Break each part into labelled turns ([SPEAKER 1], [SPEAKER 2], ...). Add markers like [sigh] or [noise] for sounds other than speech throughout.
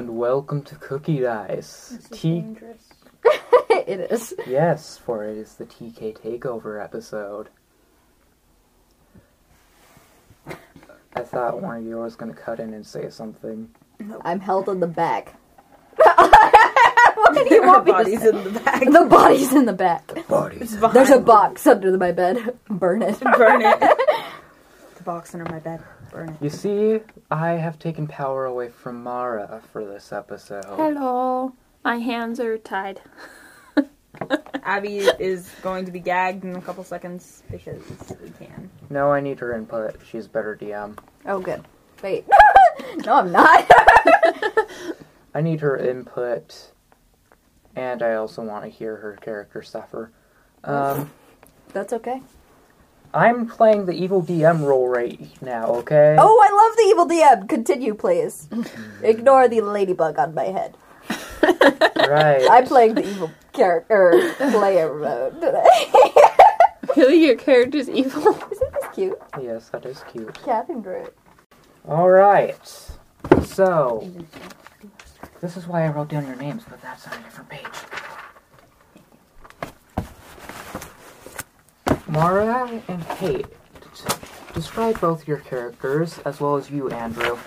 [SPEAKER 1] Welcome to Cookie Dice.
[SPEAKER 2] This is
[SPEAKER 1] T
[SPEAKER 3] [laughs]
[SPEAKER 2] dangerous.
[SPEAKER 3] it is.
[SPEAKER 1] yes, for it is the TK takeover episode. I thought one of you was gonna cut in and say something.
[SPEAKER 3] I'm held in the [laughs] back. what do you want me to
[SPEAKER 2] Bodies
[SPEAKER 3] say?
[SPEAKER 2] in [laughs] the back.
[SPEAKER 3] The body's in the back.
[SPEAKER 1] Bodies.
[SPEAKER 3] There's a
[SPEAKER 2] Behind.
[SPEAKER 3] box under my bed. [laughs] Burn it.
[SPEAKER 2] Burn it. [laughs] the box under my bed. Burn it.
[SPEAKER 1] You see, I have taken power away from Mara for this episode.
[SPEAKER 4] Hello. My hands are tied. [laughs]
[SPEAKER 2] Abby is going to be gagged in a couple seconds because we can.
[SPEAKER 1] No, I need her input. She's better DM.
[SPEAKER 3] Oh, good. Wait. [laughs] no, I'm not.
[SPEAKER 1] I need her input, and I also want to hear her character suffer. Um,
[SPEAKER 3] [laughs] That's okay.
[SPEAKER 1] I'm playing the evil DM role right now, okay?
[SPEAKER 3] Oh, I love the evil DM. Continue, [laughs] please. Ignore the ladybug on my head.
[SPEAKER 1] Right.
[SPEAKER 3] I'm playing the evil character player mode [laughs] today.
[SPEAKER 4] Really, your character's evil. [laughs]
[SPEAKER 3] Isn't this cute?
[SPEAKER 1] Yes, that is cute.
[SPEAKER 3] Catherine drew it.
[SPEAKER 1] All right. So this is why I wrote down your names, but that's on a different page. Mara and Kate, describe both your characters as well as you, Andrew.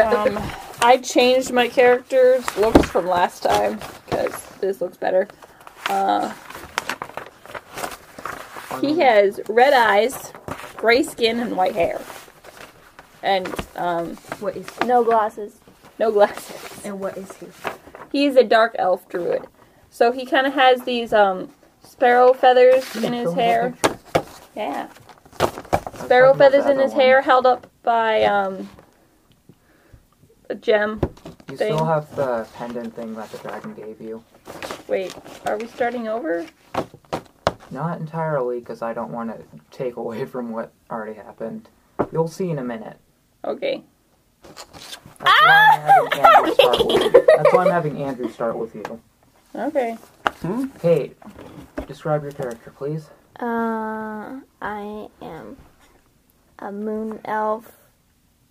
[SPEAKER 4] Um, I changed my character's looks from last time because this looks better. Uh, he has red eyes, gray skin, and white hair, and um,
[SPEAKER 2] What is
[SPEAKER 4] no glasses. No glasses.
[SPEAKER 2] and what is he?
[SPEAKER 4] He's a dark elf druid, so he kind of has these um, sparrow feathers in his hair. Yeah. Sparrow feathers in his hair held up by um a gem.
[SPEAKER 1] You
[SPEAKER 4] thing.
[SPEAKER 1] still have the pendant thing that the dragon gave you.
[SPEAKER 4] Wait, are we starting over?
[SPEAKER 1] Not entirely, because I don't want to take away from what already happened. You'll see in a minute.
[SPEAKER 4] Okay.
[SPEAKER 1] That's why I'm having Andrew start with you. That's why I'm having Andrew start with you.
[SPEAKER 4] Okay.
[SPEAKER 1] Kate, describe your character, please.
[SPEAKER 5] Uh, I am a moon elf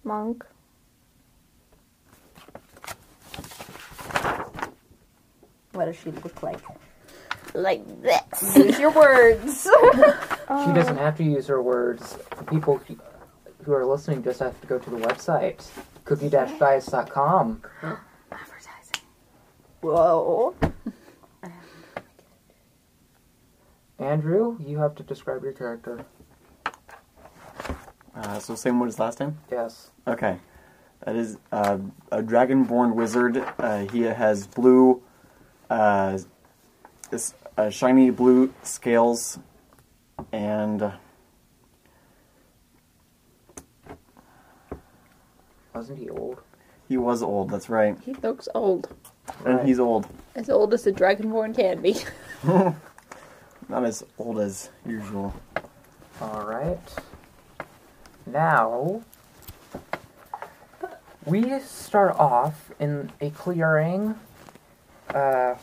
[SPEAKER 5] monk.
[SPEAKER 3] What does she look like?
[SPEAKER 5] Like this.
[SPEAKER 3] Use your [laughs] words.
[SPEAKER 1] She doesn't have to use her words. The people who are listening just have to go to the website, cookie-dice.com.
[SPEAKER 2] Advertising.
[SPEAKER 3] Whoa.
[SPEAKER 1] Andrew, you have to describe your character.
[SPEAKER 6] Uh, so same word as last time.
[SPEAKER 1] Yes.
[SPEAKER 6] Okay, that is uh, a dragonborn wizard. Uh, he has blue, uh, s- uh, shiny blue scales, and
[SPEAKER 1] Wasn't he old?
[SPEAKER 6] he was old. That's right,
[SPEAKER 4] He looks old.
[SPEAKER 6] and he's old.
[SPEAKER 4] As old as a dragonborn can be. [laughs]
[SPEAKER 6] Not as old as usual.
[SPEAKER 1] All right. Now, we start off in a clearing. Uh,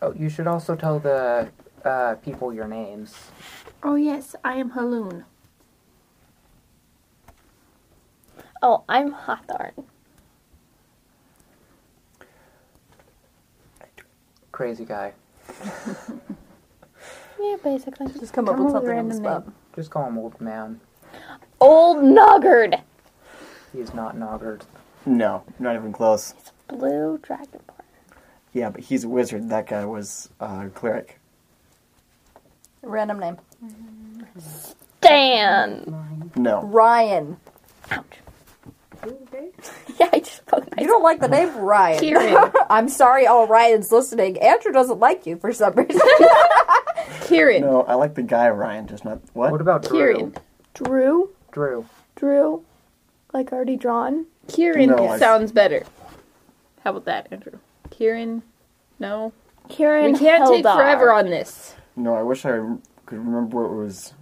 [SPEAKER 1] oh, you should also tell the uh, people your names.
[SPEAKER 4] oh yes, I am Haloon.
[SPEAKER 5] Oh, I'm Hawthorne.
[SPEAKER 1] Crazy guy.
[SPEAKER 5] Yeah, basically.
[SPEAKER 3] Just come up
[SPEAKER 4] Come
[SPEAKER 3] with something on
[SPEAKER 4] up with
[SPEAKER 3] the
[SPEAKER 4] random
[SPEAKER 3] spot.
[SPEAKER 1] Just call him old man.
[SPEAKER 5] Old Noggard.
[SPEAKER 1] He is not Noggard.
[SPEAKER 6] No, not even close.
[SPEAKER 5] Blue
[SPEAKER 4] [laughs]
[SPEAKER 5] dragonborn.
[SPEAKER 6] Yeah, but he's a wizard. That guy was uh, cleric.
[SPEAKER 3] Random name.
[SPEAKER 5] Dan.
[SPEAKER 6] No,
[SPEAKER 3] Ryan.
[SPEAKER 5] Ouch.
[SPEAKER 2] Okay.
[SPEAKER 5] Yeah, I just poked
[SPEAKER 3] You
[SPEAKER 5] my.
[SPEAKER 3] don't like the name Ryan.
[SPEAKER 4] Kieran.
[SPEAKER 3] [laughs] I'm sorry, all Ryan's listening. Andrew doesn't like you for some reason.
[SPEAKER 4] Kieran.
[SPEAKER 6] no, I like the guy Ryan, just not what.
[SPEAKER 1] What about Drew?
[SPEAKER 4] Kieran.
[SPEAKER 5] Drew.
[SPEAKER 1] Drew.
[SPEAKER 5] Drew. Like already drawn.
[SPEAKER 4] Kieran
[SPEAKER 6] No, I-
[SPEAKER 4] sounds better. How about that, Andrew? Kieran? No.
[SPEAKER 5] Kieran.
[SPEAKER 4] we can't take
[SPEAKER 5] Heldar.
[SPEAKER 4] forever on this.
[SPEAKER 6] No, I wish I rem- could remember what it was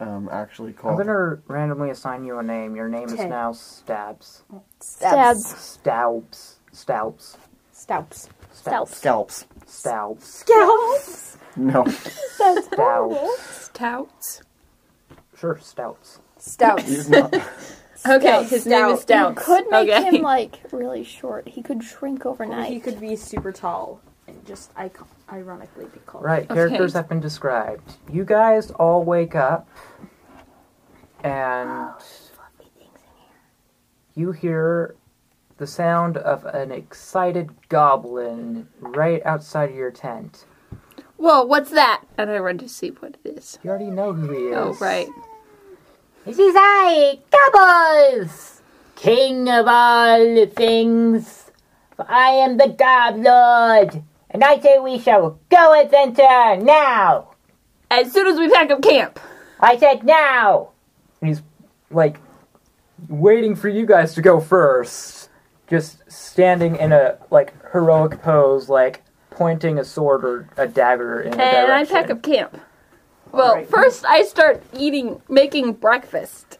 [SPEAKER 6] um, actually
[SPEAKER 1] I'm
[SPEAKER 6] called.
[SPEAKER 1] gonna randomly assign you a name. Your name is
[SPEAKER 2] Okay.
[SPEAKER 1] now Stabs.
[SPEAKER 3] Stabs.
[SPEAKER 1] Staubs. Staubs.
[SPEAKER 3] Stabs.
[SPEAKER 1] Staubs.
[SPEAKER 5] Stout.
[SPEAKER 6] Scalps.
[SPEAKER 1] Staubs.
[SPEAKER 3] Scouts.
[SPEAKER 6] No.
[SPEAKER 1] Staubs.
[SPEAKER 4] Stouts.
[SPEAKER 1] Sure, Stouts.
[SPEAKER 3] Stouts.
[SPEAKER 6] [laughs] He's not.
[SPEAKER 4] Okay,
[SPEAKER 2] Stout,
[SPEAKER 4] his
[SPEAKER 2] stout.
[SPEAKER 4] name is Stout.
[SPEAKER 5] You could make
[SPEAKER 4] okay.
[SPEAKER 5] him like really short. He could shrink
[SPEAKER 2] Or
[SPEAKER 5] overnight.
[SPEAKER 2] he could be super tall and just icon- ironically be called.
[SPEAKER 1] Right,
[SPEAKER 4] Okay.
[SPEAKER 1] characters have been described. You guys all wake up
[SPEAKER 4] Oh,
[SPEAKER 1] and you hear the sound of an excited goblin right outside of your tent.
[SPEAKER 4] Whoa, what's that? And I run to see what it is.
[SPEAKER 1] You already know who he is.
[SPEAKER 4] Oh, right.
[SPEAKER 1] This is I, Gobbles, king of all things. For I am the Goblord, and I say we shall go adventure now.
[SPEAKER 4] As soon as we pack up camp.
[SPEAKER 1] I said now! And he's like waiting for you guys to go first. Just standing in a like heroic pose, like pointing a sword or a dagger in a
[SPEAKER 4] And I
[SPEAKER 1] direction.
[SPEAKER 4] pack up camp. Well,
[SPEAKER 1] Alright.
[SPEAKER 4] first I start eating, making breakfast.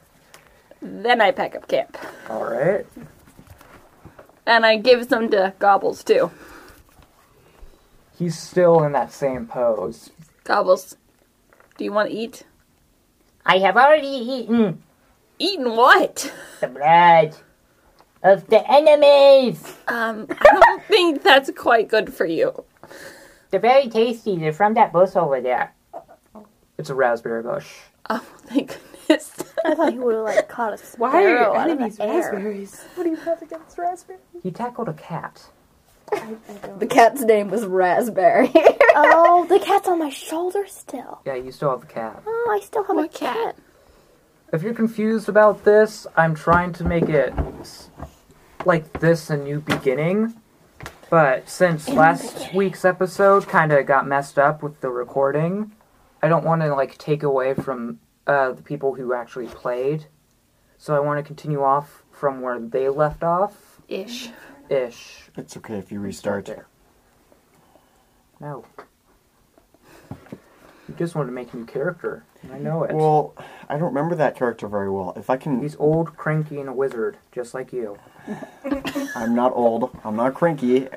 [SPEAKER 4] Then I pack up camp.
[SPEAKER 1] Alright.
[SPEAKER 4] And I give some to Gobbles, too.
[SPEAKER 1] He's still in that same pose.
[SPEAKER 4] Gobbles, do you want to eat?
[SPEAKER 1] I have already eaten
[SPEAKER 4] Eating what?
[SPEAKER 1] the blood of the enemies.
[SPEAKER 4] Um, I don't think that's quite good for you.
[SPEAKER 1] They're very tasty. They're from that bush over there. It's a raspberry bush.
[SPEAKER 4] Oh, thank goodness.
[SPEAKER 5] I
[SPEAKER 4] [laughs]
[SPEAKER 5] thought he would have like caught a
[SPEAKER 2] Why are
[SPEAKER 5] sparrow
[SPEAKER 2] your
[SPEAKER 5] out of
[SPEAKER 2] enemies
[SPEAKER 5] the air.
[SPEAKER 2] raspberries? What do you have against raspberries?
[SPEAKER 1] He tackled a cat.
[SPEAKER 3] The cat's name was Raspberry. [laughs]
[SPEAKER 5] Oh, the cat's on my shoulder still.
[SPEAKER 1] Yeah, you still have the cat.
[SPEAKER 5] Oh, I still have a
[SPEAKER 4] What
[SPEAKER 5] cat.
[SPEAKER 4] cat?
[SPEAKER 1] If you're confused about this, I'm trying to make it s- like this a new beginning. But since last week's episode kind of got messed up with the recording, I don't want to like take away from uh, the people who actually played. So I want to continue off from where they left off
[SPEAKER 4] Ish.
[SPEAKER 1] ish.
[SPEAKER 6] It's okay if you restart.
[SPEAKER 1] No. You just want to make a new character. and I know it.
[SPEAKER 6] Well, I don't remember that character very well. If I can,
[SPEAKER 1] He's old, cranky, and a wizard, just like you.
[SPEAKER 6] I'm not old. I'm not cranky,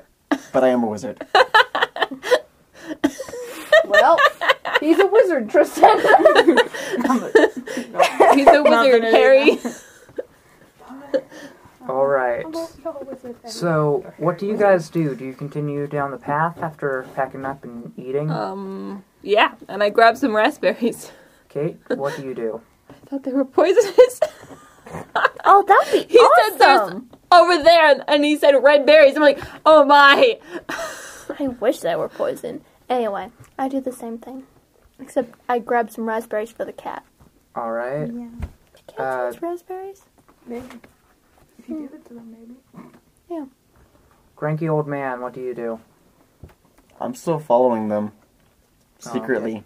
[SPEAKER 6] but I am a wizard.
[SPEAKER 3] well, he's a wizard, Tristan. [laughs]
[SPEAKER 4] He's a wizard, Harry.
[SPEAKER 1] All right. So, what do you guys do? Do you continue down the path after packing up and eating?
[SPEAKER 4] Um, yeah, and I grab some raspberries.
[SPEAKER 1] Kate, what do you do?
[SPEAKER 4] I thought they were poisonous. [laughs]
[SPEAKER 5] Oh, that'd be
[SPEAKER 4] He said there's
[SPEAKER 5] awesome.
[SPEAKER 4] over there, and he said red berries. I'm like, oh my.
[SPEAKER 5] I wish they were poison. Anyway, I do the same thing, except I grab some raspberries for the cat.
[SPEAKER 1] All right.
[SPEAKER 2] Yeah.
[SPEAKER 5] The cat
[SPEAKER 1] Uh,
[SPEAKER 5] eats raspberries.
[SPEAKER 2] Maybe. If you give it to them, maybe.
[SPEAKER 1] Cranky old man, what do you do?
[SPEAKER 6] I'm still following them
[SPEAKER 1] Oh,
[SPEAKER 6] secretly.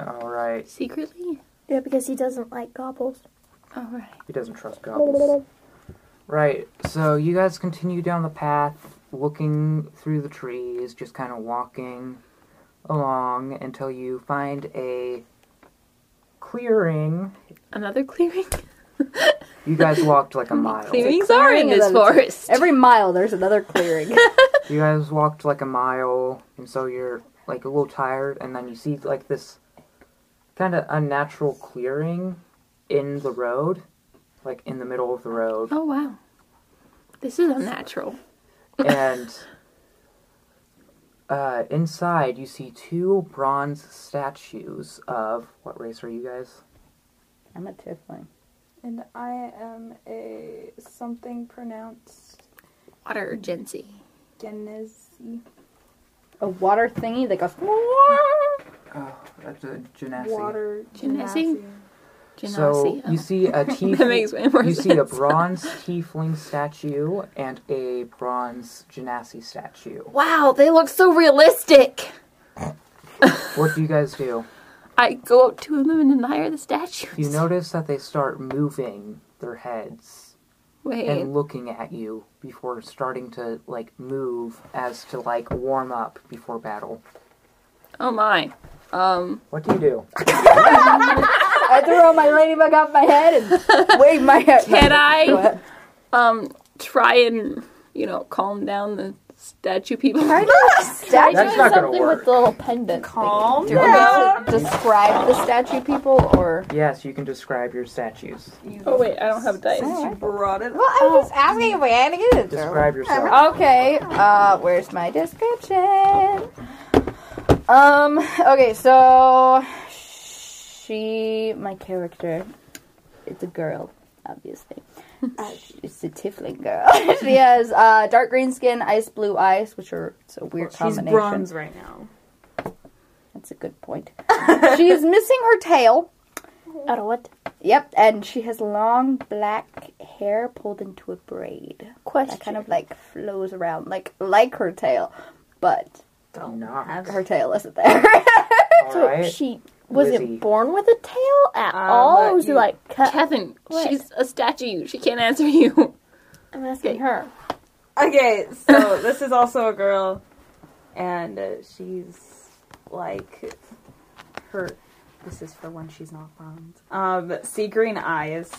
[SPEAKER 1] All right.
[SPEAKER 4] Secretly?
[SPEAKER 5] Yeah, because he doesn't like gobbles.
[SPEAKER 4] Alright.
[SPEAKER 1] He doesn't trust
[SPEAKER 7] [laughs]
[SPEAKER 1] goblins. Right. So, you guys continue down the path, looking through the trees, just kind of walking along until you find a clearing.
[SPEAKER 4] Another clearing?
[SPEAKER 1] You guys walked like a mile.
[SPEAKER 4] Clearings are in
[SPEAKER 3] clearing and
[SPEAKER 4] this
[SPEAKER 3] then it's-
[SPEAKER 4] forest.
[SPEAKER 3] Every mile, there's another clearing.
[SPEAKER 1] You guys walked like a mile, and so you're like a little tired, and then you see like this kind of unnatural clearing in the road, like in the middle of the road,
[SPEAKER 4] Oh, wow. This is unnatural. Oh. [laughs]
[SPEAKER 1] and uh, inside you see two bronze statues of what race are you guys?
[SPEAKER 3] I'm a tiefling.
[SPEAKER 2] And I am a something pronounced
[SPEAKER 4] Water urgency.
[SPEAKER 2] Genesi.
[SPEAKER 3] A water thingy that goes.
[SPEAKER 1] Oh, that's a genasi.
[SPEAKER 2] Water
[SPEAKER 4] Genasi?
[SPEAKER 2] Genasi.
[SPEAKER 1] So
[SPEAKER 4] [laughs]
[SPEAKER 1] you see a
[SPEAKER 4] Oh. uh-huh. that makes
[SPEAKER 1] tiefling.
[SPEAKER 4] way more
[SPEAKER 1] You
[SPEAKER 4] sense. [laughs]
[SPEAKER 1] see a bronze tiefling statue and a bronze genasi statue.
[SPEAKER 4] wow, they look so realistic.
[SPEAKER 1] What do you guys do?
[SPEAKER 4] I go up to them and admire the statues.
[SPEAKER 1] You notice that they start moving their heads
[SPEAKER 4] [laughs] Wait.
[SPEAKER 1] and looking at you before starting to like move as to like warm up before battle.
[SPEAKER 4] Oh my. Um,
[SPEAKER 1] What do you do?
[SPEAKER 3] I throw my ladybug off my head and wave my head.
[SPEAKER 4] can
[SPEAKER 3] Go
[SPEAKER 4] I
[SPEAKER 3] ahead.
[SPEAKER 4] um try and you know calm down the statue people.
[SPEAKER 3] Statue
[SPEAKER 1] That's not gonna
[SPEAKER 3] something
[SPEAKER 1] work.
[SPEAKER 3] with the little pendant.
[SPEAKER 2] Calm
[SPEAKER 3] thing. Do you want
[SPEAKER 2] down.
[SPEAKER 3] me to describe the statue people or?
[SPEAKER 1] Yes, you can describe your statues.
[SPEAKER 2] You-
[SPEAKER 4] [laughs] Oh wait, I don't have dice.
[SPEAKER 2] Since you brought it
[SPEAKER 7] Well,
[SPEAKER 2] up.
[SPEAKER 7] I was just asking if we had to get it. through.
[SPEAKER 1] Describe yourself.
[SPEAKER 3] Okay, uh, where's my description? Um, okay, so she, my character, it's a girl,
[SPEAKER 2] [laughs]
[SPEAKER 3] obviously. Uh, It's a tiefling girl. [laughs] she has uh, dark green skin, ice blue eyes, which are it's a weird
[SPEAKER 2] She's
[SPEAKER 3] combination.
[SPEAKER 2] bronze right now.
[SPEAKER 3] That's a good point. [laughs] She's missing her tail.
[SPEAKER 7] Out of what?
[SPEAKER 3] Yep, and she has long black hair pulled into a braid.
[SPEAKER 7] Question.
[SPEAKER 3] That kind of like flows around, like like her tail, but
[SPEAKER 1] Don't knock.
[SPEAKER 3] her tail isn't there. [laughs]
[SPEAKER 1] All
[SPEAKER 3] So
[SPEAKER 1] right.
[SPEAKER 3] she
[SPEAKER 1] was it Lizzie.
[SPEAKER 3] born with a tail at
[SPEAKER 2] Uh, all, or but was it, you- like,
[SPEAKER 4] Kevin, she's a statue. She can't answer you. [laughs]
[SPEAKER 3] I'm asking her.
[SPEAKER 2] Okay, so this is also a girl, and uh, she's like her. This is for when she's not bronze. Um, sea green eyes.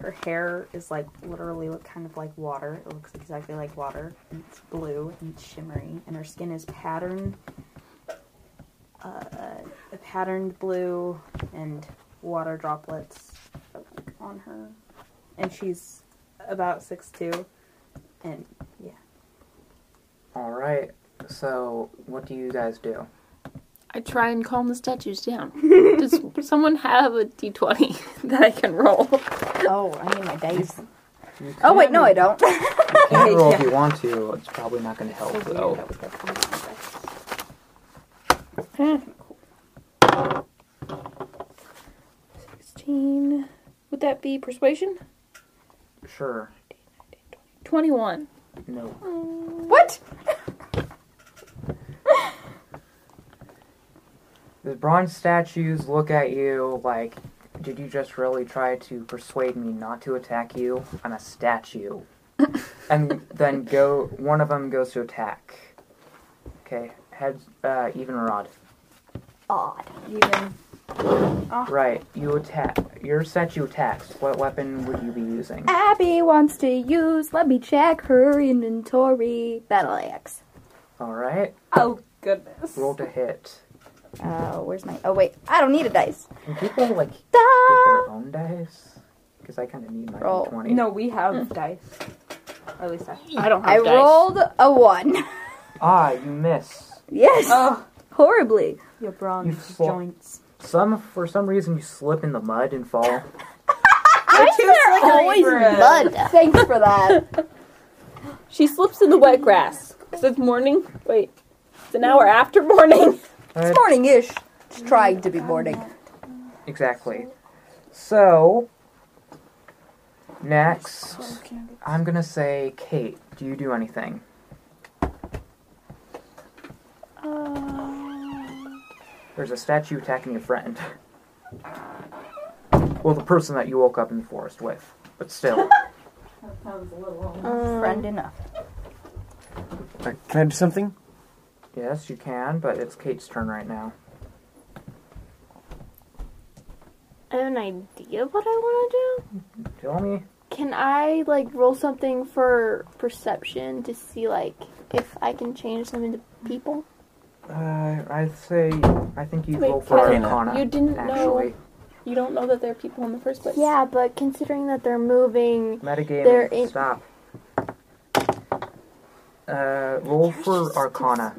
[SPEAKER 2] Her hair is like literally look kind of like water. It looks exactly like water. And it's blue and it's shimmery, and her skin is patterned, uh, patterned blue, and water droplets on her. And she's about six two, and
[SPEAKER 1] All right. So, what do you guys do?
[SPEAKER 4] I try and calm the statues [laughs] down. Does someone have a d20 [laughs] that I can roll?
[SPEAKER 3] Oh, I need my dice.
[SPEAKER 1] You
[SPEAKER 3] [laughs] Oh wait, no, I don't.
[SPEAKER 1] can roll if
[SPEAKER 2] Yeah.
[SPEAKER 1] you want to. It's probably not going to help though.
[SPEAKER 4] Sixteen. Would that be persuasion?
[SPEAKER 1] Sure.
[SPEAKER 4] Twenty-one.
[SPEAKER 1] No.
[SPEAKER 3] what?
[SPEAKER 1] The bronze statues look at you like, did you just really try to persuade me not to attack you? I'm a
[SPEAKER 3] [laughs]
[SPEAKER 1] statue. and then go. One of them goes to attack. Okay. Heads. Uh, even or odd.
[SPEAKER 3] [laughs] Odd.
[SPEAKER 2] Even.
[SPEAKER 1] Right. You attack. Your statue attacks. What weapon would you be using?
[SPEAKER 3] Abby wants to use. Let me check her inventory. Battle axe.
[SPEAKER 1] All right.
[SPEAKER 2] Oh goodness.
[SPEAKER 1] Roll to hit.
[SPEAKER 3] Uh, where's my? Oh wait, I don't need a dice.
[SPEAKER 1] Can people like get
[SPEAKER 3] Da!
[SPEAKER 1] their own dice? Because I kind of need my
[SPEAKER 3] Roll.
[SPEAKER 1] d20.
[SPEAKER 2] No, we have dice. Or at least I.
[SPEAKER 4] I don't
[SPEAKER 3] I rolled a one. [laughs]
[SPEAKER 1] Ah, you miss.
[SPEAKER 3] yes,
[SPEAKER 2] Oh,
[SPEAKER 3] horribly.
[SPEAKER 2] your
[SPEAKER 1] You
[SPEAKER 2] bronze
[SPEAKER 1] fuck.
[SPEAKER 2] joints.
[SPEAKER 1] Some for some reason you slip in the mud and fall.
[SPEAKER 2] Why is [laughs] there
[SPEAKER 3] Always mud. Thanks for that.
[SPEAKER 4] She slips in the wet grass. Is it morning? Wait, it's an hour after morning.
[SPEAKER 1] Right?
[SPEAKER 3] [laughs] It's morning-ish. It's trying to be morning.
[SPEAKER 1] Exactly. So next, I'm gonna say, Kate, do you do anything?
[SPEAKER 4] Uh,
[SPEAKER 1] There's a statue attacking your friend. [laughs] Well, the person that you woke up in the forest with, but
[SPEAKER 4] [laughs]
[SPEAKER 1] still.
[SPEAKER 3] Friend enough.
[SPEAKER 6] Uh, can I do something?
[SPEAKER 1] yes, you can, but it's Kate's turn right now.
[SPEAKER 3] I have an idea what I want to do.
[SPEAKER 1] Tell me.
[SPEAKER 3] Can I like roll something for perception to see like if I can change them into people?
[SPEAKER 1] Uh, I'd say I think you
[SPEAKER 4] Wait,
[SPEAKER 1] roll for
[SPEAKER 6] Kevin,
[SPEAKER 1] Arcana.
[SPEAKER 4] you didn't
[SPEAKER 1] actually.
[SPEAKER 4] know. You don't know that there are people in the first place.
[SPEAKER 3] Yeah, but considering that they're moving,
[SPEAKER 1] Metagaming.
[SPEAKER 3] There ain't-
[SPEAKER 1] Stop. Uh, roll for Arcana.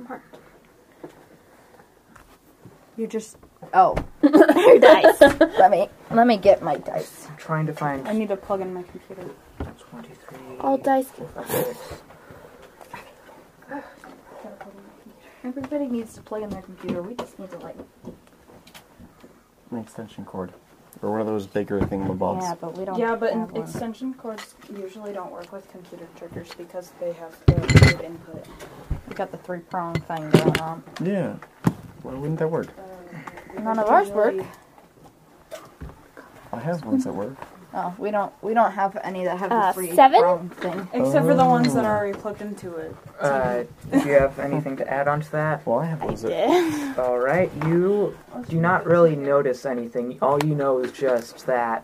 [SPEAKER 3] you're just oh [laughs] dice. Let me let me get my dice.
[SPEAKER 1] I'm trying to find
[SPEAKER 2] I need to plug in my computer.
[SPEAKER 1] one, two, three.
[SPEAKER 3] All dice.
[SPEAKER 1] four, five, six.
[SPEAKER 3] Everybody needs to plug in their computer. We just need to like.
[SPEAKER 6] An extension cord. Or one of those bigger thingamabobs.
[SPEAKER 3] Yeah, but we don't.
[SPEAKER 2] Yeah, but
[SPEAKER 3] have one.
[SPEAKER 2] extension cords usually don't work with computer triggers because they have the input.
[SPEAKER 3] we got the three prong thing going on.
[SPEAKER 6] Yeah. Why wouldn't that work?
[SPEAKER 3] None of ours work.
[SPEAKER 6] I have ones that work.
[SPEAKER 3] Oh, we don't we don't have any that have
[SPEAKER 7] Uh,
[SPEAKER 3] the three
[SPEAKER 7] seven?
[SPEAKER 3] prong thing.
[SPEAKER 2] Except for the ones that are already plugged into [laughs] it.
[SPEAKER 1] Uh, do you have anything to add on to that?
[SPEAKER 6] Well, I have ones that.
[SPEAKER 1] All right, you do not really notice anything. All you know is just that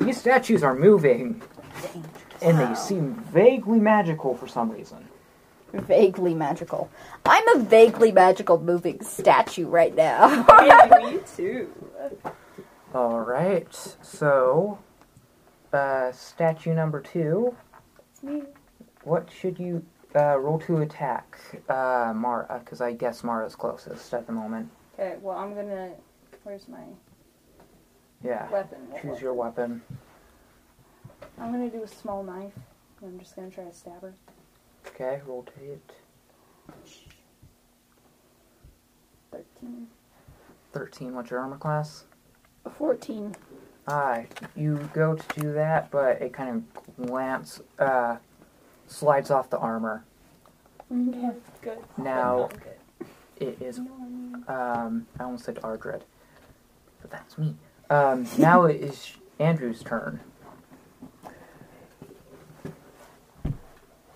[SPEAKER 1] these statues are moving, and they seem vaguely magical for some reason.
[SPEAKER 3] vaguely magical. I'm a vaguely magical moving statue right [laughs] now. Oh,
[SPEAKER 2] Yeah, me too.
[SPEAKER 1] All right. So, uh, statue number two. What should you uh, roll to attack uh, Mara? Because I guess Mara's closest at the moment.
[SPEAKER 2] Okay, well, I'm gonna. Where's my
[SPEAKER 1] Yeah.
[SPEAKER 2] weapon?
[SPEAKER 1] Choose your weapon.
[SPEAKER 2] I'm gonna do a small knife. and I'm just gonna try to stab her.
[SPEAKER 1] Okay. Roll to hit.
[SPEAKER 2] 13.
[SPEAKER 1] Thirteen. What's your armor class?
[SPEAKER 4] 14.
[SPEAKER 1] Ah, you go to do that, but it kind of glance uh, slides off the armor.
[SPEAKER 4] Okay.
[SPEAKER 2] Good.
[SPEAKER 1] Now
[SPEAKER 2] Okay.
[SPEAKER 1] it is um, I almost said Ardred, but that's me. Um, now it is Andrew's turn.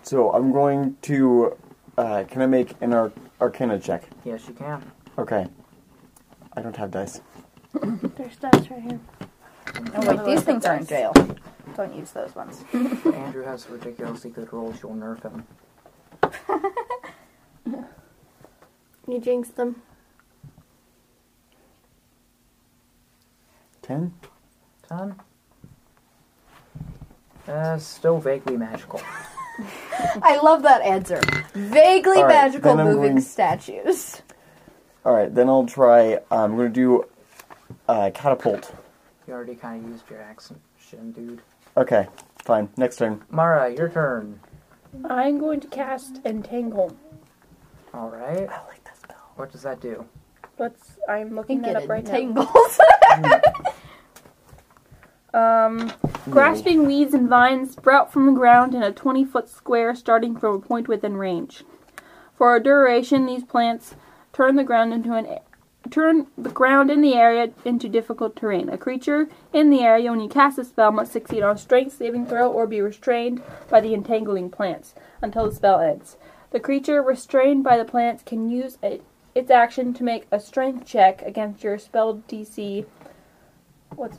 [SPEAKER 6] So I'm going to. Uh, can I make an arc- Arcana check?
[SPEAKER 1] Yes, you can.
[SPEAKER 6] Okay. I don't have dice.
[SPEAKER 4] There's dice right here.
[SPEAKER 3] oh wait, these things are in jail. Don't use those ones.
[SPEAKER 1] Andrew has ridiculously good rolls. You'll nerf him.
[SPEAKER 4] You jinxed them.
[SPEAKER 6] Ten.
[SPEAKER 1] Ton. Uh, still vaguely magical.
[SPEAKER 3] [laughs] I love that answer. Vaguely
[SPEAKER 6] All right,
[SPEAKER 3] magical
[SPEAKER 6] then I'm
[SPEAKER 3] moving
[SPEAKER 6] going-
[SPEAKER 3] statues.
[SPEAKER 6] All right, then I'll try. I'm going to do uh, catapult.
[SPEAKER 1] You already kind of used your action, dude.
[SPEAKER 6] Okay, fine. Next turn.
[SPEAKER 1] Mara, your turn.
[SPEAKER 4] I'm going to cast Entangle.
[SPEAKER 1] All right.
[SPEAKER 6] I like that spell.
[SPEAKER 1] What does that do?
[SPEAKER 4] Let's. I'm looking that up right
[SPEAKER 3] tangles.
[SPEAKER 4] now. Um, grasping weeds and vines sprout from the ground in a 20 foot square starting from a point within range. For a duration, these plants turn the ground into an turn the ground in the area into difficult terrain. A creature in the area when you cast a spell must succeed on a strength saving throw or be restrained by the entangling plants until the spell ends. The creature restrained by the plants can use a, its action to make a strength check against your spell DC what's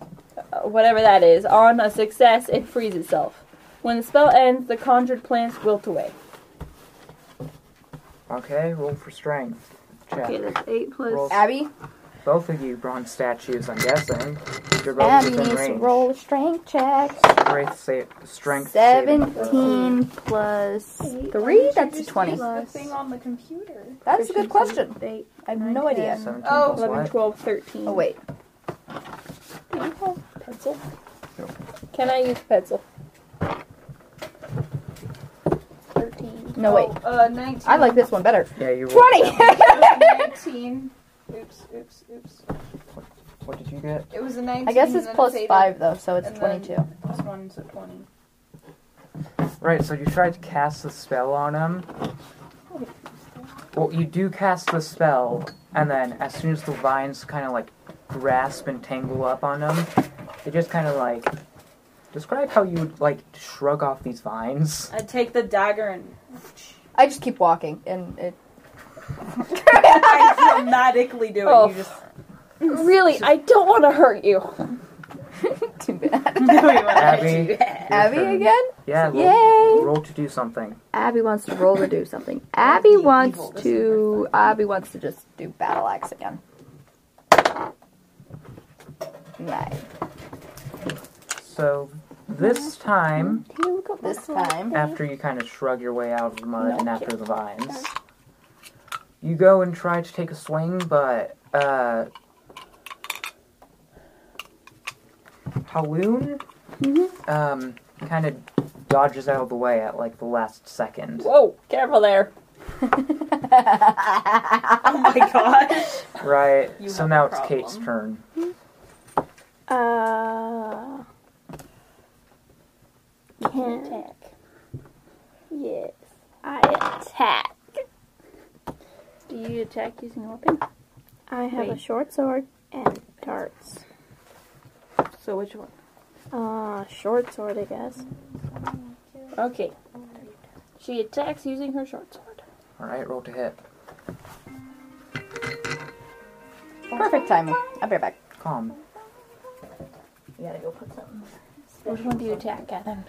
[SPEAKER 4] uh, whatever that is. On a success, it frees itself. When the spell ends, the conjured plants wilt away.
[SPEAKER 1] Okay, roll for strength. Check.
[SPEAKER 4] Okay, that's eight plus.
[SPEAKER 1] Roll.
[SPEAKER 3] [laughs] Abby,
[SPEAKER 1] Both of you bronze statues, I'm guessing. You're both
[SPEAKER 3] Abby
[SPEAKER 1] within
[SPEAKER 3] needs to
[SPEAKER 1] range.
[SPEAKER 3] roll a strength check.
[SPEAKER 1] Strength, sa- strength saving throw.
[SPEAKER 3] Seventeen plus three. That's twenty.
[SPEAKER 2] The thing on the computer.
[SPEAKER 3] That's a good question.
[SPEAKER 4] Eight,
[SPEAKER 3] I have no idea.
[SPEAKER 1] 17
[SPEAKER 2] Oh,
[SPEAKER 1] plus
[SPEAKER 4] 11,
[SPEAKER 1] what?
[SPEAKER 4] 12, 13.
[SPEAKER 3] Oh wait,
[SPEAKER 4] Do you have pencil?
[SPEAKER 6] No.
[SPEAKER 4] Can I use pencil? 13.
[SPEAKER 3] no wait.
[SPEAKER 2] Uh, 19.
[SPEAKER 3] I like this one better.
[SPEAKER 1] Yeah, you rolled
[SPEAKER 3] Twenty. [laughs]
[SPEAKER 1] that.
[SPEAKER 2] 19. Oops, oops, oops.
[SPEAKER 1] What did you get?
[SPEAKER 2] It was a 19.
[SPEAKER 3] I guess it's
[SPEAKER 2] then
[SPEAKER 3] plus
[SPEAKER 2] faded.
[SPEAKER 3] five though, so it's
[SPEAKER 2] And then-
[SPEAKER 3] twenty-two.
[SPEAKER 2] Plus 1, so 20.
[SPEAKER 1] Right, so you tried to cast the spell on him. Well, you do cast the spell, and then as soon as the vines kind of like grasp and tangle up on him, they just kind of like. Describe how you would like shrug off these
[SPEAKER 3] [laughs]
[SPEAKER 1] vines.
[SPEAKER 2] I take the dagger and
[SPEAKER 3] I just keep walking, and it. [laughs]
[SPEAKER 2] I dramatically do it.
[SPEAKER 4] Oh.
[SPEAKER 2] You just [laughs]
[SPEAKER 4] Really, I don't want to hurt you.
[SPEAKER 3] Too bad.
[SPEAKER 2] do it.
[SPEAKER 1] Abby. your
[SPEAKER 3] Abby
[SPEAKER 1] turn.
[SPEAKER 3] again?
[SPEAKER 1] Yeah, roll,
[SPEAKER 3] Yay!
[SPEAKER 1] roll to do something.
[SPEAKER 3] Abby wants to roll to do something. Abby wants to. Abby wants to just do battle axe again. Nine.
[SPEAKER 1] So this time,
[SPEAKER 3] This time. [laughs]
[SPEAKER 1] after you kind of shrug your way out of the mud and after the vines, you go and try to take a swing, but uh, Haloon
[SPEAKER 2] Mm-hmm.
[SPEAKER 1] um, kind of dodges out of the way at like the last second.
[SPEAKER 4] Whoa, careful there.
[SPEAKER 2] Oh my gosh.
[SPEAKER 1] Right.
[SPEAKER 2] You
[SPEAKER 1] so
[SPEAKER 2] have
[SPEAKER 1] now
[SPEAKER 2] a
[SPEAKER 1] it's Kate's
[SPEAKER 2] problem.
[SPEAKER 1] turn.
[SPEAKER 4] Uh. Can attack. Yes, I attack. Do you attack using a weapon?
[SPEAKER 7] I have a
[SPEAKER 4] Wait.
[SPEAKER 7] short sword and darts.
[SPEAKER 4] So which one?
[SPEAKER 7] Uh, short sword, I guess.
[SPEAKER 4] Okay. She attacks using her short sword.
[SPEAKER 1] All right, roll to hit.
[SPEAKER 3] Perfect timing. I'll be right back.
[SPEAKER 1] Calm.
[SPEAKER 3] You gotta go put something.
[SPEAKER 4] Which one do you attack, Catherine?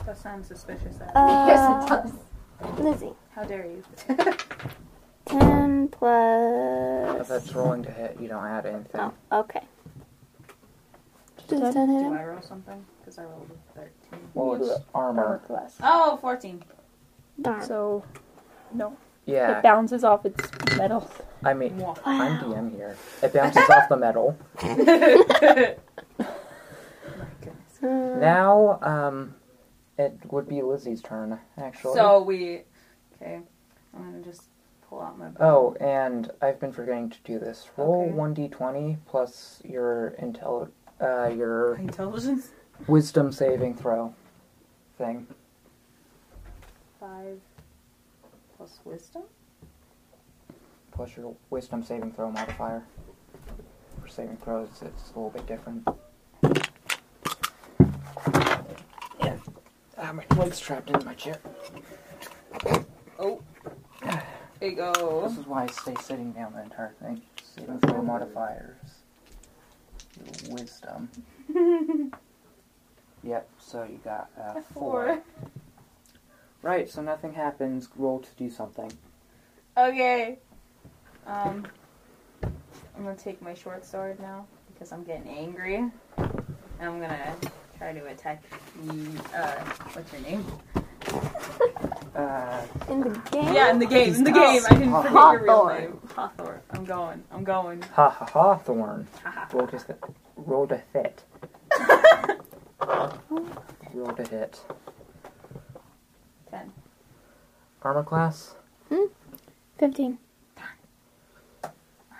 [SPEAKER 3] Uh,
[SPEAKER 2] That sounds suspicious.
[SPEAKER 3] yes, it does.
[SPEAKER 7] Lizzie.
[SPEAKER 2] How dare you? [laughs]
[SPEAKER 7] 10
[SPEAKER 1] If
[SPEAKER 7] plus.
[SPEAKER 1] that's rolling to hit, you don't add anything.
[SPEAKER 7] Oh, okay.
[SPEAKER 5] Does that hit
[SPEAKER 2] Do
[SPEAKER 5] him?
[SPEAKER 2] I roll something? Because I rolled a 13.
[SPEAKER 1] Well, it's armor.
[SPEAKER 5] Plus.
[SPEAKER 2] Oh, [laughs] 14.
[SPEAKER 7] Darn.
[SPEAKER 4] So it
[SPEAKER 1] Yeah,
[SPEAKER 4] bounces off its metal.
[SPEAKER 1] I mean,
[SPEAKER 2] Mwah.
[SPEAKER 1] I'm DM here. It bounces off the metal. Now, um, it would be Lizzie's turn, actually.
[SPEAKER 2] So we. Okay. I'm going to just pull out my.
[SPEAKER 1] Oh, and I've been forgetting to do this. Roll
[SPEAKER 2] Okay.
[SPEAKER 1] one d20 plus your intel, uh, your
[SPEAKER 2] Intelligence?
[SPEAKER 1] wisdom saving throw thing.
[SPEAKER 2] 5 plus wisdom?
[SPEAKER 1] plus your wisdom saving throw modifier. For saving throws, it's a little bit different. Yeah. Ah, my leg's trapped in my chair.
[SPEAKER 2] Oh. There you go.
[SPEAKER 1] This is why I stay sitting down the entire thing. Saving throw modifiers. Your
[SPEAKER 2] [laughs]
[SPEAKER 1] wisdom. yep, so you got uh, four.
[SPEAKER 2] Four.
[SPEAKER 1] Right, so nothing happens. Roll to do something.
[SPEAKER 2] Okay. Um, I'm gonna take my short sword now because I'm getting angry, and I'm gonna try to attack the uh, what's your name?
[SPEAKER 1] Uh,
[SPEAKER 7] In the game?
[SPEAKER 2] Yeah, in the game, in the game. I didn't forget your real name. Hawthorne. I'm going. I'm going.
[SPEAKER 1] ha ha ha, Thorn.
[SPEAKER 2] Ha ha.
[SPEAKER 1] Roll to, th- roll to
[SPEAKER 2] [laughs]
[SPEAKER 1] hit. roll to hit.
[SPEAKER 2] Ten.
[SPEAKER 1] Armor class?
[SPEAKER 7] 15.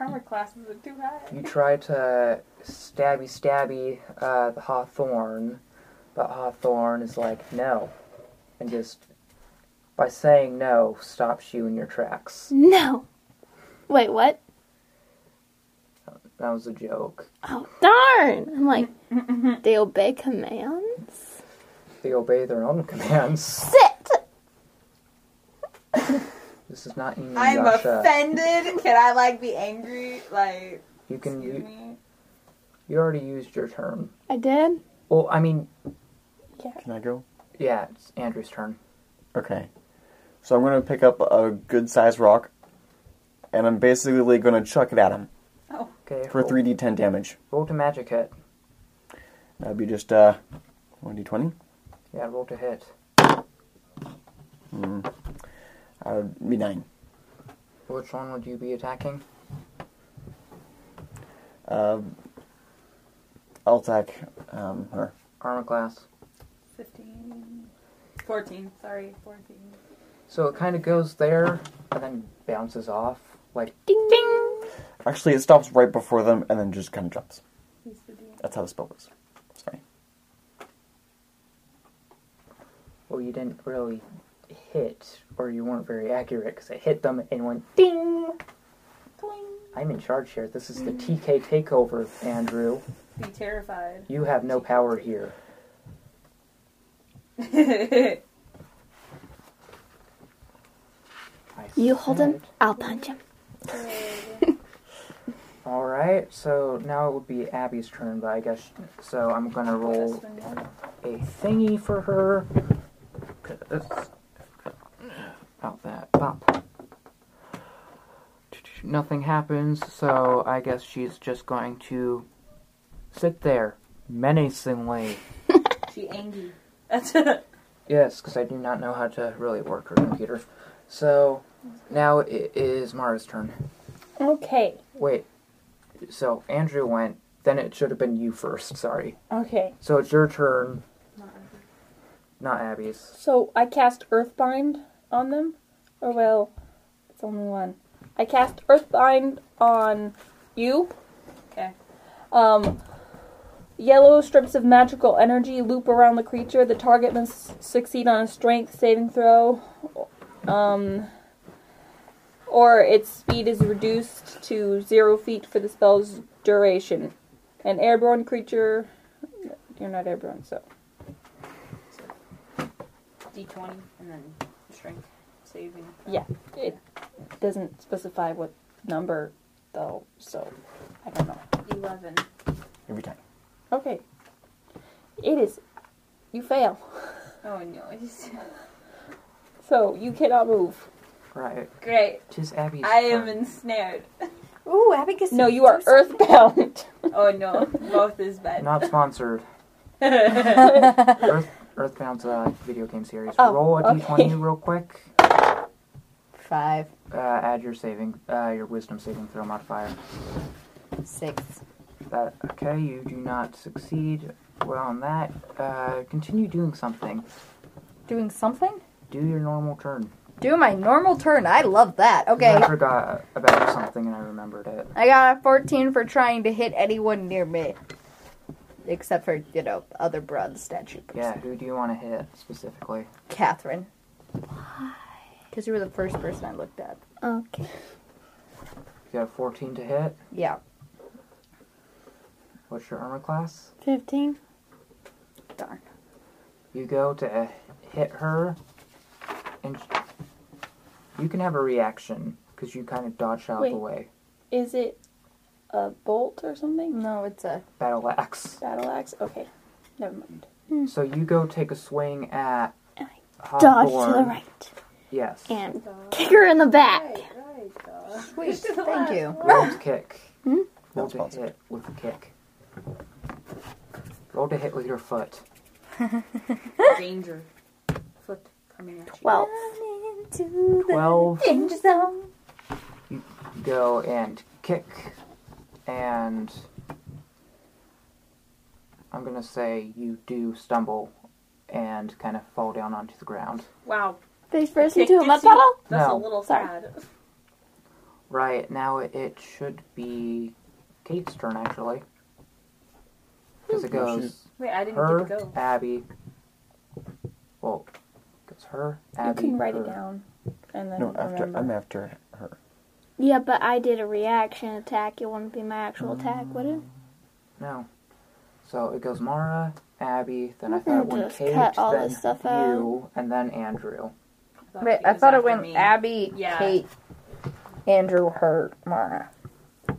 [SPEAKER 2] Armor classes are too high.
[SPEAKER 1] You try to stabby stabby uh, the Hawthorn, but Hawthorn is like, no. And just, by saying no, stops you in your tracks.
[SPEAKER 7] No. Wait, what?
[SPEAKER 1] That was a joke.
[SPEAKER 7] Oh, darn. I'm like, they obey commands?
[SPEAKER 1] They obey their own [laughs] commands.
[SPEAKER 7] Sit!
[SPEAKER 1] This is not in
[SPEAKER 2] I'm
[SPEAKER 1] Yasha.
[SPEAKER 2] offended. Can I like be angry? Like,
[SPEAKER 1] You can,
[SPEAKER 2] excuse
[SPEAKER 1] you,
[SPEAKER 2] me.
[SPEAKER 1] you already used your turn.
[SPEAKER 7] I did?
[SPEAKER 1] Well, I mean,
[SPEAKER 6] Can I go?
[SPEAKER 1] yeah, it's Andrew's turn.
[SPEAKER 6] Okay. So I'm going to pick up a good sized rock, and I'm basically going to chuck it at him
[SPEAKER 1] Okay.
[SPEAKER 6] for
[SPEAKER 1] roll-
[SPEAKER 6] 3d10 damage.
[SPEAKER 1] Roll to magic hit.
[SPEAKER 6] That'd be just uh, 1d20.
[SPEAKER 1] Yeah, roll to hit.
[SPEAKER 6] That would Hmm. be 9.
[SPEAKER 1] Which one would you be attacking?
[SPEAKER 6] Uh, I'll attack um, her.
[SPEAKER 1] Armor class.
[SPEAKER 2] Fifteen. Fourteen. Sorry, fourteen.
[SPEAKER 1] So it kind of goes there and then bounces off. Like,
[SPEAKER 6] Actually, it stops right before them and then just kind of drops.
[SPEAKER 2] He's the DM.
[SPEAKER 6] That's how the spell works. Sorry.
[SPEAKER 1] well, you didn't really hit, or you weren't very accurate because it hit them and went ding! I'm in charge here. This is the
[SPEAKER 7] Mm.
[SPEAKER 1] TK takeover, Andrew.
[SPEAKER 2] Be [laughs] terrified.
[SPEAKER 1] You have no power here. I
[SPEAKER 7] You hold him,
[SPEAKER 1] said.
[SPEAKER 7] I'll punch him.
[SPEAKER 1] All right. So now it would be Abby's turn, but I guess so. I'm gonna roll a thingy for her. 'Cause- About that. Pop. Nothing happens, so I guess she's just going to sit there menacingly.
[SPEAKER 2] She angry. That's it.
[SPEAKER 1] Yes, because I do not know how to really work her computer. So now it is Mara's turn.
[SPEAKER 4] Okay.
[SPEAKER 1] Wait. So Andrew went, then it should have been you first, sorry.
[SPEAKER 4] Okay.
[SPEAKER 1] So it's your turn. Not Abby's.
[SPEAKER 4] So I cast Earthbind on them, or well, it's only one. I cast Earthbind on you.
[SPEAKER 2] Okay.
[SPEAKER 4] Um, yellow strips of magical energy loop around the creature. The target must succeed on a Strength saving throw, um, or its speed is reduced to zero feet for the spell's duration. An airborne creature. You're not airborne, so
[SPEAKER 2] D twenty and then shrink saving.
[SPEAKER 4] Yeah, it doesn't specify what number though, so I don't know.
[SPEAKER 2] Eleven.
[SPEAKER 6] Every time.
[SPEAKER 4] Okay. It is. You fail.
[SPEAKER 2] Oh no.
[SPEAKER 4] so you cannot move.
[SPEAKER 1] Right.
[SPEAKER 2] [laughs] Great.
[SPEAKER 1] Tis Abby's.
[SPEAKER 2] I am
[SPEAKER 1] turn.
[SPEAKER 2] [laughs] ensnared.
[SPEAKER 3] Ooh, Abby gets
[SPEAKER 4] No, you are earthbound.
[SPEAKER 2] Oh no, both is bad. [laughs]
[SPEAKER 1] Not sponsored.
[SPEAKER 3] Earth.
[SPEAKER 1] Earth, Earthbound's uh, video game series.
[SPEAKER 5] Oh,
[SPEAKER 1] Roll a
[SPEAKER 4] okay.
[SPEAKER 1] d20 real quick.
[SPEAKER 5] [laughs] Five,
[SPEAKER 1] Uh, add your saving, uh, your wisdom saving throw modifier.
[SPEAKER 5] six.
[SPEAKER 1] That okay? You do not succeed. Well, on that, uh, continue doing something.
[SPEAKER 5] Doing something?
[SPEAKER 1] Do your normal turn.
[SPEAKER 5] Do my normal turn. I love that. Okay.
[SPEAKER 1] I forgot about something and I remembered it.
[SPEAKER 5] I got a 14 for trying to hit anyone near me. Except for, you know, other bronze statue person.
[SPEAKER 1] Yeah. Who do you want to hit specifically?
[SPEAKER 5] Catherine. Because you were the first person I looked at.
[SPEAKER 7] Okay.
[SPEAKER 1] You got a 14 to hit.
[SPEAKER 5] Yeah.
[SPEAKER 1] What's your armor class?
[SPEAKER 7] 15.
[SPEAKER 5] Darn.
[SPEAKER 1] You go to uh, hit her, and sh- you can have a reaction because you kind of dodge out of
[SPEAKER 4] Wait.
[SPEAKER 1] the way.
[SPEAKER 4] Is it a bolt or something?
[SPEAKER 5] No, it's a.
[SPEAKER 1] Battle axe.
[SPEAKER 4] Battle axe? Okay. Never mind.
[SPEAKER 1] So you go take a swing at.
[SPEAKER 7] Hmm. And Dodge to the
[SPEAKER 1] Hawthorne.
[SPEAKER 7] right.
[SPEAKER 1] Yes.
[SPEAKER 7] And kick her in the back.
[SPEAKER 5] Sweet. Thank you.
[SPEAKER 7] [laughs]
[SPEAKER 1] Roll to kick.
[SPEAKER 7] Hmm?
[SPEAKER 1] Roll
[SPEAKER 6] That's
[SPEAKER 1] to
[SPEAKER 6] possible.
[SPEAKER 1] hit with a kick. Roll to hit with your foot.
[SPEAKER 2] Danger. Foot coming at you.
[SPEAKER 7] Well,
[SPEAKER 1] Twelve.
[SPEAKER 3] Danger zone.
[SPEAKER 1] Go and kick, and I'm gonna say you do stumble and kind of fall down onto the ground.
[SPEAKER 2] Wow.
[SPEAKER 7] face first
[SPEAKER 2] Kicked
[SPEAKER 7] into a
[SPEAKER 2] it
[SPEAKER 7] mud
[SPEAKER 2] to you.
[SPEAKER 7] puddle.
[SPEAKER 2] That's
[SPEAKER 1] No.
[SPEAKER 2] a little
[SPEAKER 7] Sorry.
[SPEAKER 2] sad.
[SPEAKER 1] Right now, it should be Kate's turn actually, because it
[SPEAKER 6] Oh,
[SPEAKER 1] goes
[SPEAKER 2] Wait, I didn't get to
[SPEAKER 1] her,
[SPEAKER 2] go.
[SPEAKER 1] Abby. Well, it's her,
[SPEAKER 4] You
[SPEAKER 1] Abby.
[SPEAKER 4] can write
[SPEAKER 1] her.
[SPEAKER 4] it down. And then
[SPEAKER 6] No, after
[SPEAKER 4] remember.
[SPEAKER 6] I'm after her.
[SPEAKER 7] Yeah, but I did a reaction attack. It wouldn't be my actual attack, would
[SPEAKER 6] Mm.
[SPEAKER 7] it?
[SPEAKER 1] No. So it goes Mara, Abby, then I
[SPEAKER 7] We
[SPEAKER 1] thought it
[SPEAKER 7] can
[SPEAKER 1] went
[SPEAKER 7] just
[SPEAKER 1] Kate,
[SPEAKER 7] cut all
[SPEAKER 1] then
[SPEAKER 7] this stuff out.
[SPEAKER 1] you, and then Andrew.
[SPEAKER 5] Wait, I thought it
[SPEAKER 2] after
[SPEAKER 5] went
[SPEAKER 2] me. [laughs]
[SPEAKER 5] Abby,
[SPEAKER 2] Yeah.
[SPEAKER 5] Kate, Andrew, her, Mara. I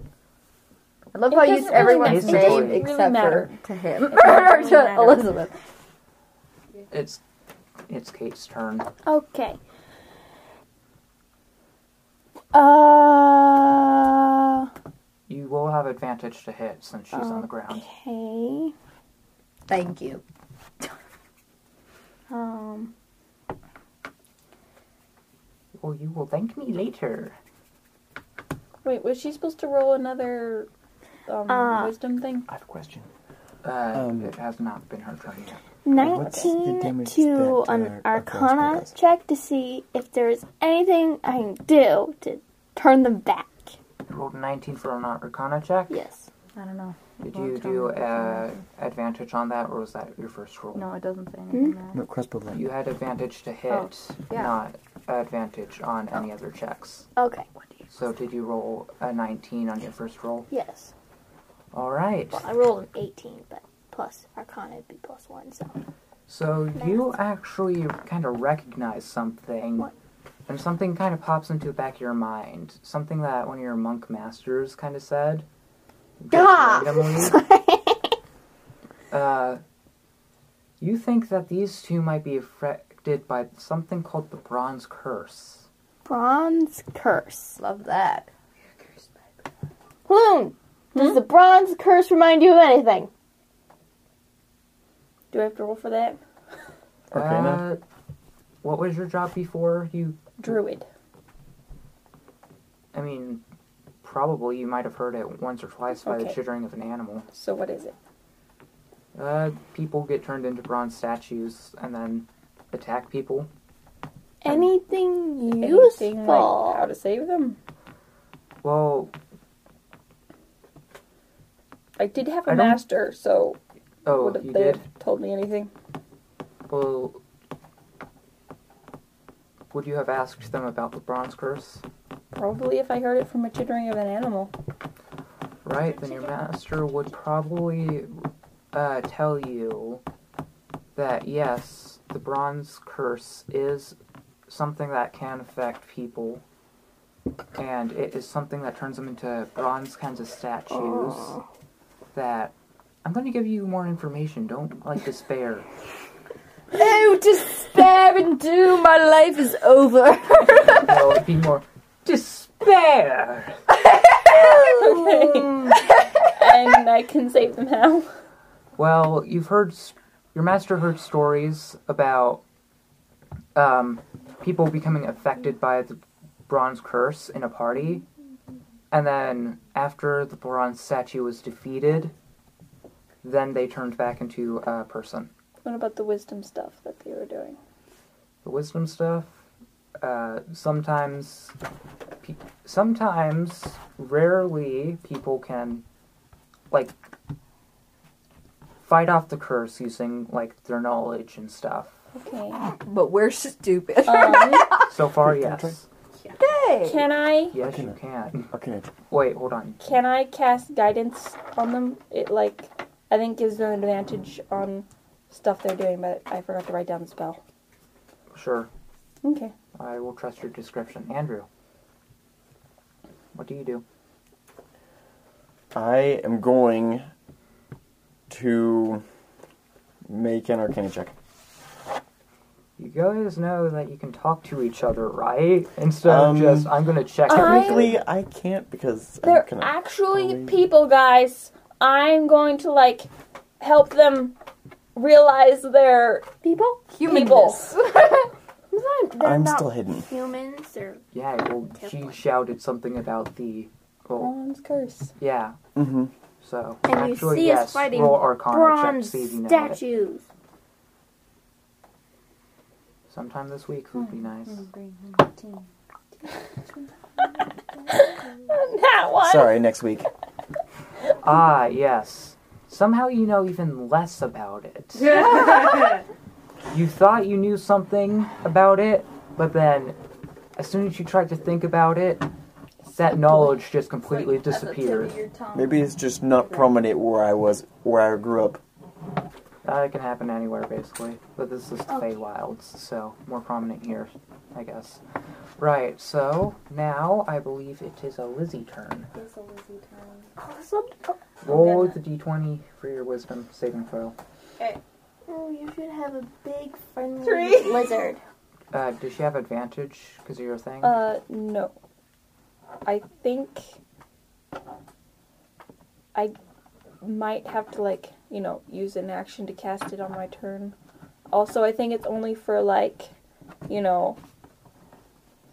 [SPEAKER 5] love how
[SPEAKER 4] It
[SPEAKER 5] you use
[SPEAKER 4] doesn't really
[SPEAKER 5] everyone's
[SPEAKER 1] matter. It
[SPEAKER 5] name
[SPEAKER 1] doesn't
[SPEAKER 4] really
[SPEAKER 5] except
[SPEAKER 4] matter.
[SPEAKER 5] for to him [laughs]
[SPEAKER 4] doesn't
[SPEAKER 5] or
[SPEAKER 4] really
[SPEAKER 5] to
[SPEAKER 4] matter.
[SPEAKER 5] Elizabeth.
[SPEAKER 1] It's it's Kate's turn.
[SPEAKER 7] Okay. Uh.
[SPEAKER 1] You will have advantage to hit since she's on the ground.
[SPEAKER 7] Okay.
[SPEAKER 5] Thank you.
[SPEAKER 7] Um.
[SPEAKER 1] Well, you will thank me later.
[SPEAKER 4] Wait, was she supposed to roll another um,
[SPEAKER 7] Uh.
[SPEAKER 4] wisdom thing?
[SPEAKER 6] I have a question.
[SPEAKER 1] Uh,
[SPEAKER 6] Um,
[SPEAKER 1] it has not been her turn yet.
[SPEAKER 6] What's the
[SPEAKER 7] 19
[SPEAKER 6] damage
[SPEAKER 7] to
[SPEAKER 6] that,
[SPEAKER 7] an
[SPEAKER 6] uh, a
[SPEAKER 7] arcana
[SPEAKER 6] crossbow does?
[SPEAKER 7] check to see if there's anything I can do to turn them back.
[SPEAKER 1] You rolled a 19 for an arcana check.
[SPEAKER 7] Yes.
[SPEAKER 5] I don't know.
[SPEAKER 1] Did
[SPEAKER 5] Well,
[SPEAKER 1] you
[SPEAKER 5] tell
[SPEAKER 1] do
[SPEAKER 5] me the
[SPEAKER 1] uh, advantage on that, or was that your first roll?
[SPEAKER 5] No, it doesn't say anything. there.
[SPEAKER 6] No crossbow blade.
[SPEAKER 1] You had advantage to hit,
[SPEAKER 5] Oh, yeah. Oh.
[SPEAKER 1] not advantage on any other checks.
[SPEAKER 7] Okay.
[SPEAKER 1] So did you roll a 19 on your first roll?
[SPEAKER 7] Yes.
[SPEAKER 1] All right.
[SPEAKER 7] Well, I rolled an 18, but plus arcana would be plus 1, so. [laughs]
[SPEAKER 1] So you actually kind of recognize something,
[SPEAKER 7] What?
[SPEAKER 1] and something kind of pops into the back of your mind. Something that one of your monk masters kind of said. just
[SPEAKER 7] Ah! [laughs]
[SPEAKER 1] randomly. uh, you think that these two might be affected by something called the Bronze Curse.
[SPEAKER 7] Bronze curse.
[SPEAKER 5] Love that.
[SPEAKER 7] Loon! Does the bronze curse remind you of anything?
[SPEAKER 4] Do I have to roll for that?
[SPEAKER 6] Arcana.
[SPEAKER 1] Uh, what was your job before? You,
[SPEAKER 4] Druid.
[SPEAKER 1] I mean, probably you might have heard it once or twice by the
[SPEAKER 4] Okay.
[SPEAKER 1] chittering of an animal.
[SPEAKER 4] So what is it?
[SPEAKER 1] Uh, people get turned into bronze statues and then attack people.
[SPEAKER 7] Um, Anything
[SPEAKER 4] Anything
[SPEAKER 7] useful?
[SPEAKER 4] like how to save them?
[SPEAKER 1] Well,
[SPEAKER 4] I did have
[SPEAKER 1] I
[SPEAKER 4] a
[SPEAKER 1] don't-
[SPEAKER 4] master, so
[SPEAKER 1] oh,
[SPEAKER 4] would have
[SPEAKER 1] you
[SPEAKER 4] they
[SPEAKER 1] did.
[SPEAKER 4] have told me anything?
[SPEAKER 1] Well, would you have asked them about the bronze curse?
[SPEAKER 4] Probably if I heard it from a chittering of an animal.
[SPEAKER 1] Right, then your master would probably uh, tell you that yes, the bronze curse is something that can affect people, and it is something that turns them into bronze kinds of statues. That I'm going to give you more information. Don't like despair.
[SPEAKER 5] Oh, despair and doom, my life is over.
[SPEAKER 1] [laughs] No, it'd be more despair.
[SPEAKER 4] [laughs] and I can save them how?
[SPEAKER 1] Well, you've heard s- your master heard stories about um, people becoming affected by the bronze curse in a party, and then after the bronze statue was defeated, then they turned back into a person.
[SPEAKER 4] What about the wisdom stuff that they were doing?
[SPEAKER 1] The wisdom stuff. Uh, sometimes, pe- sometimes, rarely, people can like fight off the curse using like their knowledge and stuff.
[SPEAKER 4] Okay.
[SPEAKER 3] [laughs] But we're stupid.
[SPEAKER 5] Uh,
[SPEAKER 8] [laughs]
[SPEAKER 4] Um,
[SPEAKER 1] So far,
[SPEAKER 6] Good country.
[SPEAKER 1] yes.
[SPEAKER 3] Hey.
[SPEAKER 4] can I
[SPEAKER 1] Yes, you can.
[SPEAKER 6] Okay.
[SPEAKER 1] Wait, hold on.
[SPEAKER 4] can I cast guidance on them? It like I think gives them advantage on stuff they're doing, but I forgot to write down the spell.
[SPEAKER 1] Sure.
[SPEAKER 4] Okay.
[SPEAKER 1] I will trust your description. Andrew, what do you do?
[SPEAKER 6] I am going to make an arcana check.
[SPEAKER 1] You guys know that you can talk to each other, right? Instead
[SPEAKER 6] Um,
[SPEAKER 1] of just, I'm gonna check
[SPEAKER 4] I-
[SPEAKER 1] everything.
[SPEAKER 6] Technically, I can't because
[SPEAKER 4] They're
[SPEAKER 6] I'm gonna.
[SPEAKER 4] actually
[SPEAKER 6] probably-
[SPEAKER 4] people, guys. I'm going to like help them realize their people.
[SPEAKER 3] Humanness.
[SPEAKER 7] They're
[SPEAKER 6] I'm
[SPEAKER 7] not
[SPEAKER 6] still hidden.
[SPEAKER 7] humans. Or
[SPEAKER 1] Yeah, well, she
[SPEAKER 7] Template.
[SPEAKER 1] shouted something about the. Well,
[SPEAKER 4] Bronze curse.
[SPEAKER 1] yeah,
[SPEAKER 6] hmm
[SPEAKER 1] so.
[SPEAKER 7] Oh. And you
[SPEAKER 1] actually,
[SPEAKER 7] see us
[SPEAKER 1] yes,
[SPEAKER 7] fighting
[SPEAKER 1] roll Arcana
[SPEAKER 7] bronze
[SPEAKER 1] check, see if you know it.
[SPEAKER 7] statues.
[SPEAKER 1] Sometime this week would be
[SPEAKER 7] Hmm,
[SPEAKER 1] nice.
[SPEAKER 4] That one.
[SPEAKER 6] Sorry, next week.
[SPEAKER 1] Ah, yes. Somehow you know even less about it. you thought you knew something about it, but then as soon as you tried to think about it, that knowledge just completely disappeared.
[SPEAKER 6] Maybe it's just not prominent where I was, where I grew up.
[SPEAKER 1] That Uh, can happen anywhere, basically. But this is the Feywilds, so more prominent here, I guess. Right, so now I believe it is a Lizzie turn. Roll the d20 for your wisdom saving throw.
[SPEAKER 7] Oh, you should have a big friendly
[SPEAKER 2] Tree.
[SPEAKER 7] [laughs] lizard.
[SPEAKER 1] Uh, does she have advantage because of your thing?
[SPEAKER 4] Uh, no. I think I might have to like you know use an action to cast it on my turn. Also, I think it's only for like you know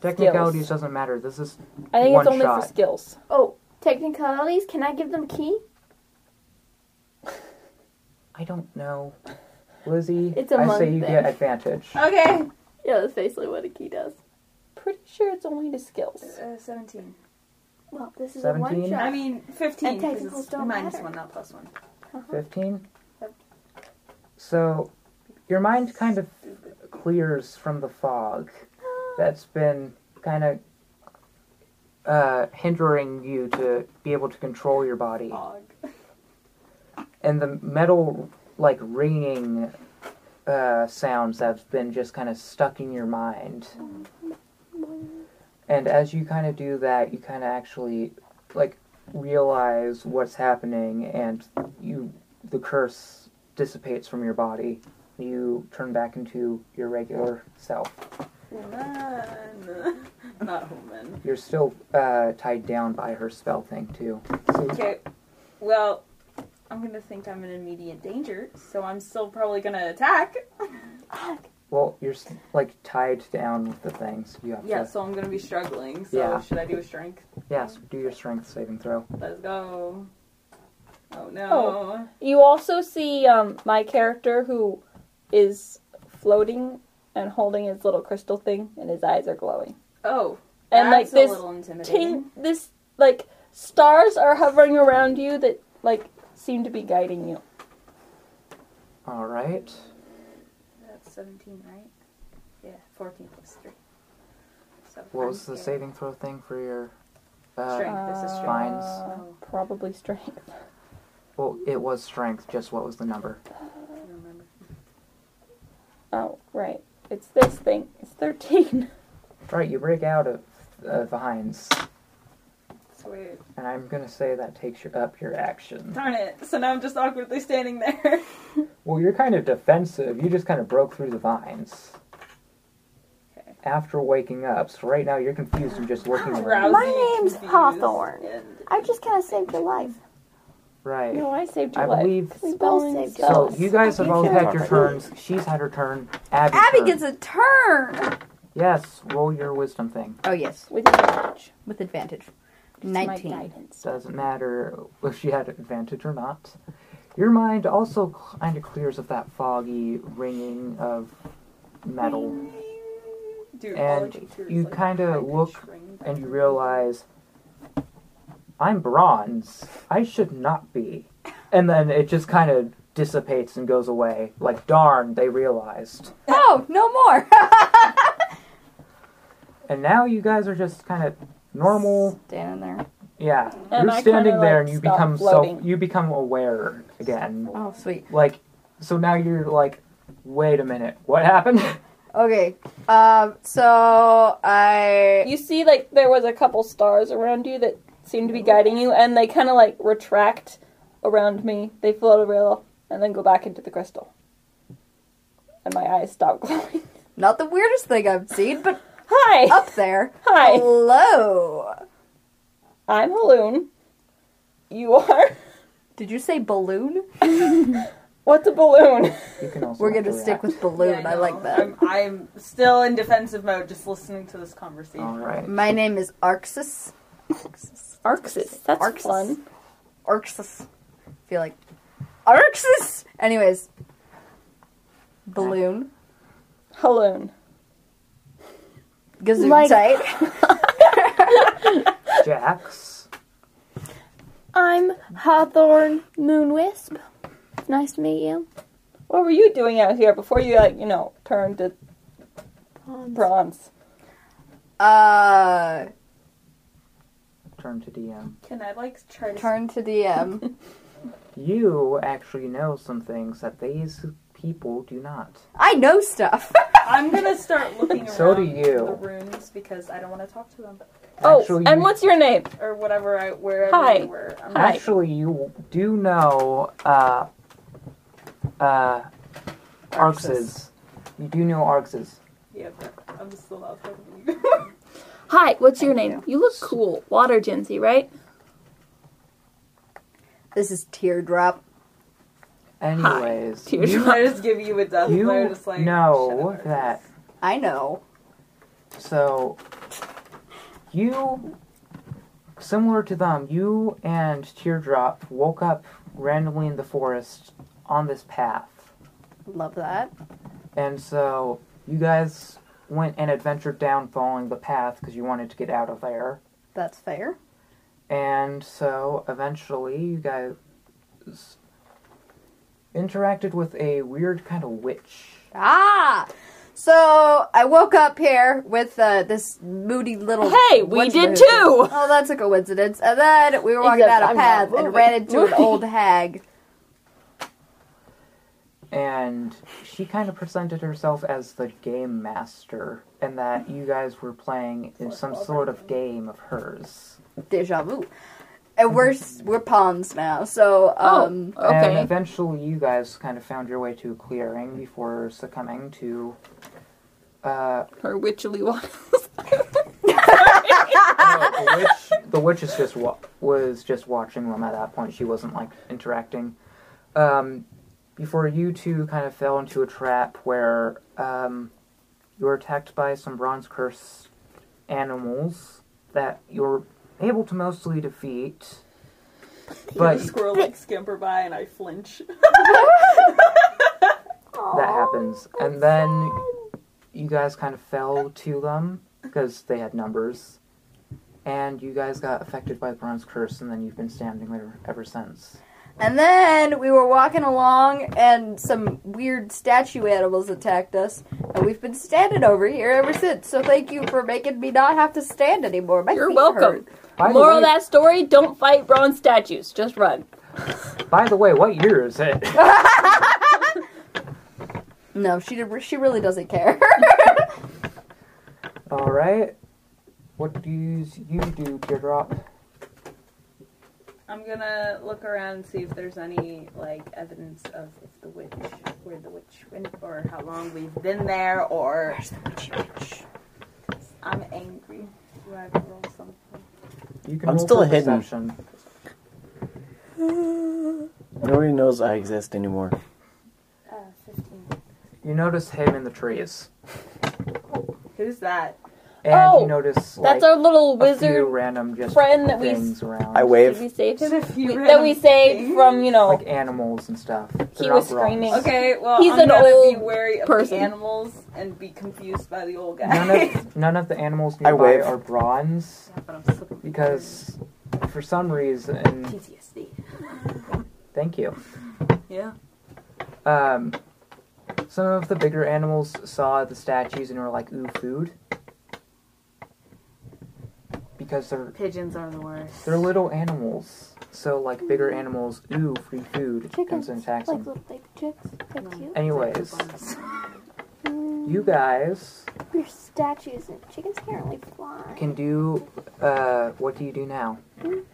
[SPEAKER 1] Technicalities doesn't matter. This is
[SPEAKER 4] I think
[SPEAKER 1] One
[SPEAKER 4] it's only
[SPEAKER 1] shot.
[SPEAKER 4] for skills.
[SPEAKER 7] Oh, technicalities. Can I give them key?
[SPEAKER 1] I don't know, Lizzie.
[SPEAKER 7] It's a
[SPEAKER 1] I
[SPEAKER 7] monk
[SPEAKER 1] say you
[SPEAKER 7] thing.
[SPEAKER 1] get advantage.
[SPEAKER 2] Okay.
[SPEAKER 7] Yeah, that's basically what a key does.
[SPEAKER 4] Pretty sure it's only to skills.
[SPEAKER 2] Uh, 17.
[SPEAKER 7] Well, this is a one
[SPEAKER 1] 17?
[SPEAKER 7] shot.
[SPEAKER 2] I mean, 15.
[SPEAKER 7] And
[SPEAKER 2] 'cause
[SPEAKER 7] technicals
[SPEAKER 2] it's
[SPEAKER 7] don't
[SPEAKER 2] minus
[SPEAKER 7] matter.
[SPEAKER 2] one, not plus one.
[SPEAKER 1] Fifteen. So, your mind kind of clears from the fog that's been kind of uh, hindering you to be able to control your body.
[SPEAKER 2] Fog.
[SPEAKER 1] and the metal like ringing uh, sounds that have been just kind of stuck in your mind. And as you kind of do that, you kind of actually like realize what's happening, and you the curse dissipates from your body. You turn back into your regular self.
[SPEAKER 2] Woman. [laughs] Not woman.
[SPEAKER 1] You're still uh, tied down by her spell thing too.
[SPEAKER 2] Okay. Well, I'm gonna think I'm in immediate danger, so I'm still probably gonna attack.
[SPEAKER 1] Well, you're s- like tied down with the things. You have
[SPEAKER 2] Yeah,
[SPEAKER 1] to
[SPEAKER 2] so I'm gonna be struggling. So
[SPEAKER 1] Yeah.
[SPEAKER 2] should I do a strength?
[SPEAKER 1] yes, do your strength saving throw.
[SPEAKER 2] Let's go. Oh no.
[SPEAKER 4] Oh. You also see um, my character who is floating and holding his little crystal thing, and his eyes are glowing.
[SPEAKER 2] Oh,
[SPEAKER 4] And
[SPEAKER 2] that's
[SPEAKER 4] like this
[SPEAKER 2] a little intimidating.
[SPEAKER 4] ting- this like stars are hovering around you that like seem to be guiding you.
[SPEAKER 1] All right.
[SPEAKER 2] That's 17, right? Yeah, 14 plus 3. So
[SPEAKER 1] What was
[SPEAKER 2] I'm
[SPEAKER 1] the
[SPEAKER 2] scared.
[SPEAKER 1] saving throw thing for your? Uh,
[SPEAKER 2] Strength. This is strength. Oh,
[SPEAKER 1] Fines.
[SPEAKER 4] Uh, Probably strength. [laughs]
[SPEAKER 1] Well, it was strength. Just what was the number?
[SPEAKER 2] I don't remember.
[SPEAKER 4] Oh, right. It's this thing. [laughs] It's 13.
[SPEAKER 1] Right, you break out of uh, vines.
[SPEAKER 2] Sweet.
[SPEAKER 1] and I'm gonna say that takes your, up your action.
[SPEAKER 2] Darn it. So now I'm just awkwardly standing there.
[SPEAKER 1] Well, you're kind of defensive. You just kind of broke through the vines.
[SPEAKER 2] Okay.
[SPEAKER 1] After waking up, so right now you're confused and just
[SPEAKER 2] [laughs]
[SPEAKER 1] looking around.
[SPEAKER 2] Roused
[SPEAKER 7] My
[SPEAKER 2] and
[SPEAKER 7] name's
[SPEAKER 2] confused
[SPEAKER 7] Hawthorne.
[SPEAKER 2] and-
[SPEAKER 7] I just kind of saved your life.
[SPEAKER 1] Right.
[SPEAKER 4] No, Oh, I saved your
[SPEAKER 1] I
[SPEAKER 4] life.
[SPEAKER 1] believe.
[SPEAKER 7] We both
[SPEAKER 4] Bones.
[SPEAKER 7] saved your
[SPEAKER 1] So
[SPEAKER 7] life.
[SPEAKER 1] you guys have all had your
[SPEAKER 6] Okay.
[SPEAKER 1] turns. She's had her turn. Abby.
[SPEAKER 9] Abby
[SPEAKER 1] turn.
[SPEAKER 9] gets a turn.
[SPEAKER 1] Yes. Roll your wisdom thing.
[SPEAKER 3] Oh yes,
[SPEAKER 4] With advantage.
[SPEAKER 3] with advantage.
[SPEAKER 4] My
[SPEAKER 3] Nineteen.
[SPEAKER 4] guidance.
[SPEAKER 1] Doesn't matter if she had advantage or not. Your mind also kind of clears of that foggy ringing of metal.
[SPEAKER 2] Dude,
[SPEAKER 1] And
[SPEAKER 2] all of you
[SPEAKER 1] you
[SPEAKER 2] like,
[SPEAKER 1] kinda
[SPEAKER 2] I could
[SPEAKER 1] look
[SPEAKER 2] shrink
[SPEAKER 1] and you
[SPEAKER 2] back.
[SPEAKER 1] realize I'm bronze. I should not be. And then it just kind of dissipates and goes away. Like darn, they realized.
[SPEAKER 9] Oh, no more.
[SPEAKER 1] And now you guys are just kind of normal.
[SPEAKER 3] Standing there.
[SPEAKER 1] Yeah,
[SPEAKER 4] And
[SPEAKER 1] you're
[SPEAKER 4] I
[SPEAKER 1] standing
[SPEAKER 4] kinda,
[SPEAKER 1] there
[SPEAKER 4] like,
[SPEAKER 1] and you
[SPEAKER 4] stop
[SPEAKER 1] become
[SPEAKER 4] floating.
[SPEAKER 1] self, you become aware again.
[SPEAKER 3] [laughs] Oh sweet.
[SPEAKER 1] Like so now you're like, wait a minute, what happened?
[SPEAKER 3] Okay. Um. So I.
[SPEAKER 4] You see, like, there was a couple stars around you that seemed to be guiding you, and they kind of, like, retract around me. They float a little, and then go back into the crystal. And my eyes stop glowing. [laughs]
[SPEAKER 3] Not the weirdest thing I've seen, but
[SPEAKER 4] Hi!
[SPEAKER 5] [laughs]
[SPEAKER 3] up there.
[SPEAKER 4] Hi!
[SPEAKER 3] Hello.
[SPEAKER 4] I'm Haloon. You are?
[SPEAKER 3] Did you say balloon?
[SPEAKER 4] What's a balloon?
[SPEAKER 1] You can also
[SPEAKER 3] We're gonna
[SPEAKER 1] interact.
[SPEAKER 3] stick with
[SPEAKER 2] Yeah,
[SPEAKER 3] balloon. I,
[SPEAKER 2] know.
[SPEAKER 3] like that.
[SPEAKER 2] I'm, I'm still in defensive mode just listening to this conversation.
[SPEAKER 1] All
[SPEAKER 3] [laughs]
[SPEAKER 1] right.
[SPEAKER 3] My name is Arxis.
[SPEAKER 4] Arxis. That's
[SPEAKER 3] Arxis.
[SPEAKER 4] fun.
[SPEAKER 3] Arxis. I feel like Arxis. Anyways, balloon.
[SPEAKER 4] Haloon.
[SPEAKER 3] Gazoon
[SPEAKER 4] Like-
[SPEAKER 3] type.
[SPEAKER 1] Jax.
[SPEAKER 7] I'm Hawthorne Moonwisp. It's nice to meet you.
[SPEAKER 4] [laughs] What were you doing out here before you, like, you know, turned to bronze?
[SPEAKER 3] Uh,
[SPEAKER 1] Turn to DM.
[SPEAKER 2] Can I like try to
[SPEAKER 3] turn to DM.
[SPEAKER 1] You actually know some things that these people do not.
[SPEAKER 3] I know stuff.
[SPEAKER 2] I'm gonna start looking around
[SPEAKER 1] So do you.
[SPEAKER 2] the runes because I don't want to talk to them
[SPEAKER 4] Oh,
[SPEAKER 1] Actually,
[SPEAKER 4] and
[SPEAKER 1] you-
[SPEAKER 4] what's your name?
[SPEAKER 2] or whatever. I wherever
[SPEAKER 4] Hi.
[SPEAKER 2] they were. I'm
[SPEAKER 4] Hi.
[SPEAKER 1] Actually, you do know uh, uh, Arxes. You do know Arxes.
[SPEAKER 2] Yeah, but I'm still not talking [laughs] to you.
[SPEAKER 4] Hi, what's your name? You. look cool. Water Genzy, right?
[SPEAKER 3] [laughs] This is teardrop.
[SPEAKER 1] Anyways,
[SPEAKER 2] [laughs]
[SPEAKER 4] Teardrop.
[SPEAKER 1] you,
[SPEAKER 2] I just give you a death
[SPEAKER 1] you
[SPEAKER 2] glare, just like
[SPEAKER 1] know
[SPEAKER 2] shut up,
[SPEAKER 1] that.
[SPEAKER 3] I know.
[SPEAKER 1] So, you, similar to them, you and Teardrop woke up randomly in the forest on this path.
[SPEAKER 3] Love that.
[SPEAKER 1] And so you guys went and adventured down following the path because you wanted to get out of there.
[SPEAKER 3] That's fair.
[SPEAKER 1] And so eventually you guys interacted with a weird kind of witch.
[SPEAKER 3] Ah. So I woke up here with uh, this moody little.
[SPEAKER 4] Hey, we
[SPEAKER 3] what's
[SPEAKER 4] did
[SPEAKER 3] mood?
[SPEAKER 4] too!
[SPEAKER 3] Oh, that's a coincidence. And then we were walking
[SPEAKER 4] Except
[SPEAKER 3] down a
[SPEAKER 4] I'm not
[SPEAKER 3] path and
[SPEAKER 4] moving.
[SPEAKER 3] ran into an
[SPEAKER 4] Moving.
[SPEAKER 3] old hag.
[SPEAKER 1] And she kind of presented herself as the game master, and that you guys were playing in some sort of game of hers.
[SPEAKER 3] Deja vu. And we're s- we're pawns now. So
[SPEAKER 4] Oh.
[SPEAKER 3] um,
[SPEAKER 1] And eventually, you guys kind of found your way to a clearing before succumbing to uh,
[SPEAKER 4] Her witchly wiles.
[SPEAKER 1] No, the witch, the witch is just wa- was just watching them at that point. She wasn't like interacting. Um, before you two kind of fell into a trap where um, you were attacked by some bronze curse animals that you were able to mostly defeat.
[SPEAKER 2] The
[SPEAKER 1] But
[SPEAKER 2] squirrel like scamper by and I flinch.
[SPEAKER 4] Oh,
[SPEAKER 1] that happens, and then you guys kind of fell to them because they had numbers, and you guys got affected by the bronze curse, and then you've been standing there ever since.
[SPEAKER 3] and then we were walking along and some weird statue animals attacked us, and we've been standing over here ever since. So thank you for making me not have to stand anymore. My
[SPEAKER 4] You're
[SPEAKER 3] feet
[SPEAKER 4] welcome.
[SPEAKER 3] hurt.
[SPEAKER 1] By the,
[SPEAKER 4] Moral
[SPEAKER 1] way,
[SPEAKER 4] of that story don't fight bronze statues. Just run.
[SPEAKER 1] by the way, what year is it? [laughs]
[SPEAKER 5] [laughs]
[SPEAKER 3] No, she did, she really doesn't care.
[SPEAKER 1] All right. What do you, you do, Teardrop?
[SPEAKER 2] I'm gonna look around and see if there's any like evidence of if the witch, where the witch went, or how long we've been there, or where's the witchy witch? I'm angry. Do I have to roll something?
[SPEAKER 1] You can
[SPEAKER 6] I'm
[SPEAKER 1] roll
[SPEAKER 6] still
[SPEAKER 1] for
[SPEAKER 6] hidden.
[SPEAKER 1] perception.
[SPEAKER 6] Nobody knows I exist anymore.
[SPEAKER 2] Uh, fifteen.
[SPEAKER 1] You notice him in the trees,
[SPEAKER 2] Who's that?
[SPEAKER 1] and
[SPEAKER 4] Oh,
[SPEAKER 1] you notice like
[SPEAKER 4] That's our little
[SPEAKER 1] a few
[SPEAKER 4] wizard
[SPEAKER 1] random just
[SPEAKER 4] friend that we
[SPEAKER 1] things around,
[SPEAKER 6] I
[SPEAKER 4] Did
[SPEAKER 6] wave.
[SPEAKER 4] we saved him.
[SPEAKER 2] If you
[SPEAKER 4] We- that we saved from you know.
[SPEAKER 1] like animals and stuff.
[SPEAKER 4] He
[SPEAKER 1] They're
[SPEAKER 4] was
[SPEAKER 1] not wrong.
[SPEAKER 4] screaming.
[SPEAKER 2] Okay, well,
[SPEAKER 4] He's
[SPEAKER 2] I'm
[SPEAKER 4] an
[SPEAKER 2] gonna
[SPEAKER 4] old
[SPEAKER 2] be wary of
[SPEAKER 4] person.
[SPEAKER 2] the animals and be confused by the old guy.
[SPEAKER 1] None
[SPEAKER 2] [laughs]
[SPEAKER 7] [laughs]
[SPEAKER 1] of none of the animals
[SPEAKER 6] I
[SPEAKER 1] nearby
[SPEAKER 6] wave.
[SPEAKER 1] are bronze
[SPEAKER 2] Yeah, but I'm slipping.
[SPEAKER 1] because, for some reason,
[SPEAKER 2] PTSD.
[SPEAKER 1] thank you.
[SPEAKER 2] Yeah.
[SPEAKER 1] Um, some of the bigger animals saw the statues and were like, "Ooh, food," because they're
[SPEAKER 2] Pigeons are the worst.
[SPEAKER 1] they're little animals. So like bigger animals, ooh, free food comes
[SPEAKER 7] Chickens.
[SPEAKER 1] and
[SPEAKER 7] Like
[SPEAKER 1] attacks them.
[SPEAKER 7] little baby chicks. They're cute. Mm.
[SPEAKER 1] Anyways, you guys
[SPEAKER 7] Your statues and chickens apparently fly.
[SPEAKER 1] can do. Uh, what do you do now? What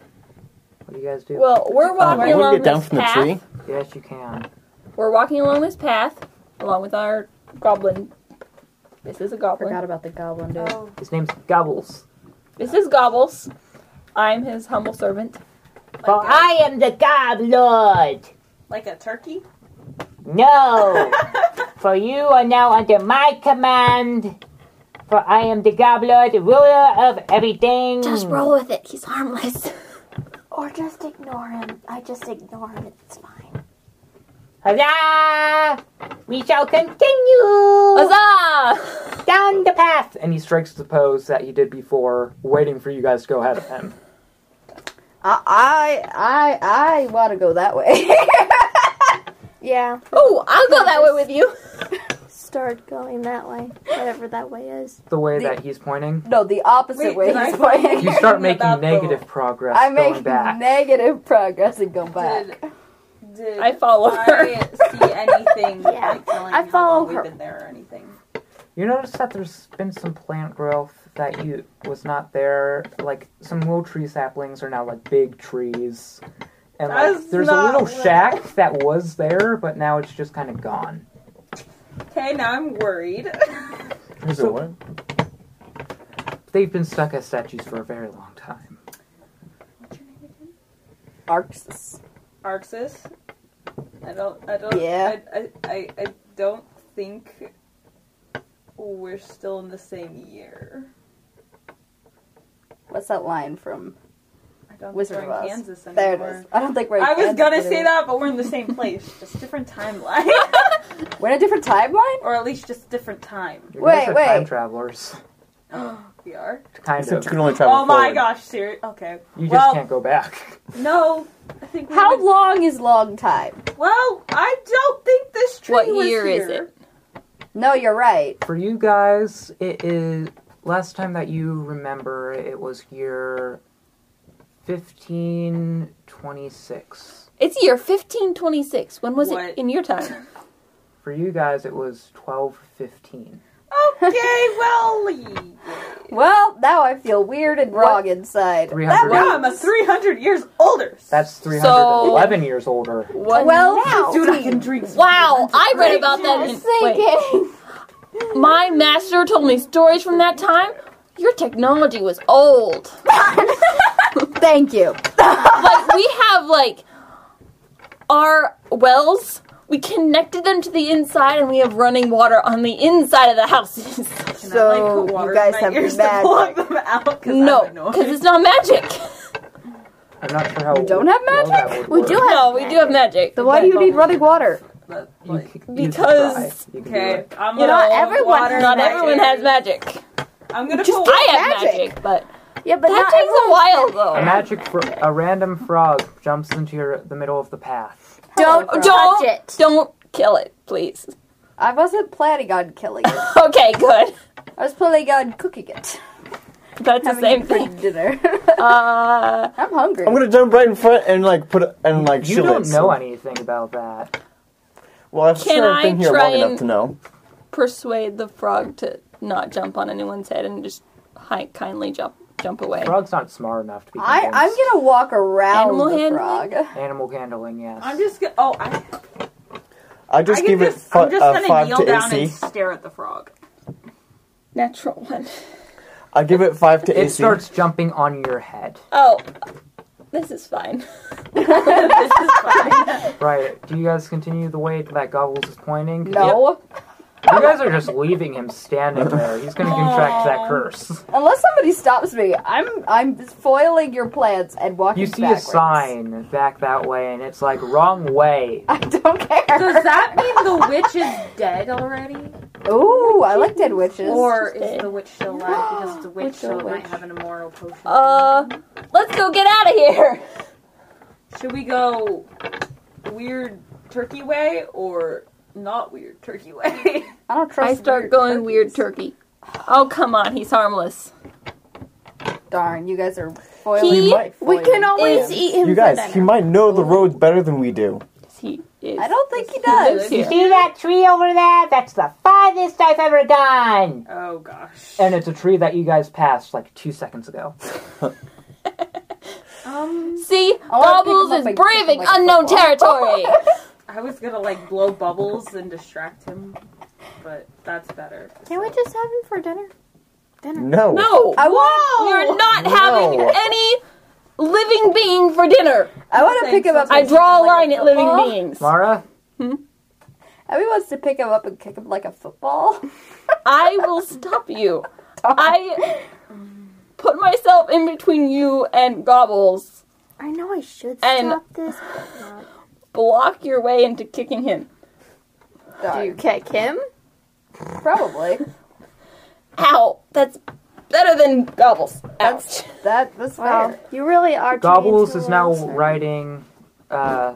[SPEAKER 1] do you guys do?
[SPEAKER 4] Well, we're
[SPEAKER 6] Um,
[SPEAKER 4] walking
[SPEAKER 6] I want
[SPEAKER 4] along
[SPEAKER 6] to get down
[SPEAKER 4] this
[SPEAKER 6] from the
[SPEAKER 4] path.
[SPEAKER 6] tree.
[SPEAKER 1] yes, you can.
[SPEAKER 4] We're walking along this path along with our goblin. This is a goblin.
[SPEAKER 5] Forgot about the goblin dude.
[SPEAKER 1] His name's Gobbles.
[SPEAKER 4] This is Gobbles. I'm his humble servant.
[SPEAKER 2] Like a,
[SPEAKER 10] I am the Goblord.
[SPEAKER 2] like a turkey?
[SPEAKER 10] No, for you are now under my command. For I am the Goblord, ruler of everything.
[SPEAKER 1] Mm.
[SPEAKER 7] Just roll with it. He's harmless. [laughs] or just ignore him. I just ignore him. It's fine.
[SPEAKER 10] Huzzah! We shall
[SPEAKER 5] Oh.
[SPEAKER 10] continue
[SPEAKER 4] Huzzah!
[SPEAKER 10] down the path.
[SPEAKER 1] And he strikes the pose that he did before, waiting for you guys to go ahead of him.
[SPEAKER 5] [laughs] I I I, I want to go that way. [laughs]
[SPEAKER 7] Yeah.
[SPEAKER 4] Oh, I'll go that way with you.
[SPEAKER 7] Start going that way. Whatever that way is.
[SPEAKER 1] The way
[SPEAKER 5] The-
[SPEAKER 1] that he's
[SPEAKER 3] [laughs]
[SPEAKER 1] pointing,
[SPEAKER 5] no, the opposite
[SPEAKER 2] Wait,
[SPEAKER 5] way.
[SPEAKER 2] did I-
[SPEAKER 5] he's pointing.
[SPEAKER 1] you start
[SPEAKER 2] About
[SPEAKER 1] making
[SPEAKER 2] the-
[SPEAKER 1] negative progress
[SPEAKER 5] [laughs] I
[SPEAKER 1] going
[SPEAKER 5] make
[SPEAKER 1] back.
[SPEAKER 5] negative progress and go back.
[SPEAKER 2] Did, did
[SPEAKER 4] I follow her.
[SPEAKER 2] I see anything
[SPEAKER 4] [laughs]
[SPEAKER 7] Yeah,
[SPEAKER 2] like telling
[SPEAKER 7] I
[SPEAKER 2] how
[SPEAKER 7] follow
[SPEAKER 2] long
[SPEAKER 7] her.
[SPEAKER 2] we've been there or anything?
[SPEAKER 1] You notice that there's been some plant growth that you was not there. Like some little tree saplings are now like big trees, and
[SPEAKER 2] That's
[SPEAKER 1] like there's a
[SPEAKER 2] not
[SPEAKER 1] little
[SPEAKER 2] what-
[SPEAKER 1] shack that was there, but now it's just kind of gone.
[SPEAKER 2] Okay, now I'm worried.
[SPEAKER 6] There's
[SPEAKER 1] a
[SPEAKER 6] what?
[SPEAKER 1] They've been stuck as statues for a very long time.
[SPEAKER 5] Arcs.
[SPEAKER 2] Arxis? I don't I don't
[SPEAKER 5] Yeah.
[SPEAKER 2] I, I, I, I don't think we're still in the same year.
[SPEAKER 5] What's that line from
[SPEAKER 2] I don't
[SPEAKER 5] Wizard of
[SPEAKER 2] think we're in
[SPEAKER 5] Oz?
[SPEAKER 2] Kansas anymore.
[SPEAKER 5] There it is. I don't think we're. in
[SPEAKER 2] I was
[SPEAKER 5] Kansas
[SPEAKER 2] gonna say
[SPEAKER 5] anymore.
[SPEAKER 2] that, but we're in the same
[SPEAKER 5] [laughs]
[SPEAKER 2] place, just different timeline, [laughs]
[SPEAKER 5] We're in a different timeline.
[SPEAKER 2] or at least just different time.
[SPEAKER 5] [gasps]
[SPEAKER 1] You
[SPEAKER 5] Wait,
[SPEAKER 1] guys are
[SPEAKER 5] wait.
[SPEAKER 1] time travelers. [laughs]
[SPEAKER 2] [gasps] we are.
[SPEAKER 1] Kind
[SPEAKER 6] Except you
[SPEAKER 1] of.
[SPEAKER 6] can only travel
[SPEAKER 2] Oh my
[SPEAKER 6] forward.
[SPEAKER 2] gosh, serious. Okay.
[SPEAKER 1] You just
[SPEAKER 2] well,
[SPEAKER 1] can't go back. [laughs]
[SPEAKER 2] no. I think we
[SPEAKER 5] How
[SPEAKER 2] would-
[SPEAKER 5] long is long time?
[SPEAKER 2] Well, I don't think this tree
[SPEAKER 4] What
[SPEAKER 2] was
[SPEAKER 4] year is
[SPEAKER 2] here.
[SPEAKER 5] No, you're right.
[SPEAKER 1] For you guys, it is last time that you remember it was year fifteen twenty six.
[SPEAKER 4] It's year 1526. When was
[SPEAKER 2] What?
[SPEAKER 4] it in your time?
[SPEAKER 1] For you guys, it was twelve fifteen.
[SPEAKER 2] Okay,
[SPEAKER 5] [laughs]
[SPEAKER 2] well, ye-
[SPEAKER 5] Well, now I feel weird and wrong inside.
[SPEAKER 1] Three
[SPEAKER 5] That
[SPEAKER 1] hundred.
[SPEAKER 2] now I'm a 300 years older.
[SPEAKER 1] That's three hundred eleven years older.
[SPEAKER 4] What?
[SPEAKER 5] well,
[SPEAKER 2] Dude, I can drink.
[SPEAKER 4] wow, I read about that. In, wait,
[SPEAKER 7] Thinking.
[SPEAKER 4] my master told me stories from that time. Your technology was old.
[SPEAKER 5] thank you.
[SPEAKER 4] like we have like our wells. We connected them to the inside, and we have running water on the inside of the [laughs] houses.
[SPEAKER 5] So you guys have
[SPEAKER 2] to plug
[SPEAKER 5] magic.
[SPEAKER 2] them out 'cause I
[SPEAKER 4] no,
[SPEAKER 2] don't know.
[SPEAKER 4] because it's not magic.
[SPEAKER 1] I'm not sure how.
[SPEAKER 5] You don't have
[SPEAKER 1] well that
[SPEAKER 5] magic?
[SPEAKER 1] would
[SPEAKER 5] We do
[SPEAKER 1] work.
[SPEAKER 4] no, we do have magic.
[SPEAKER 5] Then why do you need running water?
[SPEAKER 2] But,
[SPEAKER 1] You
[SPEAKER 2] like,
[SPEAKER 1] c- you can
[SPEAKER 4] Because-
[SPEAKER 1] try. You can do
[SPEAKER 2] okay,
[SPEAKER 1] it.
[SPEAKER 2] I'm
[SPEAKER 4] You
[SPEAKER 2] gonna
[SPEAKER 4] know,
[SPEAKER 2] hold
[SPEAKER 5] everyone
[SPEAKER 2] water
[SPEAKER 5] has
[SPEAKER 4] Not
[SPEAKER 2] back
[SPEAKER 4] everyone
[SPEAKER 2] in.
[SPEAKER 4] has magic.
[SPEAKER 2] I'm gonna
[SPEAKER 5] Just
[SPEAKER 2] put
[SPEAKER 4] I have
[SPEAKER 5] magic.
[SPEAKER 4] magic, but
[SPEAKER 5] Yeah, but
[SPEAKER 4] that takes a while though.
[SPEAKER 1] A magic, fro- a random frog jumps into your the middle of the path.
[SPEAKER 5] Don't-
[SPEAKER 4] don't
[SPEAKER 7] touch
[SPEAKER 4] don't
[SPEAKER 7] it.
[SPEAKER 4] don't kill it, please. [laughs]
[SPEAKER 5] I wasn't planning on killing it.
[SPEAKER 4] Okay, good. [laughs]
[SPEAKER 5] I was planning on cooking it.
[SPEAKER 4] That's [laughs] the
[SPEAKER 5] Having
[SPEAKER 4] same
[SPEAKER 5] it for
[SPEAKER 4] thing. [laughs]
[SPEAKER 5] dinner.
[SPEAKER 4] Uh,
[SPEAKER 5] I'm hungry.
[SPEAKER 6] I'm gonna jump right in front and like put a- and like
[SPEAKER 1] You
[SPEAKER 6] shield
[SPEAKER 1] don't
[SPEAKER 6] it,
[SPEAKER 1] know
[SPEAKER 6] so-
[SPEAKER 1] anything about that.
[SPEAKER 6] Well, I've
[SPEAKER 4] Can
[SPEAKER 6] sure I've been
[SPEAKER 4] I
[SPEAKER 6] here
[SPEAKER 4] try
[SPEAKER 6] long
[SPEAKER 4] and-
[SPEAKER 6] enough to know.
[SPEAKER 4] persuade the frog to not jump on anyone's head and just hi- kindly jump jump away.
[SPEAKER 1] Frog's not smart enough to be.
[SPEAKER 3] I, I'm
[SPEAKER 1] convinced.
[SPEAKER 3] gonna walk around
[SPEAKER 4] Animal
[SPEAKER 3] the
[SPEAKER 4] handling?
[SPEAKER 3] frog.
[SPEAKER 1] Animal handling, yes.
[SPEAKER 2] I'm just gonna. Oh, I,
[SPEAKER 6] I just
[SPEAKER 2] I
[SPEAKER 6] give
[SPEAKER 2] can
[SPEAKER 6] it
[SPEAKER 2] just, I'm
[SPEAKER 6] fi-
[SPEAKER 2] just
[SPEAKER 6] uh,
[SPEAKER 2] gonna
[SPEAKER 6] five
[SPEAKER 2] kneel
[SPEAKER 6] to
[SPEAKER 2] down
[SPEAKER 6] AC.
[SPEAKER 2] and stare at the [laughs] frog.
[SPEAKER 4] Natural one.
[SPEAKER 6] I give it five to
[SPEAKER 1] it
[SPEAKER 6] AC.
[SPEAKER 1] starts jumping on your head.
[SPEAKER 4] Oh, this is fine.
[SPEAKER 2] This is fine.
[SPEAKER 1] Right. Do you guys continue the way that Gobbles is pointing?
[SPEAKER 3] No,
[SPEAKER 1] You guys are just leaving him standing there. He's gonna contract that curse.
[SPEAKER 3] unless somebody stops me, I'm I'm foiling your plans and walking.
[SPEAKER 1] You see
[SPEAKER 3] backwards.
[SPEAKER 1] a sign back that way, and it's like wrong way.
[SPEAKER 3] [laughs] I don't care.
[SPEAKER 2] Does that mean the witch is dead already,
[SPEAKER 3] Ooh, I like dead witches.
[SPEAKER 2] or
[SPEAKER 4] she's
[SPEAKER 2] is
[SPEAKER 4] dead.
[SPEAKER 2] the witch still alive? Because [gasps] the witch
[SPEAKER 4] Witch or
[SPEAKER 2] still might
[SPEAKER 4] witch?
[SPEAKER 2] have an immoral potion.
[SPEAKER 4] Uh, let's go get out of here.
[SPEAKER 2] Should we go weird turkey way or not weird turkey way? [laughs]
[SPEAKER 3] I don't trust.
[SPEAKER 4] I start
[SPEAKER 3] weird
[SPEAKER 4] going
[SPEAKER 3] turkeys.
[SPEAKER 4] weird turkey. Oh come on, he's harmless.
[SPEAKER 3] Darn, you guys are foiling.
[SPEAKER 4] He-
[SPEAKER 3] my
[SPEAKER 5] We
[SPEAKER 3] foiling
[SPEAKER 5] can always
[SPEAKER 3] plans.
[SPEAKER 5] eat him.
[SPEAKER 6] you
[SPEAKER 5] for
[SPEAKER 6] guys, he
[SPEAKER 5] dinner.
[SPEAKER 6] might know the roads better than we do.
[SPEAKER 4] He is.
[SPEAKER 3] I don't think he
[SPEAKER 4] lives
[SPEAKER 3] does.
[SPEAKER 10] You
[SPEAKER 4] here.
[SPEAKER 10] see that tree over there? That's the farthest I've ever gone.
[SPEAKER 2] oh gosh.
[SPEAKER 1] And it's a tree that you guys passed like two seconds ago.
[SPEAKER 2] Um,
[SPEAKER 4] See,
[SPEAKER 3] I wanna pick
[SPEAKER 4] Bubbles
[SPEAKER 3] him up
[SPEAKER 4] is
[SPEAKER 3] and kick him
[SPEAKER 4] braving
[SPEAKER 3] like a
[SPEAKER 4] unknown
[SPEAKER 3] football.
[SPEAKER 4] territory.
[SPEAKER 2] I was gonna like blow bubbles and distract him, but that's better.
[SPEAKER 5] Can we just have him for dinner?
[SPEAKER 6] No.
[SPEAKER 4] no,
[SPEAKER 3] I want.
[SPEAKER 4] you're not
[SPEAKER 6] No.
[SPEAKER 4] having any living being for dinner.
[SPEAKER 3] I want to pick him up.
[SPEAKER 4] I
[SPEAKER 3] and
[SPEAKER 4] draw
[SPEAKER 3] kick
[SPEAKER 4] a
[SPEAKER 3] him like
[SPEAKER 4] line at living
[SPEAKER 3] football.
[SPEAKER 4] beings.
[SPEAKER 1] Mara,
[SPEAKER 3] Abby wants to pick him up and kick him like a football. [laughs]
[SPEAKER 4] I will stop you. I put myself in between you and Gobbles,
[SPEAKER 5] I know I should
[SPEAKER 4] And-
[SPEAKER 5] stop this.
[SPEAKER 4] block your way into kicking him.
[SPEAKER 5] Do you
[SPEAKER 3] Darn,
[SPEAKER 5] kick him?
[SPEAKER 3] probably.
[SPEAKER 4] Ow, that's better than Gobbles. Ouch.
[SPEAKER 3] That that's
[SPEAKER 5] Wow,
[SPEAKER 3] fair.
[SPEAKER 5] you really are. turning
[SPEAKER 1] Gobbles
[SPEAKER 5] into
[SPEAKER 1] is
[SPEAKER 5] a
[SPEAKER 1] now
[SPEAKER 5] monster.
[SPEAKER 1] riding uh,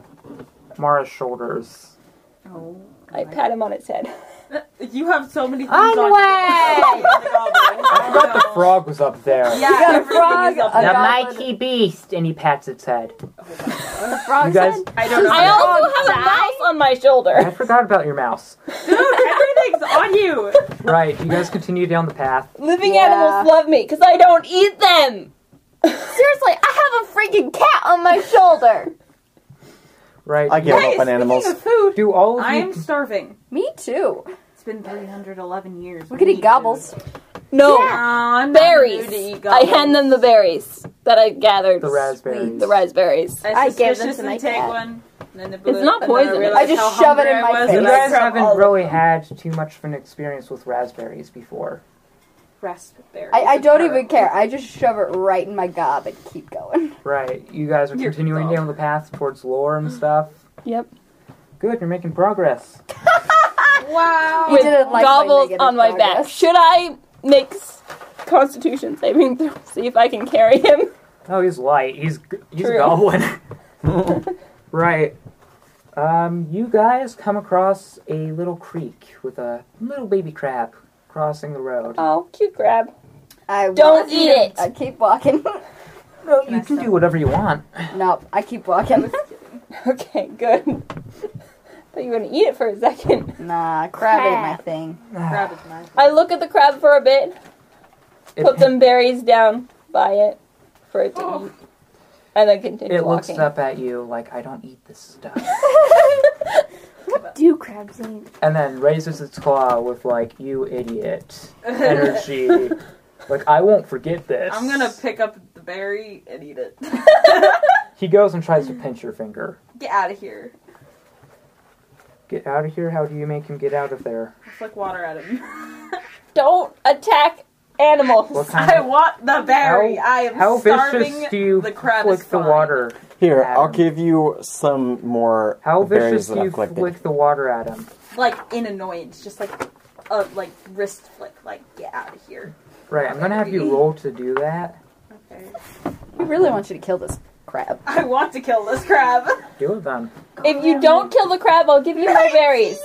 [SPEAKER 1] Mara's shoulders.
[SPEAKER 2] Oh,
[SPEAKER 4] I pat him on its head.
[SPEAKER 2] [laughs] you Oh, have so many things [laughs] on.
[SPEAKER 1] I forgot the frog was up there.
[SPEAKER 2] Yeah,
[SPEAKER 3] You got a
[SPEAKER 2] everything
[SPEAKER 3] frog,
[SPEAKER 2] is up
[SPEAKER 3] a
[SPEAKER 2] there.
[SPEAKER 10] The
[SPEAKER 3] goblin.
[SPEAKER 10] mighty beast,
[SPEAKER 1] And he pats its head.
[SPEAKER 3] The frog
[SPEAKER 1] You guys,
[SPEAKER 2] I don't know. Oh,
[SPEAKER 4] I
[SPEAKER 2] how
[SPEAKER 4] also have a mouse on my shoulder.
[SPEAKER 1] I forgot about your mouse.
[SPEAKER 2] to- Dude, everything's on you.
[SPEAKER 1] Right, you guys continue down the path.
[SPEAKER 4] Living
[SPEAKER 3] Yeah.
[SPEAKER 4] animals love me because I don't eat them.
[SPEAKER 5] Seriously, I have a freaking cat on my shoulder.
[SPEAKER 1] Right.
[SPEAKER 6] I give
[SPEAKER 1] you-
[SPEAKER 6] up on animals.
[SPEAKER 1] Do all of you
[SPEAKER 2] I'm starving.
[SPEAKER 3] Me too.
[SPEAKER 2] It's been 311 years.
[SPEAKER 3] We could eat gobbles.
[SPEAKER 2] No,
[SPEAKER 4] No.
[SPEAKER 2] I'm not
[SPEAKER 4] Oh. Berries.
[SPEAKER 2] gonna eat
[SPEAKER 4] I
[SPEAKER 2] gobbles.
[SPEAKER 4] hand them the berries that I gathered.
[SPEAKER 1] the raspberries.
[SPEAKER 4] The raspberries.
[SPEAKER 2] I
[SPEAKER 5] I gave them to
[SPEAKER 2] suspiciously
[SPEAKER 5] my
[SPEAKER 2] take
[SPEAKER 5] cat.
[SPEAKER 2] one. And then the
[SPEAKER 4] It's not poison.
[SPEAKER 3] I just shove it in my face.
[SPEAKER 1] You
[SPEAKER 3] But
[SPEAKER 1] guys
[SPEAKER 3] I
[SPEAKER 1] haven't really had too much of an experience with raspberries before.
[SPEAKER 2] raspberry.
[SPEAKER 3] I, I don't even care. I just shove it right in my gob and keep going.
[SPEAKER 1] Right. You guys are
[SPEAKER 2] You're
[SPEAKER 1] continuing
[SPEAKER 2] dumb.
[SPEAKER 1] down the path towards lore and stuff.
[SPEAKER 4] Yep.
[SPEAKER 1] Good, you're making progress.
[SPEAKER 2] [laughs] Wow.
[SPEAKER 4] With
[SPEAKER 3] didn't like my
[SPEAKER 4] gobbles
[SPEAKER 3] negative
[SPEAKER 4] on my back.
[SPEAKER 3] progress.
[SPEAKER 4] Should I make s- Constitution saving throw? [laughs] See if I can carry him.
[SPEAKER 1] Oh, he's light. He's g- he's
[SPEAKER 4] True.
[SPEAKER 1] a
[SPEAKER 4] [laughs]
[SPEAKER 1] goblin. [laughs] right. Um, you guys come across a little creek with a little baby crab crossing the road.
[SPEAKER 4] Oh, cute grab. [laughs]
[SPEAKER 3] I
[SPEAKER 4] Don't
[SPEAKER 3] walk-
[SPEAKER 4] eat it.
[SPEAKER 3] I keep walking. [laughs]
[SPEAKER 1] no, you can do whatever you want.
[SPEAKER 3] nope, I
[SPEAKER 5] [laughs]
[SPEAKER 3] keep walking.
[SPEAKER 4] Okay, good. [laughs] Thought you were gonna eat it for a second.
[SPEAKER 3] nah, crab ain't my thing.
[SPEAKER 2] Grab it, [laughs] man.
[SPEAKER 4] [laughs] I look at the crab for a bit,
[SPEAKER 1] Ah, It,
[SPEAKER 4] put some berries down by it for it to eat, and then continue
[SPEAKER 1] it looks
[SPEAKER 4] walking.
[SPEAKER 1] up at you like I don't eat this stuff.
[SPEAKER 5] Do crabs eat?
[SPEAKER 1] and then raises its claw with like you idiot energy. like I won't forget this.
[SPEAKER 2] I'm gonna pick up the berry and
[SPEAKER 3] [laughs]
[SPEAKER 2] eat it.
[SPEAKER 1] He goes and tries to pinch your finger.
[SPEAKER 2] Get out of here.
[SPEAKER 1] Get out of here. How do you make him get out of there?
[SPEAKER 2] Flick water at him.
[SPEAKER 4] [laughs]
[SPEAKER 2] [laughs]
[SPEAKER 4] Don't attack animals.
[SPEAKER 1] What kind
[SPEAKER 2] I
[SPEAKER 1] of
[SPEAKER 2] want the berry. I am
[SPEAKER 1] how
[SPEAKER 2] starving.
[SPEAKER 1] vicious do you
[SPEAKER 2] the crab is
[SPEAKER 1] flick the
[SPEAKER 2] fine.
[SPEAKER 1] water?
[SPEAKER 6] Here,
[SPEAKER 1] Adam.
[SPEAKER 6] I'll give you some more
[SPEAKER 1] How
[SPEAKER 6] berries
[SPEAKER 1] vicious
[SPEAKER 6] that
[SPEAKER 1] do you
[SPEAKER 6] I've collected.
[SPEAKER 1] flick the water at him?
[SPEAKER 2] Like in annoyance, just like a like wrist flick. Like get out of here.
[SPEAKER 1] Right. I'm gonna have you roll to do that.
[SPEAKER 2] Okay.
[SPEAKER 3] We really want you to kill this crab.
[SPEAKER 2] I want to kill this crab.
[SPEAKER 1] Do it then.
[SPEAKER 4] If you don't kill the crab, I'll
[SPEAKER 2] [laughs]
[SPEAKER 4] give you [laughs] my berries.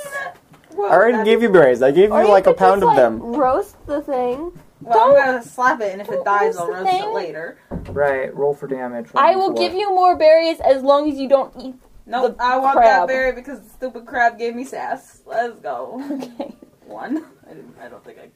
[SPEAKER 2] Whoa,
[SPEAKER 6] I already
[SPEAKER 2] that-
[SPEAKER 6] gave you berries. I gave you
[SPEAKER 5] Or you
[SPEAKER 6] like a
[SPEAKER 5] could
[SPEAKER 6] pound
[SPEAKER 5] just,
[SPEAKER 6] of them.
[SPEAKER 5] like, Roast the thing.
[SPEAKER 2] Well, I'm gonna slap it, and if it dies,
[SPEAKER 4] lose
[SPEAKER 2] I'll
[SPEAKER 4] the
[SPEAKER 2] roast it
[SPEAKER 4] thing.
[SPEAKER 2] later.
[SPEAKER 1] Right. Roll for damage.
[SPEAKER 4] I will give you more berries as long as you don't eat. [laughs]
[SPEAKER 2] Nope,
[SPEAKER 4] The
[SPEAKER 2] I want that
[SPEAKER 4] crab.
[SPEAKER 2] berry because the stupid crab gave me sass. Let's go. [laughs]
[SPEAKER 4] Okay.
[SPEAKER 2] One. I, didn't, I don't think I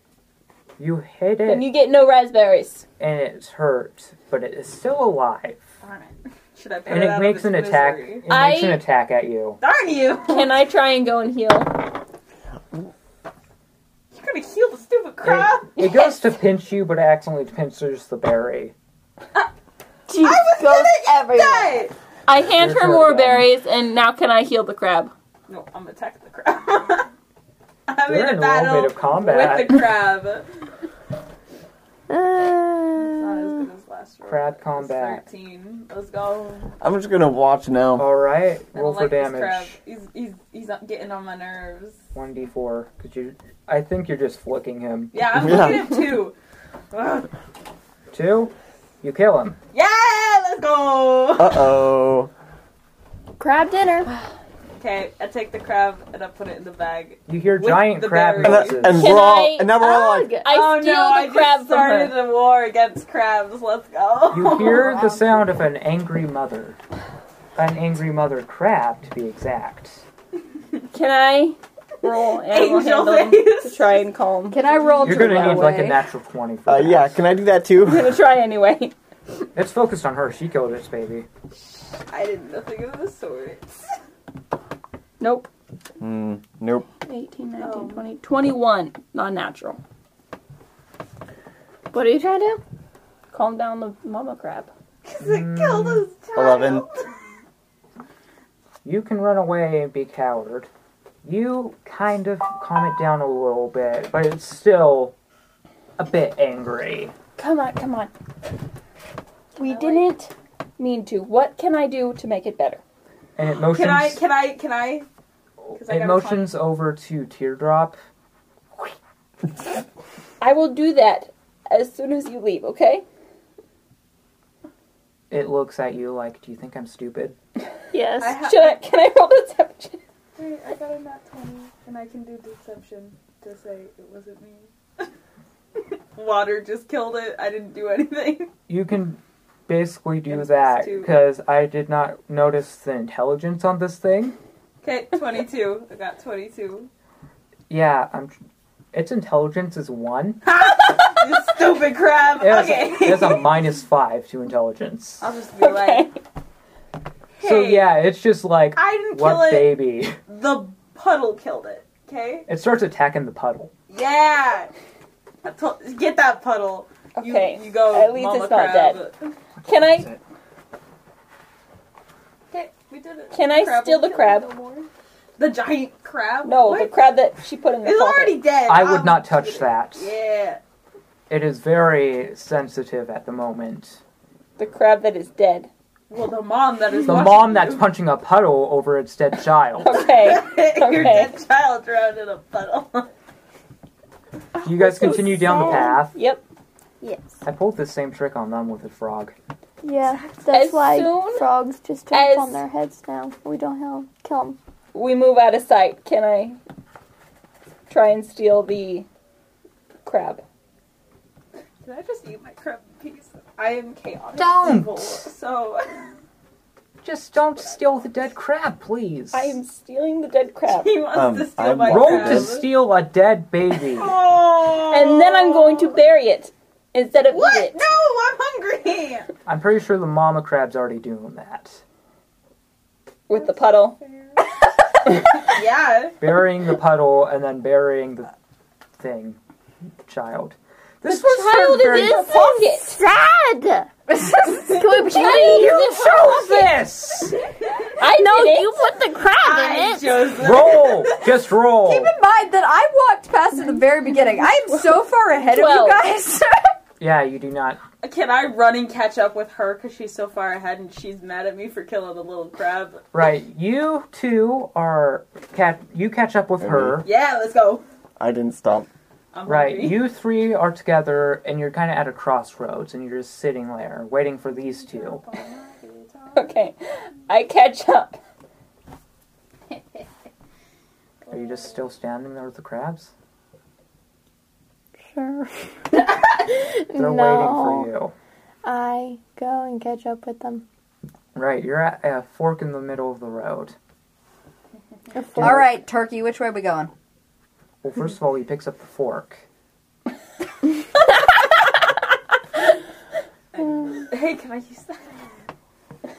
[SPEAKER 1] You hit
[SPEAKER 4] And
[SPEAKER 1] it
[SPEAKER 4] you get no raspberries.
[SPEAKER 1] and it's hurt, but it is still alive.
[SPEAKER 2] Darn it. Should I put
[SPEAKER 1] And
[SPEAKER 2] it
[SPEAKER 1] it
[SPEAKER 2] out
[SPEAKER 1] makes
[SPEAKER 2] of
[SPEAKER 1] an
[SPEAKER 2] this
[SPEAKER 1] attack.
[SPEAKER 2] misery?
[SPEAKER 1] It makes an
[SPEAKER 4] I-
[SPEAKER 1] attack at you.
[SPEAKER 2] Darn you!
[SPEAKER 4] [laughs] Can I try and go and heal?
[SPEAKER 2] You're gonna heal the stupid crap! [laughs]
[SPEAKER 1] It, it goes to pinch you, but it accidentally pinches the berry.
[SPEAKER 3] Jeez,
[SPEAKER 2] was
[SPEAKER 3] goes
[SPEAKER 2] gonna
[SPEAKER 3] everywhere.
[SPEAKER 2] Hey!
[SPEAKER 4] I hand
[SPEAKER 1] Here's her
[SPEAKER 4] her more
[SPEAKER 1] gun.
[SPEAKER 4] berries, and now can I heal the crab?
[SPEAKER 2] No, I'm gonna attack the crab. [laughs] I'm
[SPEAKER 1] You're in
[SPEAKER 2] in
[SPEAKER 1] a
[SPEAKER 2] a
[SPEAKER 1] little
[SPEAKER 2] battle
[SPEAKER 1] bit of combat.
[SPEAKER 2] with the
[SPEAKER 1] [laughs]
[SPEAKER 2] crab. It's not as
[SPEAKER 3] Uh,
[SPEAKER 2] good as last roll.
[SPEAKER 1] Crab
[SPEAKER 2] It's
[SPEAKER 1] combat.
[SPEAKER 2] 13. Let's go.
[SPEAKER 6] I'm just gonna watch now.
[SPEAKER 1] All right,
[SPEAKER 2] I
[SPEAKER 1] roll
[SPEAKER 2] don't
[SPEAKER 1] for
[SPEAKER 2] like this crab.
[SPEAKER 1] damage.
[SPEAKER 2] He's, he's, he's not getting on my nerves.
[SPEAKER 1] One d four. Could you? I think you're just flicking him.
[SPEAKER 2] Yeah, I'm
[SPEAKER 6] Yeah.
[SPEAKER 2] looking at
[SPEAKER 1] [laughs]
[SPEAKER 2] him too. Ugh.
[SPEAKER 1] Two. You kill him.
[SPEAKER 2] Yeah, let's go!
[SPEAKER 6] Uh oh.
[SPEAKER 5] Crab dinner.
[SPEAKER 2] Okay, I take the crab and I put it in the bag.
[SPEAKER 1] You hear
[SPEAKER 2] With
[SPEAKER 1] giant
[SPEAKER 2] the
[SPEAKER 1] crab
[SPEAKER 2] berry.
[SPEAKER 1] noises.
[SPEAKER 6] And, and
[SPEAKER 4] Can
[SPEAKER 6] we're all.
[SPEAKER 4] I-
[SPEAKER 6] And now we're all
[SPEAKER 5] Ugh.
[SPEAKER 6] like.
[SPEAKER 4] I
[SPEAKER 2] oh
[SPEAKER 4] steal
[SPEAKER 2] no, I
[SPEAKER 4] the crab
[SPEAKER 2] just
[SPEAKER 4] from
[SPEAKER 2] started
[SPEAKER 4] her.
[SPEAKER 2] a war against crabs. Let's go.
[SPEAKER 1] You
[SPEAKER 2] [laughs]
[SPEAKER 1] hear the sound of an angry mother. An angry mother crab, to be exact.
[SPEAKER 4] Can I [laughs] roll animal
[SPEAKER 2] Angel
[SPEAKER 4] handling to
[SPEAKER 2] face.
[SPEAKER 4] try and calm?
[SPEAKER 5] Can I roll
[SPEAKER 1] You're
[SPEAKER 5] to
[SPEAKER 1] gonna
[SPEAKER 5] run
[SPEAKER 1] need like a
[SPEAKER 5] away?
[SPEAKER 1] natural twenty for
[SPEAKER 6] Uh,
[SPEAKER 1] that.
[SPEAKER 6] yeah, can I do that
[SPEAKER 4] I'm
[SPEAKER 6] too?
[SPEAKER 4] gonna try anyway.
[SPEAKER 1] It's focused on her. She killed this baby.
[SPEAKER 2] I did nothing of the sort. [laughs]
[SPEAKER 4] Nope.
[SPEAKER 6] Mm, nope.
[SPEAKER 4] 18, 19, 20, 21. Non-natural.
[SPEAKER 5] What are you trying to do?
[SPEAKER 4] Calm down the mama crab.
[SPEAKER 2] Because it killed
[SPEAKER 1] Mm.
[SPEAKER 2] his child.
[SPEAKER 6] 11.
[SPEAKER 1] You can run away and be coward. You kind of calm it down a little bit, but it's still a bit angry.
[SPEAKER 4] Come on, come on. We didn't mean to. What can I do to make it better?
[SPEAKER 1] And it motions.
[SPEAKER 2] Can I? Can I? Can I? 'cause I
[SPEAKER 1] it
[SPEAKER 2] gotta
[SPEAKER 1] motions over to Teardrop.
[SPEAKER 4] I will do that as soon as you leave, okay?
[SPEAKER 1] It looks at you like, "Do you think I'm stupid?"
[SPEAKER 5] Yes.
[SPEAKER 2] I ha-
[SPEAKER 4] Should I, can I roll deception?
[SPEAKER 2] Wait, I got a nat 20, and I can do deception to say it wasn't me. [laughs] Water just killed it. I didn't do anything. [laughs]
[SPEAKER 1] You can basically do
[SPEAKER 2] Yeah,
[SPEAKER 1] that
[SPEAKER 2] it's two.
[SPEAKER 1] because I did not notice the intelligence on this thing.
[SPEAKER 2] Okay, 22. I got 22.
[SPEAKER 1] Yeah, I'm. tr- Its intelligence is
[SPEAKER 2] [laughs]
[SPEAKER 1] one.
[SPEAKER 2] [laughs] You stupid crab.
[SPEAKER 1] It has,
[SPEAKER 2] okay.
[SPEAKER 1] it has a minus five to intelligence.
[SPEAKER 2] I'll just be like,
[SPEAKER 1] So
[SPEAKER 2] hey,
[SPEAKER 1] yeah, it's just like
[SPEAKER 2] I didn't kill
[SPEAKER 1] what
[SPEAKER 2] it.
[SPEAKER 1] baby. [laughs]
[SPEAKER 2] The puddle killed it. Okay.
[SPEAKER 1] It starts attacking the puddle.
[SPEAKER 2] Yeah. I told, get that puddle. You-
[SPEAKER 4] Okay,
[SPEAKER 2] You, go.
[SPEAKER 4] at least
[SPEAKER 2] mama
[SPEAKER 4] it's not
[SPEAKER 2] crab.
[SPEAKER 4] Can I
[SPEAKER 2] Okay, we did it.
[SPEAKER 4] can I
[SPEAKER 2] Crab
[SPEAKER 4] steal
[SPEAKER 2] will
[SPEAKER 4] the
[SPEAKER 2] kill you
[SPEAKER 4] crab?
[SPEAKER 2] no more. The giant crab?
[SPEAKER 4] No,
[SPEAKER 2] What?
[SPEAKER 4] the crab that she put in the
[SPEAKER 2] It's
[SPEAKER 4] pocket.
[SPEAKER 2] already dead.
[SPEAKER 1] I would
[SPEAKER 2] I'm
[SPEAKER 1] not touch
[SPEAKER 2] kidding.
[SPEAKER 1] that.
[SPEAKER 2] Yeah.
[SPEAKER 1] It is very sensitive at the moment.
[SPEAKER 4] The crab that is dead.
[SPEAKER 2] Well, the mom that is
[SPEAKER 1] The
[SPEAKER 2] watching
[SPEAKER 1] mom
[SPEAKER 2] you.
[SPEAKER 1] that's
[SPEAKER 2] [laughs]
[SPEAKER 1] punching a puddle over its dead child.
[SPEAKER 4] Okay.
[SPEAKER 2] your dead child drowned in a puddle. [laughs]
[SPEAKER 1] Do you guys continue down the path?
[SPEAKER 4] yep.
[SPEAKER 5] Yes.
[SPEAKER 1] I pulled this same trick on them with a frog.
[SPEAKER 3] yeah,
[SPEAKER 4] As
[SPEAKER 3] that's why
[SPEAKER 4] soon
[SPEAKER 3] frogs just jump
[SPEAKER 4] as-
[SPEAKER 3] on their heads now. We don't help kill them.
[SPEAKER 4] We move out of sight. Can I try and steal the crab?
[SPEAKER 2] Did I just eat my crab piece? I am chaotic.
[SPEAKER 1] Don't.
[SPEAKER 2] evil, so [laughs]
[SPEAKER 1] Just don't steal the dead crab, please.
[SPEAKER 4] I am stealing the dead crab.
[SPEAKER 2] he wants
[SPEAKER 6] Um,
[SPEAKER 2] to steal
[SPEAKER 6] I'm
[SPEAKER 2] my
[SPEAKER 1] Roll
[SPEAKER 2] crab.
[SPEAKER 1] to steal a dead baby.
[SPEAKER 2] Oh.
[SPEAKER 4] And then I'm going to bury it instead of
[SPEAKER 2] What?
[SPEAKER 4] eat
[SPEAKER 2] No,
[SPEAKER 4] it.
[SPEAKER 2] I'm hungry.
[SPEAKER 4] [laughs]
[SPEAKER 1] I'm pretty sure the mama crab's already doing that.
[SPEAKER 4] With the puddle.
[SPEAKER 2] yeah.
[SPEAKER 1] Burying the puddle and then burying the thing. Child. This
[SPEAKER 4] The
[SPEAKER 1] one's
[SPEAKER 4] child
[SPEAKER 1] very-
[SPEAKER 4] is in the pocket.
[SPEAKER 5] Sad.
[SPEAKER 3] [laughs]
[SPEAKER 5] Could
[SPEAKER 1] You chose this!
[SPEAKER 4] I
[SPEAKER 5] No,
[SPEAKER 4] know
[SPEAKER 5] you put the crab in
[SPEAKER 2] I
[SPEAKER 5] it.
[SPEAKER 2] Joseph.
[SPEAKER 1] Roll! Just roll!
[SPEAKER 3] Keep in mind that I walked past at the very beginning. I am so far ahead
[SPEAKER 4] Twelve.
[SPEAKER 3] of you guys. [laughs]
[SPEAKER 1] Yeah, you do not.
[SPEAKER 2] Can I run and catch up with her because she's so far ahead and she's mad at me for killing a little crab?
[SPEAKER 1] Right, you two are. Cat, you catch up with her.
[SPEAKER 2] Yeah, let's go.
[SPEAKER 6] I didn't stop.
[SPEAKER 2] I'm
[SPEAKER 1] Right,
[SPEAKER 2] hungry.
[SPEAKER 1] you three are together and you're kind of at a crossroads and you're just sitting there waiting for these two.
[SPEAKER 4] Okay. I catch up.
[SPEAKER 1] Are you just still standing there with the crabs?
[SPEAKER 3] Sure.
[SPEAKER 1] [laughs] They're
[SPEAKER 3] No.
[SPEAKER 1] waiting for
[SPEAKER 3] I go and catch up with them.
[SPEAKER 1] you. Right, you're at a fork in the middle of the road.
[SPEAKER 3] All right, Turkey, which way are we going?
[SPEAKER 1] Well, first of all, he picks up the fork.
[SPEAKER 2] Hey, can I use that?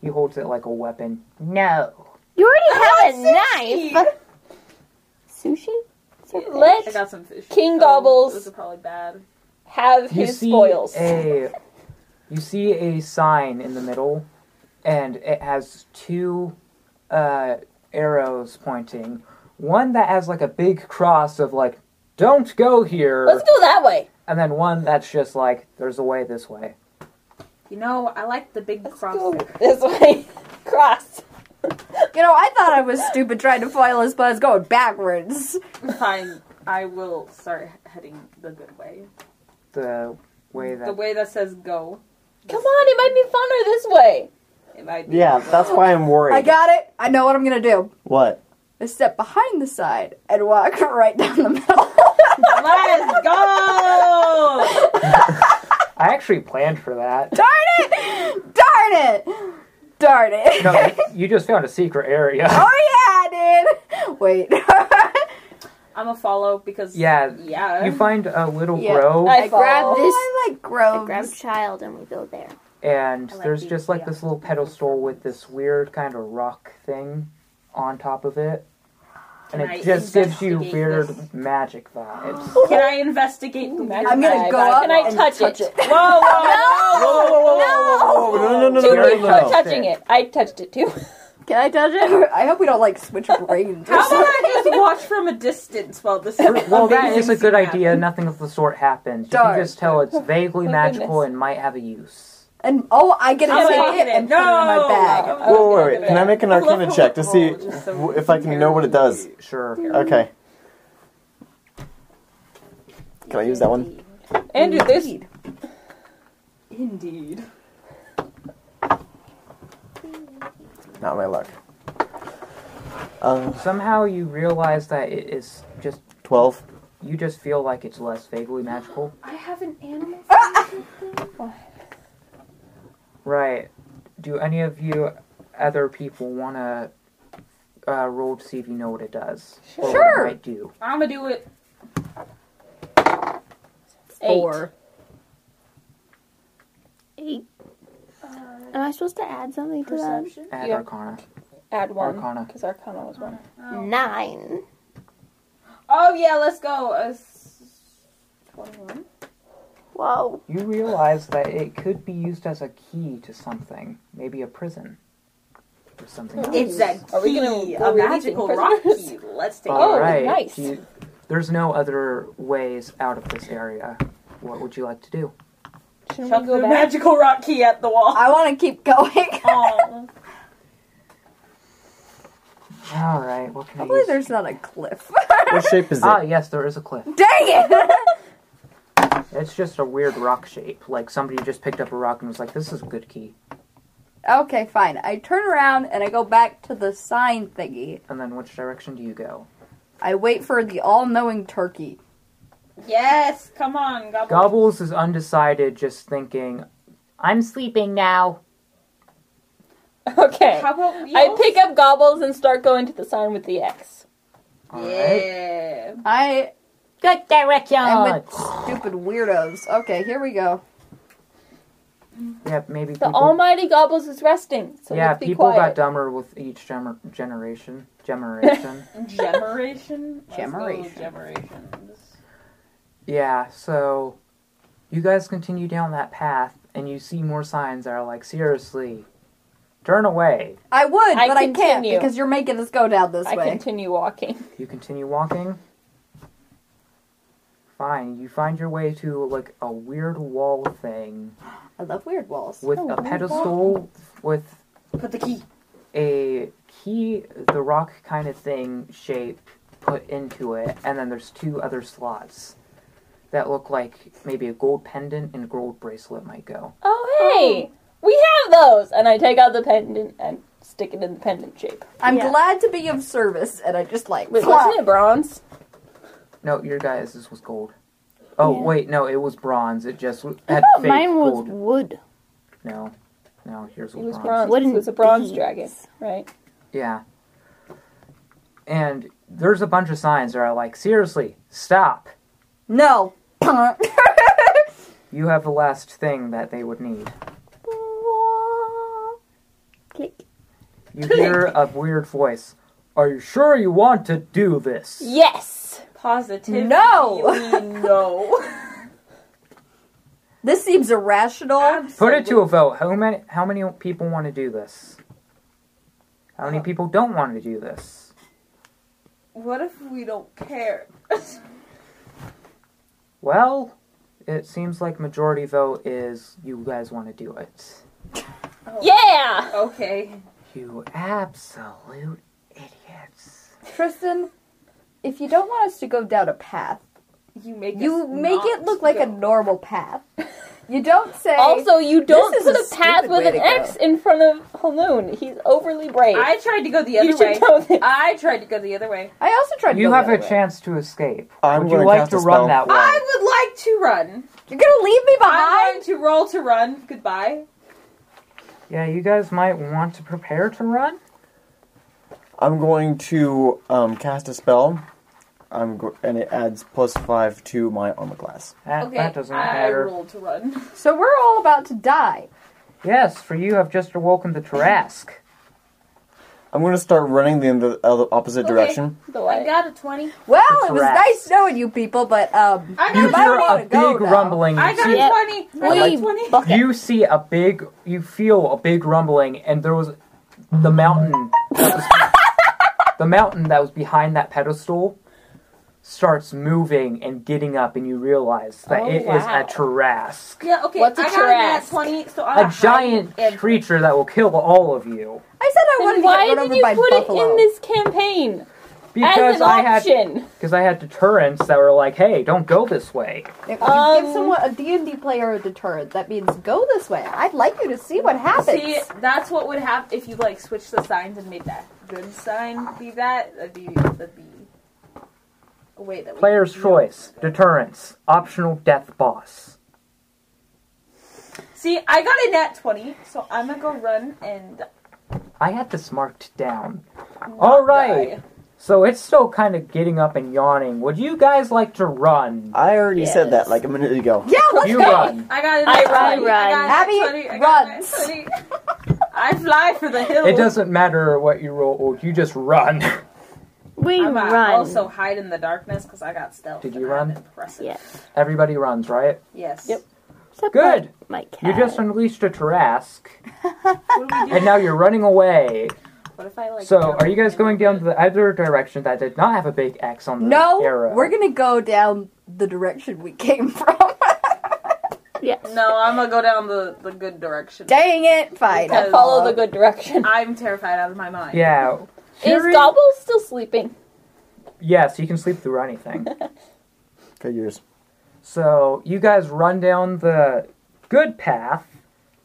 [SPEAKER 1] He holds it like a weapon.
[SPEAKER 10] No.
[SPEAKER 4] You already have a knife. Sushi?
[SPEAKER 2] I
[SPEAKER 4] Let
[SPEAKER 2] got some fish.
[SPEAKER 4] King
[SPEAKER 2] Oh,
[SPEAKER 4] Gobbles.
[SPEAKER 2] This is probably bad.
[SPEAKER 4] have
[SPEAKER 1] You
[SPEAKER 4] his
[SPEAKER 1] see
[SPEAKER 4] spoils.
[SPEAKER 1] a you see a sign in the middle, and it has two uh, arrows pointing. One that has like a big cross of like, "Don't go here,"
[SPEAKER 4] Let's go that way.
[SPEAKER 1] and then one that's just like, "There's a way this way."
[SPEAKER 2] You know, I like the big
[SPEAKER 4] Let's
[SPEAKER 2] cross.
[SPEAKER 4] go this way. [laughs] Cross.
[SPEAKER 3] You know, I thought I was stupid trying to follow this, but I was going backwards.
[SPEAKER 2] Fine. I will start heading the good way.
[SPEAKER 1] The way that
[SPEAKER 2] The way that says go.
[SPEAKER 4] Come on, it might be funner this way.
[SPEAKER 2] It might be.
[SPEAKER 6] Yeah, that's why I'm worried.
[SPEAKER 3] I got it. I know what I'm gonna do.
[SPEAKER 6] what?
[SPEAKER 3] I step behind the side and walk [laughs] right down the middle. [laughs]
[SPEAKER 2] Let's go!
[SPEAKER 1] I actually planned for that.
[SPEAKER 2] [laughs]
[SPEAKER 3] Darn it! Darn it! Darn it!
[SPEAKER 1] No, you- you just found a secret area.
[SPEAKER 3] [laughs] Oh yeah, dude. Wait. [laughs]
[SPEAKER 2] I'm a follow because.
[SPEAKER 1] [laughs] Yeah,
[SPEAKER 2] Yeah.
[SPEAKER 1] you find a little
[SPEAKER 5] Yeah.
[SPEAKER 1] grove,
[SPEAKER 4] I,
[SPEAKER 5] I
[SPEAKER 4] follow.
[SPEAKER 5] grab this.
[SPEAKER 3] Oh, I like
[SPEAKER 7] I grab
[SPEAKER 3] groves.
[SPEAKER 7] child and we go there.
[SPEAKER 1] and
[SPEAKER 2] I like
[SPEAKER 1] there's
[SPEAKER 2] these,
[SPEAKER 1] just like
[SPEAKER 2] yeah.
[SPEAKER 1] this little pedestal with this weird kind of rock thing on top of it, and
[SPEAKER 2] Can
[SPEAKER 1] it
[SPEAKER 2] I
[SPEAKER 1] just gives you
[SPEAKER 2] investigate
[SPEAKER 1] weird
[SPEAKER 2] this?
[SPEAKER 1] magic vibes.
[SPEAKER 2] [gasps] Can I investigate the weird
[SPEAKER 3] I'm gonna
[SPEAKER 2] vibe?
[SPEAKER 3] go up
[SPEAKER 4] Can I
[SPEAKER 3] and [laughs]
[SPEAKER 4] touch
[SPEAKER 3] touch
[SPEAKER 4] it?
[SPEAKER 3] it.
[SPEAKER 2] Whoa, whoa, whoa, whoa, whoa, whoa,
[SPEAKER 6] Oh, no, no, no,
[SPEAKER 4] Two
[SPEAKER 6] no, no,
[SPEAKER 4] people
[SPEAKER 6] no,
[SPEAKER 4] are
[SPEAKER 6] no.
[SPEAKER 4] touching it. I touched it too. [laughs]
[SPEAKER 5] Can I touch it?
[SPEAKER 3] [laughs] I hope we don't like switch brains.
[SPEAKER 2] How about I just watch from a distance while this
[SPEAKER 1] Well, that
[SPEAKER 2] amazing
[SPEAKER 1] is a good
[SPEAKER 2] scene
[SPEAKER 1] idea. Nothing of the sort happens. You
[SPEAKER 3] Darn.
[SPEAKER 1] can just tell it's
[SPEAKER 2] [laughs]
[SPEAKER 1] vaguely
[SPEAKER 4] My
[SPEAKER 1] magical
[SPEAKER 4] goodness.
[SPEAKER 1] and might have a use.
[SPEAKER 3] And oh, I get to
[SPEAKER 2] I'm
[SPEAKER 3] take
[SPEAKER 2] taking
[SPEAKER 3] it
[SPEAKER 2] it.
[SPEAKER 3] and put it in my bag.
[SPEAKER 2] No!
[SPEAKER 6] Wait, wait, wait. Can I make an
[SPEAKER 2] I love
[SPEAKER 6] arcana
[SPEAKER 2] how
[SPEAKER 6] check to
[SPEAKER 2] we're
[SPEAKER 6] see
[SPEAKER 2] all just so
[SPEAKER 6] w- if I can know what it does?
[SPEAKER 1] Sure.
[SPEAKER 6] Okay. Can I use that one?
[SPEAKER 4] Andrew, this
[SPEAKER 2] Indeed.
[SPEAKER 6] Not my luck. Uh,
[SPEAKER 1] Somehow you realize that it is just.
[SPEAKER 6] 12.
[SPEAKER 1] You just feel like it's less vaguely magical.
[SPEAKER 4] I have an animal.
[SPEAKER 1] Right. Do any of you other people want to uh, roll to see if you know what it does? Sure. Or what
[SPEAKER 3] Sure.
[SPEAKER 1] it might do.
[SPEAKER 2] I'm gonna do it.
[SPEAKER 4] Eight.
[SPEAKER 7] Eight. Am I supposed to add something to that?
[SPEAKER 1] Add
[SPEAKER 4] Yeah.
[SPEAKER 1] Arcana.
[SPEAKER 4] Add one.
[SPEAKER 1] Arcana.
[SPEAKER 4] Because Arcana was one.
[SPEAKER 7] Nine.
[SPEAKER 2] Oh yeah, let's go. Uh, s- Twenty-one.
[SPEAKER 7] Whoa.
[SPEAKER 1] You realize that it could be used as a key to something. Maybe a prison. Or something else.
[SPEAKER 2] It's a
[SPEAKER 4] Are we gonna-
[SPEAKER 2] key,
[SPEAKER 4] are
[SPEAKER 2] a
[SPEAKER 4] we leaving
[SPEAKER 2] magical rock
[SPEAKER 4] prisoners?
[SPEAKER 2] key. Let's take
[SPEAKER 4] Oh,
[SPEAKER 1] All
[SPEAKER 2] it.
[SPEAKER 1] right.
[SPEAKER 4] nice.
[SPEAKER 1] Do you- there's no other ways out of this area. What would you like to do?
[SPEAKER 4] Should
[SPEAKER 2] Chuck
[SPEAKER 4] we
[SPEAKER 2] the
[SPEAKER 4] go back?
[SPEAKER 2] magical rock key at
[SPEAKER 3] [laughs]
[SPEAKER 2] the wall.
[SPEAKER 3] I want to keep going. [laughs]
[SPEAKER 2] Oh.
[SPEAKER 1] All right. What can I
[SPEAKER 3] Hopefully,
[SPEAKER 1] use?
[SPEAKER 3] there's not a cliff. [laughs]
[SPEAKER 6] What shape is it?
[SPEAKER 1] Ah, yes, there is a cliff.
[SPEAKER 3] Dang it! [laughs]
[SPEAKER 1] It's just a weird rock shape. Like somebody just picked up a rock and was like, "This is a good key,"
[SPEAKER 3] Okay, fine. I turn around and I go back to the sign thingy.
[SPEAKER 1] and then which direction do you go?
[SPEAKER 3] I wait for the all-knowing turkey.
[SPEAKER 2] Yes, come on, gobble.
[SPEAKER 1] Gobbles is undecided, just thinking.
[SPEAKER 10] I'm sleeping now.
[SPEAKER 4] Okay.
[SPEAKER 2] How about we
[SPEAKER 4] I
[SPEAKER 2] all-
[SPEAKER 4] pick up gobbles and start going to the sign with the X.
[SPEAKER 1] All right.
[SPEAKER 2] Yeah.
[SPEAKER 3] I
[SPEAKER 10] Good direction.
[SPEAKER 1] Oh,
[SPEAKER 3] am with stupid weirdos. Okay, here we go.
[SPEAKER 1] Yep, maybe
[SPEAKER 4] The
[SPEAKER 1] people.
[SPEAKER 4] almighty gobbles is resting.
[SPEAKER 1] Mm-hmm.
[SPEAKER 4] So
[SPEAKER 1] yeah,
[SPEAKER 4] let's be
[SPEAKER 1] people
[SPEAKER 4] quiet.
[SPEAKER 1] got dumber with each gener- generation. Generation. [laughs]
[SPEAKER 2] Generation.
[SPEAKER 3] Generation.
[SPEAKER 2] Generations.
[SPEAKER 1] yeah. So, you guys continue down that path, and you see more signs that are like, "Seriously, turn away."
[SPEAKER 3] I would,
[SPEAKER 4] I
[SPEAKER 3] but I can't
[SPEAKER 4] continue.
[SPEAKER 3] because you're making us go down this
[SPEAKER 4] I
[SPEAKER 3] way.
[SPEAKER 4] continue walking.
[SPEAKER 1] You continue walking. Fine. You find your way to like a weird wall thing
[SPEAKER 3] I love weird walls.
[SPEAKER 1] with a pedestal with
[SPEAKER 2] Put the key.
[SPEAKER 1] a key, the rock kind of thing shape put into it, and then there's two other slots that look like maybe a gold pendant and gold bracelet might go.
[SPEAKER 4] Oh hey, we have those. And I take out the pendant and stick it in the pendant shape.
[SPEAKER 3] I'm
[SPEAKER 7] Yeah.
[SPEAKER 3] glad to be of service, and I just like
[SPEAKER 4] Wait,
[SPEAKER 3] flop. [laughs]
[SPEAKER 4] wasn't it bronze?
[SPEAKER 1] No, your guys, this was gold. Oh
[SPEAKER 5] Yeah.
[SPEAKER 1] wait, no, it was bronze. It just w- had
[SPEAKER 5] Oh,
[SPEAKER 1] fake
[SPEAKER 5] mine was
[SPEAKER 1] gold.
[SPEAKER 5] wood.
[SPEAKER 1] No, no, here's
[SPEAKER 4] It
[SPEAKER 1] was
[SPEAKER 4] was
[SPEAKER 1] bronze.
[SPEAKER 4] bronze.
[SPEAKER 5] Wooden
[SPEAKER 4] it was a bronze
[SPEAKER 5] beads.
[SPEAKER 4] dragon, right?
[SPEAKER 1] Yeah. And there's a bunch of signs that are like, seriously, stop.
[SPEAKER 3] No.
[SPEAKER 1] You have the last thing that they would need.
[SPEAKER 4] Click.
[SPEAKER 1] You hear a weird voice. Are you sure you want to do this?
[SPEAKER 4] Yes.
[SPEAKER 2] Positively,
[SPEAKER 3] No!
[SPEAKER 2] no.
[SPEAKER 3] [laughs] This seems irrational.
[SPEAKER 1] Put it to a vote. How many how many people want to do this? How many people don't want to do this?
[SPEAKER 2] What if we don't care?
[SPEAKER 1] Well, it seems like majority vote is you guys want to do it.
[SPEAKER 4] Yeah.
[SPEAKER 2] okay.
[SPEAKER 1] You absolute idiots.
[SPEAKER 3] Tristan, if you don't want us to go down a path,
[SPEAKER 2] You make
[SPEAKER 3] you
[SPEAKER 2] us
[SPEAKER 3] make
[SPEAKER 2] not
[SPEAKER 3] it look like a
[SPEAKER 2] go.
[SPEAKER 3] normal
[SPEAKER 4] [laughs]
[SPEAKER 3] path. You don't say.
[SPEAKER 4] Also, you don't
[SPEAKER 3] This is
[SPEAKER 4] put
[SPEAKER 3] a
[SPEAKER 4] a path
[SPEAKER 3] stupid
[SPEAKER 4] with
[SPEAKER 3] way
[SPEAKER 4] an
[SPEAKER 3] to go.
[SPEAKER 4] X in front of Haloon. He's overly brave.
[SPEAKER 2] I tried to go the other
[SPEAKER 4] you
[SPEAKER 2] way.
[SPEAKER 4] should know this.
[SPEAKER 2] I tried to go the other way.
[SPEAKER 3] I also tried to
[SPEAKER 1] You
[SPEAKER 3] go
[SPEAKER 1] have
[SPEAKER 3] the
[SPEAKER 1] a
[SPEAKER 3] other way.
[SPEAKER 1] chance to escape.
[SPEAKER 6] I'm
[SPEAKER 1] Would you
[SPEAKER 6] gonna
[SPEAKER 1] like
[SPEAKER 6] cast
[SPEAKER 1] to
[SPEAKER 6] a
[SPEAKER 1] run
[SPEAKER 6] spell.
[SPEAKER 1] that way?
[SPEAKER 2] I would like to run.
[SPEAKER 3] You're gonna leave me
[SPEAKER 2] I'm
[SPEAKER 3] behind?
[SPEAKER 2] going to roll to run. Goodbye.
[SPEAKER 1] Yeah, you guys might want to prepare to run.
[SPEAKER 6] I'm going to um, cast a spell. I'm go- and it adds plus five to my armor class.
[SPEAKER 1] That,
[SPEAKER 2] Okay.
[SPEAKER 1] that doesn't
[SPEAKER 2] I
[SPEAKER 1] matter.
[SPEAKER 2] rolled to run. [laughs]
[SPEAKER 3] So we're all about to die.
[SPEAKER 1] Yes, for you, I've just awoken the Tarask.
[SPEAKER 6] I'm going to start running in the other opposite
[SPEAKER 2] Okay.
[SPEAKER 6] direction.
[SPEAKER 4] The
[SPEAKER 2] I
[SPEAKER 4] way.
[SPEAKER 2] got a twenty.
[SPEAKER 3] Well,
[SPEAKER 1] It's
[SPEAKER 3] it was
[SPEAKER 1] rats.
[SPEAKER 3] nice knowing you people, but um,
[SPEAKER 2] I
[SPEAKER 1] You
[SPEAKER 2] got
[SPEAKER 3] might
[SPEAKER 1] hear
[SPEAKER 3] wanna
[SPEAKER 1] a
[SPEAKER 3] go
[SPEAKER 1] big
[SPEAKER 3] now.
[SPEAKER 1] rumbling. You
[SPEAKER 2] I got
[SPEAKER 1] see,
[SPEAKER 4] Yeah.
[SPEAKER 2] a twenty. I
[SPEAKER 4] Leave.
[SPEAKER 2] got twenty.
[SPEAKER 4] Bucket.
[SPEAKER 1] you see a big, you feel a big rumbling, and there was the mountain. That was, [laughs] the mountain that was behind that pedestal starts moving and getting up, and you realize that
[SPEAKER 4] Oh,
[SPEAKER 1] it is
[SPEAKER 4] wow.
[SPEAKER 1] a Tarask,
[SPEAKER 2] Yeah. Okay.
[SPEAKER 4] What's a
[SPEAKER 2] I got a nat
[SPEAKER 4] Tarask?
[SPEAKER 2] twenty. So
[SPEAKER 1] a
[SPEAKER 2] I'm
[SPEAKER 1] giant
[SPEAKER 2] And
[SPEAKER 1] creature that will kill all of you.
[SPEAKER 3] I said I wanted to
[SPEAKER 4] Then
[SPEAKER 3] get
[SPEAKER 4] why
[SPEAKER 3] run over
[SPEAKER 4] did you
[SPEAKER 3] by
[SPEAKER 4] put
[SPEAKER 3] buffalo.
[SPEAKER 4] it in this campaign as
[SPEAKER 1] Because
[SPEAKER 4] an
[SPEAKER 1] I had
[SPEAKER 4] option?
[SPEAKER 1] because I had deterrents that were like, hey, don't go this way.
[SPEAKER 3] If you
[SPEAKER 4] Um,
[SPEAKER 3] give someone a D&D player a deterrent, that means go this way. I'd like you to see what happens.
[SPEAKER 2] See, that's what would happen if you like switched the signs and made that good sign be that. That'd be that'd be a way that we
[SPEAKER 1] Player's choice, deterrence, optional death boss.
[SPEAKER 2] See, I got a nat twenty, so I'm gonna go run and
[SPEAKER 1] I had this marked down. All right.
[SPEAKER 2] die.
[SPEAKER 1] So it's still kind of getting up and yawning. Would you guys like to run?
[SPEAKER 6] I already
[SPEAKER 4] Yes.
[SPEAKER 6] said that like a minute ago.
[SPEAKER 3] yeah, let's
[SPEAKER 1] you
[SPEAKER 3] go.
[SPEAKER 1] run.
[SPEAKER 2] I got a
[SPEAKER 4] I
[SPEAKER 2] nat 20, I got
[SPEAKER 4] run,
[SPEAKER 2] a
[SPEAKER 4] run.
[SPEAKER 2] nat
[SPEAKER 3] Abby
[SPEAKER 2] 20, I got a nat
[SPEAKER 3] runs.
[SPEAKER 2] 20. [laughs] I fly for the hills.
[SPEAKER 1] It doesn't matter what you roll. You just run. [laughs]
[SPEAKER 4] We
[SPEAKER 2] I'm gonna
[SPEAKER 4] run.
[SPEAKER 2] also hide in the darkness because I got stealth.
[SPEAKER 1] Did
[SPEAKER 2] and
[SPEAKER 1] you
[SPEAKER 2] I'm
[SPEAKER 1] run?
[SPEAKER 2] Impressive.
[SPEAKER 4] yes.
[SPEAKER 1] Everybody runs, right?
[SPEAKER 2] Yes.
[SPEAKER 4] Yep. Except
[SPEAKER 1] Good.
[SPEAKER 4] My, my cat.
[SPEAKER 1] You just unleashed a
[SPEAKER 4] [laughs]
[SPEAKER 1] Tarask,
[SPEAKER 2] What do we do?
[SPEAKER 1] and now you're running away.
[SPEAKER 2] What if I like?
[SPEAKER 1] So
[SPEAKER 2] jump
[SPEAKER 1] are you guys
[SPEAKER 2] in?
[SPEAKER 1] going down the other direction that did not have a big X on the
[SPEAKER 3] No,
[SPEAKER 1] arrow?
[SPEAKER 3] we're gonna go down the direction we came [laughs] from.
[SPEAKER 4] yes.
[SPEAKER 2] No, I'm gonna go down the the good direction.
[SPEAKER 3] Dang it! Fine.
[SPEAKER 2] Because-
[SPEAKER 3] I'll
[SPEAKER 4] Follow the good direction.
[SPEAKER 2] I'm terrified out of my mind.
[SPEAKER 1] Yeah.
[SPEAKER 4] Is
[SPEAKER 1] Hearing-
[SPEAKER 4] Gobble still sleeping?
[SPEAKER 1] Yes, you can sleep through
[SPEAKER 2] [laughs]
[SPEAKER 1] anything.
[SPEAKER 6] Figures.
[SPEAKER 1] so you guys run down the good path,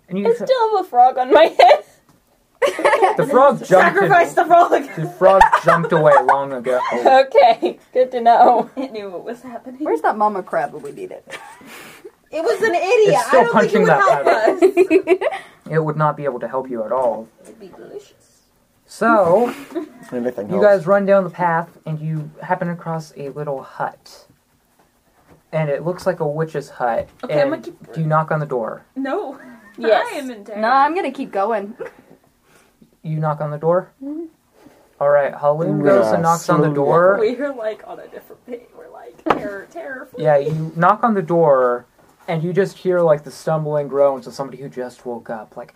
[SPEAKER 1] and you
[SPEAKER 4] I still have a frog on my [laughs] head.
[SPEAKER 1] the frog jumped. in-
[SPEAKER 2] Sacrifice the frog. [laughs]
[SPEAKER 1] The frog jumped away long ago.
[SPEAKER 4] Okay, good to know.
[SPEAKER 2] It knew what was happening.
[SPEAKER 3] Where's that mama crab when we need it?
[SPEAKER 2] it was an idiot.
[SPEAKER 1] It's still
[SPEAKER 2] I don't think it
[SPEAKER 1] punching
[SPEAKER 2] would
[SPEAKER 1] that
[SPEAKER 2] help us. [laughs]
[SPEAKER 1] rabbit. It would not be able to help you at all.
[SPEAKER 2] It'd be delicious.
[SPEAKER 1] So,
[SPEAKER 6] Anything
[SPEAKER 1] you
[SPEAKER 6] else?
[SPEAKER 1] guys run down the path and you happen across a little hut. And it looks like a witch's hut.
[SPEAKER 2] Okay, I'm
[SPEAKER 1] and
[SPEAKER 2] gonna keep-
[SPEAKER 1] do you knock on the door?
[SPEAKER 2] No.
[SPEAKER 4] Yes.
[SPEAKER 2] I am in terror.
[SPEAKER 3] No, I'm gonna keep going. [laughs]
[SPEAKER 1] You knock on the door?
[SPEAKER 10] Mm-hmm.
[SPEAKER 1] Alright, Halloon
[SPEAKER 6] Yeah,
[SPEAKER 1] goes and knocks on the
[SPEAKER 6] so-
[SPEAKER 1] door.
[SPEAKER 2] We're like on a different page. We're like terror, terror.
[SPEAKER 1] Yeah, you knock on the door and you just hear like the stumbling groans of somebody who just woke up. Like,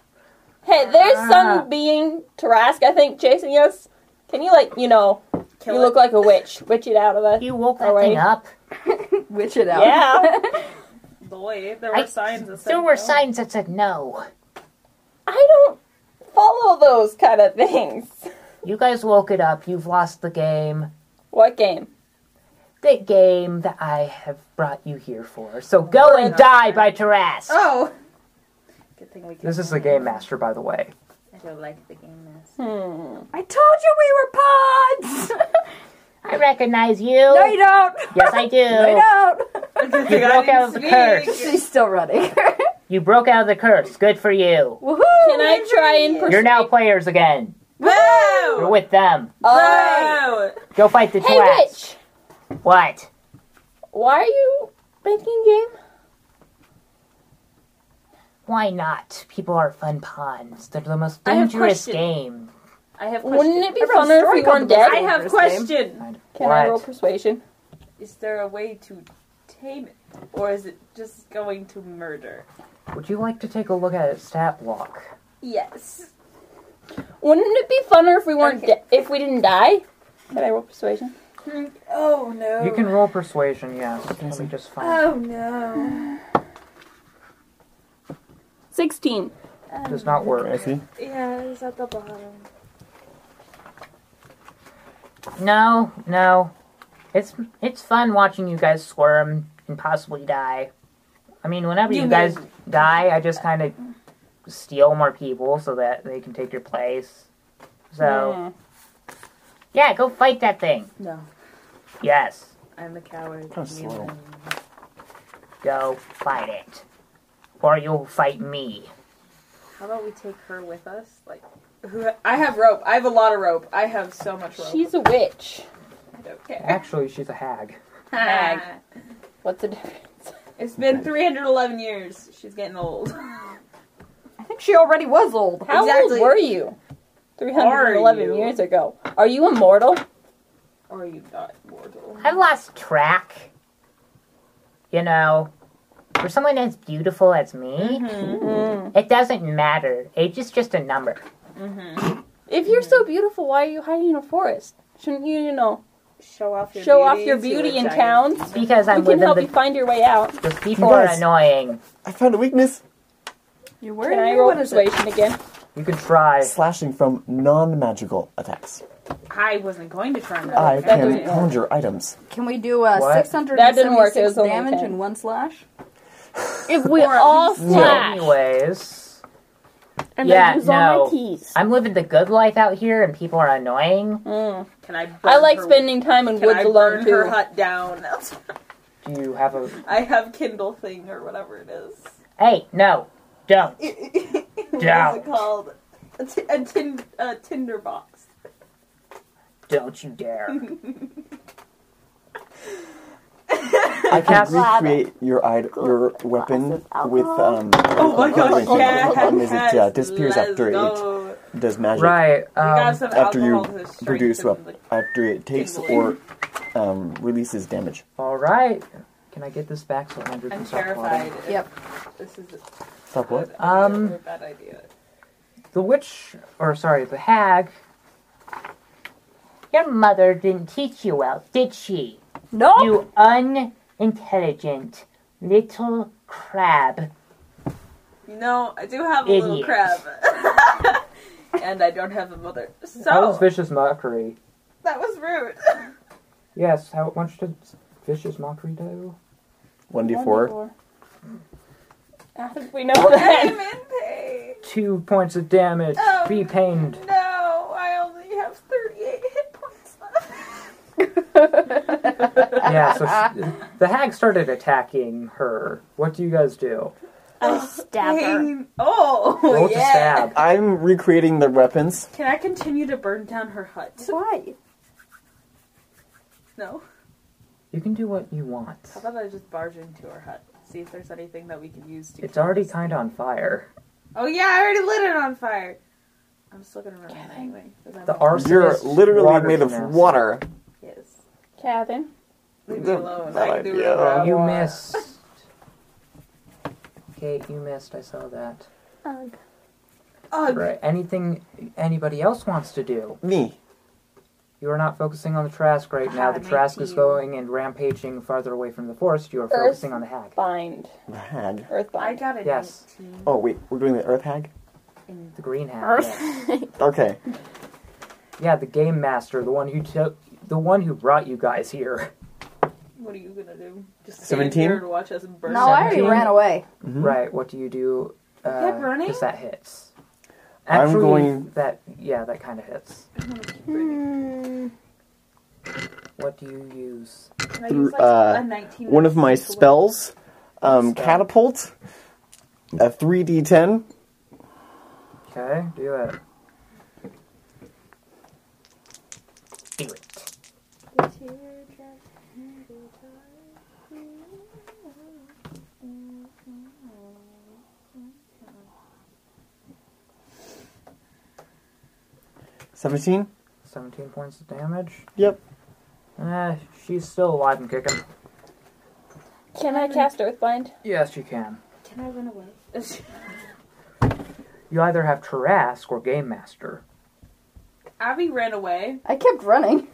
[SPEAKER 4] Hey, there's
[SPEAKER 1] Ah.
[SPEAKER 4] some being Tarask, I think, chasing us. Can you, like, you know,
[SPEAKER 2] Kill
[SPEAKER 4] you
[SPEAKER 2] it.
[SPEAKER 4] look like a witch. Witch it out of us.
[SPEAKER 10] You woke
[SPEAKER 4] that thing
[SPEAKER 10] up.
[SPEAKER 3] Witch it out.
[SPEAKER 4] Yeah.
[SPEAKER 2] boy. There were
[SPEAKER 10] I-
[SPEAKER 2] signs. That said
[SPEAKER 10] There were
[SPEAKER 2] no.
[SPEAKER 10] signs that said no.
[SPEAKER 4] I don't follow those kind of things.
[SPEAKER 10] You guys woke it up. You've lost the game.
[SPEAKER 4] What game?
[SPEAKER 10] The game that I have brought you here for. So go and die by Taras.
[SPEAKER 2] Oh. Good thing we. Can
[SPEAKER 1] this is the game master, by the way.
[SPEAKER 2] I don't like the game [laughs] master.
[SPEAKER 4] Hmm.
[SPEAKER 3] I told you we were pods.
[SPEAKER 10] I recognize you.
[SPEAKER 3] no, you don't.
[SPEAKER 10] [laughs] yes, I do.
[SPEAKER 3] No, you don't.
[SPEAKER 2] Good
[SPEAKER 10] You
[SPEAKER 2] thing I
[SPEAKER 10] broke
[SPEAKER 2] didn't
[SPEAKER 10] out of the
[SPEAKER 2] speak.
[SPEAKER 10] curse.
[SPEAKER 3] [laughs] She's still running. [laughs]
[SPEAKER 10] You broke out of the curse. Good for you.
[SPEAKER 3] Woohoo!
[SPEAKER 4] Can I try and
[SPEAKER 10] You're
[SPEAKER 4] persuade?
[SPEAKER 10] now players again. You're
[SPEAKER 2] [laughs] Whoa!
[SPEAKER 10] with them.
[SPEAKER 4] Alright.
[SPEAKER 2] Whoa!
[SPEAKER 10] Go fight the
[SPEAKER 4] Hey,
[SPEAKER 10] Taras.
[SPEAKER 4] witch!
[SPEAKER 10] What?
[SPEAKER 4] Why are you making game?
[SPEAKER 10] Why not? People are fun pawns. They're the most
[SPEAKER 2] I have
[SPEAKER 10] dangerous
[SPEAKER 2] question.
[SPEAKER 10] game.
[SPEAKER 2] I have question.
[SPEAKER 4] Wouldn't it be
[SPEAKER 3] I wrote a
[SPEAKER 4] funner if
[SPEAKER 3] story
[SPEAKER 4] we
[SPEAKER 3] called
[SPEAKER 4] weren't
[SPEAKER 3] The
[SPEAKER 4] dead?
[SPEAKER 2] I have question.
[SPEAKER 1] Kind of-
[SPEAKER 4] Can I roll persuasion?
[SPEAKER 2] Is there a way to tame it, or is it just going to murder?
[SPEAKER 1] Would you like to take a look at its stat block?
[SPEAKER 2] Yes.
[SPEAKER 4] Wouldn't it be funner if we weren't
[SPEAKER 2] Okay.
[SPEAKER 4] de- if we didn't die? Can I roll persuasion?
[SPEAKER 2] [laughs] Oh no.
[SPEAKER 1] You can roll persuasion, yes. Let me just find
[SPEAKER 4] Uh,
[SPEAKER 2] Oh no.
[SPEAKER 4] Sixteen.
[SPEAKER 1] Does not
[SPEAKER 6] I
[SPEAKER 1] work.
[SPEAKER 6] see.
[SPEAKER 2] [gasps] Yeah, it's at the bottom.
[SPEAKER 10] No, no. It's it's fun watching you guys squirm and possibly die. I mean, whenever
[SPEAKER 2] You
[SPEAKER 10] you, guys
[SPEAKER 2] mean-
[SPEAKER 10] die, I just kind of steal more people so that they can take your place. So, yeah, go fight that thing.
[SPEAKER 2] No,
[SPEAKER 10] Yes,
[SPEAKER 2] I'm a coward.
[SPEAKER 6] Kinda slow.
[SPEAKER 10] go fight it. Or you'll fight me.
[SPEAKER 2] How about we take her with us? Like, who? I have rope. I have a lot of rope. I have so much rope.
[SPEAKER 4] She's a witch.
[SPEAKER 2] I don't care. [laughs]
[SPEAKER 1] Actually, she's a hag.
[SPEAKER 4] Hag. What's the difference?
[SPEAKER 2] It's been 311 years. She's getting old. [laughs]
[SPEAKER 3] I think she already was old.
[SPEAKER 4] How
[SPEAKER 2] Exactly.
[SPEAKER 4] old were you? Three hundred and
[SPEAKER 2] Are
[SPEAKER 4] eleven
[SPEAKER 2] you?
[SPEAKER 4] years ago. Are you immortal?
[SPEAKER 2] or are you not mortal?
[SPEAKER 10] I've lost track. You know, for someone as beautiful as me,
[SPEAKER 6] Hmm.
[SPEAKER 1] Mm-hmm.
[SPEAKER 10] it doesn't matter. Age is just a number.
[SPEAKER 4] If you're so beautiful, why are you hiding in a forest? Shouldn't you, you know,
[SPEAKER 2] Show off your
[SPEAKER 4] show
[SPEAKER 2] beauty
[SPEAKER 4] off your
[SPEAKER 2] to
[SPEAKER 4] beauty
[SPEAKER 2] a
[SPEAKER 4] in
[SPEAKER 2] giant-
[SPEAKER 4] town?
[SPEAKER 10] It's because I'm
[SPEAKER 4] we can
[SPEAKER 10] within
[SPEAKER 4] help you
[SPEAKER 10] the,
[SPEAKER 4] find your way out.
[SPEAKER 10] the people are
[SPEAKER 6] Yes.
[SPEAKER 10] annoying.
[SPEAKER 6] I found a weakness.
[SPEAKER 3] You were.
[SPEAKER 4] Can I roll persuasion again?
[SPEAKER 1] You could try.
[SPEAKER 6] Slashing from non-magical attacks.
[SPEAKER 2] I wasn't going to try that.
[SPEAKER 6] I
[SPEAKER 2] That
[SPEAKER 6] can
[SPEAKER 2] doesn't-
[SPEAKER 6] conjure items.
[SPEAKER 3] Can we do uh,
[SPEAKER 1] What?
[SPEAKER 3] 676
[SPEAKER 4] That didn't work, it was only
[SPEAKER 3] damage
[SPEAKER 4] 10.
[SPEAKER 3] in one slash?
[SPEAKER 4] If we all slash,
[SPEAKER 1] Anyways,
[SPEAKER 4] and
[SPEAKER 10] Yeah,
[SPEAKER 4] I use all
[SPEAKER 10] no.
[SPEAKER 4] my teas.
[SPEAKER 10] I'm living the good life out here, and people are annoying.
[SPEAKER 4] Mm.
[SPEAKER 2] Can I? Burn
[SPEAKER 4] I like
[SPEAKER 2] her-
[SPEAKER 4] spending time in
[SPEAKER 2] Can
[SPEAKER 4] woods
[SPEAKER 2] I
[SPEAKER 4] alone
[SPEAKER 2] burn
[SPEAKER 4] too.
[SPEAKER 2] her hut down? [laughs]
[SPEAKER 1] do you have a.
[SPEAKER 2] I have Kindle thing or whatever it is. [laughs]
[SPEAKER 10] Hey, no, don't.
[SPEAKER 2] what is
[SPEAKER 10] Down.
[SPEAKER 2] it called? A, t- a, tin- a Tinder box.
[SPEAKER 10] Don't you dare.
[SPEAKER 1] [laughs]
[SPEAKER 6] I can
[SPEAKER 10] Cast-
[SPEAKER 6] recreate your id- your weapon with um.
[SPEAKER 2] Oh my gosh!
[SPEAKER 6] Amazing.
[SPEAKER 2] Yes,
[SPEAKER 6] Amazing. Yeah, it disappears
[SPEAKER 2] let's
[SPEAKER 6] after it
[SPEAKER 2] go.
[SPEAKER 6] does magic.
[SPEAKER 1] Right,
[SPEAKER 2] We got
[SPEAKER 1] um,
[SPEAKER 2] some
[SPEAKER 6] after you
[SPEAKER 2] alcohol to
[SPEAKER 6] produce
[SPEAKER 2] strengthen
[SPEAKER 6] weapon after it takes or
[SPEAKER 2] Kindling.
[SPEAKER 6] um, releases damage.
[SPEAKER 1] alright. Can I get this back so Andrew
[SPEAKER 2] the-
[SPEAKER 1] can
[SPEAKER 2] I'm
[SPEAKER 1] stop
[SPEAKER 2] terrified.
[SPEAKER 1] plotting?
[SPEAKER 3] Yep.
[SPEAKER 2] This is
[SPEAKER 6] Stop what?
[SPEAKER 2] a bad idea
[SPEAKER 1] Um,
[SPEAKER 2] or a bad idea.
[SPEAKER 1] The witch, or sorry, the hag,
[SPEAKER 10] Your mother didn't teach you well, did she?
[SPEAKER 3] No.
[SPEAKER 10] You unintelligent little crab.
[SPEAKER 2] No, I do have a little
[SPEAKER 10] Idiot.
[SPEAKER 2] crab. [laughs] and I don't have a mother. So,
[SPEAKER 1] that was vicious mockery. [laughs]
[SPEAKER 2] rude. [laughs]
[SPEAKER 1] Yes, how much did vicious mockery do?
[SPEAKER 6] One d four.
[SPEAKER 4] How did we know that?
[SPEAKER 2] I'm in pain.
[SPEAKER 1] Two points of damage.
[SPEAKER 2] Oh.
[SPEAKER 1] Be pained.
[SPEAKER 2] No, I only have 38 hit points
[SPEAKER 1] [laughs]
[SPEAKER 2] left.
[SPEAKER 1] yeah, so s- the hag started attacking her. What do you guys do?
[SPEAKER 7] I stab her.
[SPEAKER 2] Pain. Oh,
[SPEAKER 1] Roll to
[SPEAKER 2] yeah.
[SPEAKER 1] stab.
[SPEAKER 6] I'm recreating the weapons.
[SPEAKER 2] Can I continue to burn down her hut?
[SPEAKER 3] Why?
[SPEAKER 2] No.
[SPEAKER 1] You can do what you want.
[SPEAKER 2] How about I just barge into her hut? See if there's anything that we can use to.
[SPEAKER 1] It's
[SPEAKER 2] kill
[SPEAKER 1] already
[SPEAKER 2] this.
[SPEAKER 1] kind of on fire.
[SPEAKER 2] Oh yeah, I already lit it on fire. I'm still gonna run it anyway. 'cause I'm
[SPEAKER 1] The
[SPEAKER 2] a-
[SPEAKER 1] arsonist.
[SPEAKER 6] You're literally
[SPEAKER 1] water
[SPEAKER 6] made of
[SPEAKER 1] canal.
[SPEAKER 6] water.
[SPEAKER 2] Yes.
[SPEAKER 4] [laughs] Catherine.
[SPEAKER 2] Leave me
[SPEAKER 6] That-
[SPEAKER 2] alone.
[SPEAKER 6] that
[SPEAKER 2] I can do
[SPEAKER 6] idea.
[SPEAKER 2] whatever I
[SPEAKER 1] You
[SPEAKER 2] want.
[SPEAKER 1] missed. Kate, you missed. I saw that.
[SPEAKER 2] Ugh.
[SPEAKER 1] Right. Anything anybody else wants to do?
[SPEAKER 6] Me.
[SPEAKER 1] You are not focusing on the Trask right now. The
[SPEAKER 2] Ah,
[SPEAKER 1] Trask
[SPEAKER 2] thank
[SPEAKER 1] is
[SPEAKER 2] you.
[SPEAKER 1] going and rampaging farther away from the forest. You are
[SPEAKER 4] Earth.
[SPEAKER 1] focusing on the hag.
[SPEAKER 4] Bind.
[SPEAKER 6] The hag.
[SPEAKER 2] I
[SPEAKER 4] Earthbind.
[SPEAKER 2] got a
[SPEAKER 1] Yes.
[SPEAKER 2] 19.
[SPEAKER 6] Oh wait, we're doing the earth hag.
[SPEAKER 2] in
[SPEAKER 1] The green hag. yes.
[SPEAKER 6] Okay.
[SPEAKER 1] Yeah, the game master, the one who took, the one who brought you guys here.
[SPEAKER 2] What are you gonna do? Just stand
[SPEAKER 6] 17?
[SPEAKER 2] here and watch us burn.
[SPEAKER 3] No, I already
[SPEAKER 1] Seventeen.
[SPEAKER 2] [laughs]
[SPEAKER 3] ran away.
[SPEAKER 6] Mhm.
[SPEAKER 1] Right. What do you do? Uh,
[SPEAKER 2] kept running?
[SPEAKER 1] Because that hits.
[SPEAKER 6] I'm
[SPEAKER 1] Actually,
[SPEAKER 6] going-
[SPEAKER 1] That yeah, that kind of hits.
[SPEAKER 3] Um, hmm.
[SPEAKER 1] What do you use?
[SPEAKER 2] Can I
[SPEAKER 6] Through,
[SPEAKER 2] use, like,
[SPEAKER 6] uh,
[SPEAKER 2] a 19
[SPEAKER 6] One of my
[SPEAKER 2] to-
[SPEAKER 6] spells, um,
[SPEAKER 1] Spell.
[SPEAKER 6] catapult, a three d ten.
[SPEAKER 1] Okay, do it.
[SPEAKER 10] Do it.
[SPEAKER 6] Seventeen.
[SPEAKER 1] 17 points of damage.
[SPEAKER 6] Yep.
[SPEAKER 1] Eh, she's still alive and kicking.
[SPEAKER 4] [laughs] Can I cast Earthbind?
[SPEAKER 1] Yes, you can.
[SPEAKER 2] Can I run away? [laughs]
[SPEAKER 1] You either have Tarask or Game Master.
[SPEAKER 2] Abby ran away.
[SPEAKER 3] I kept running.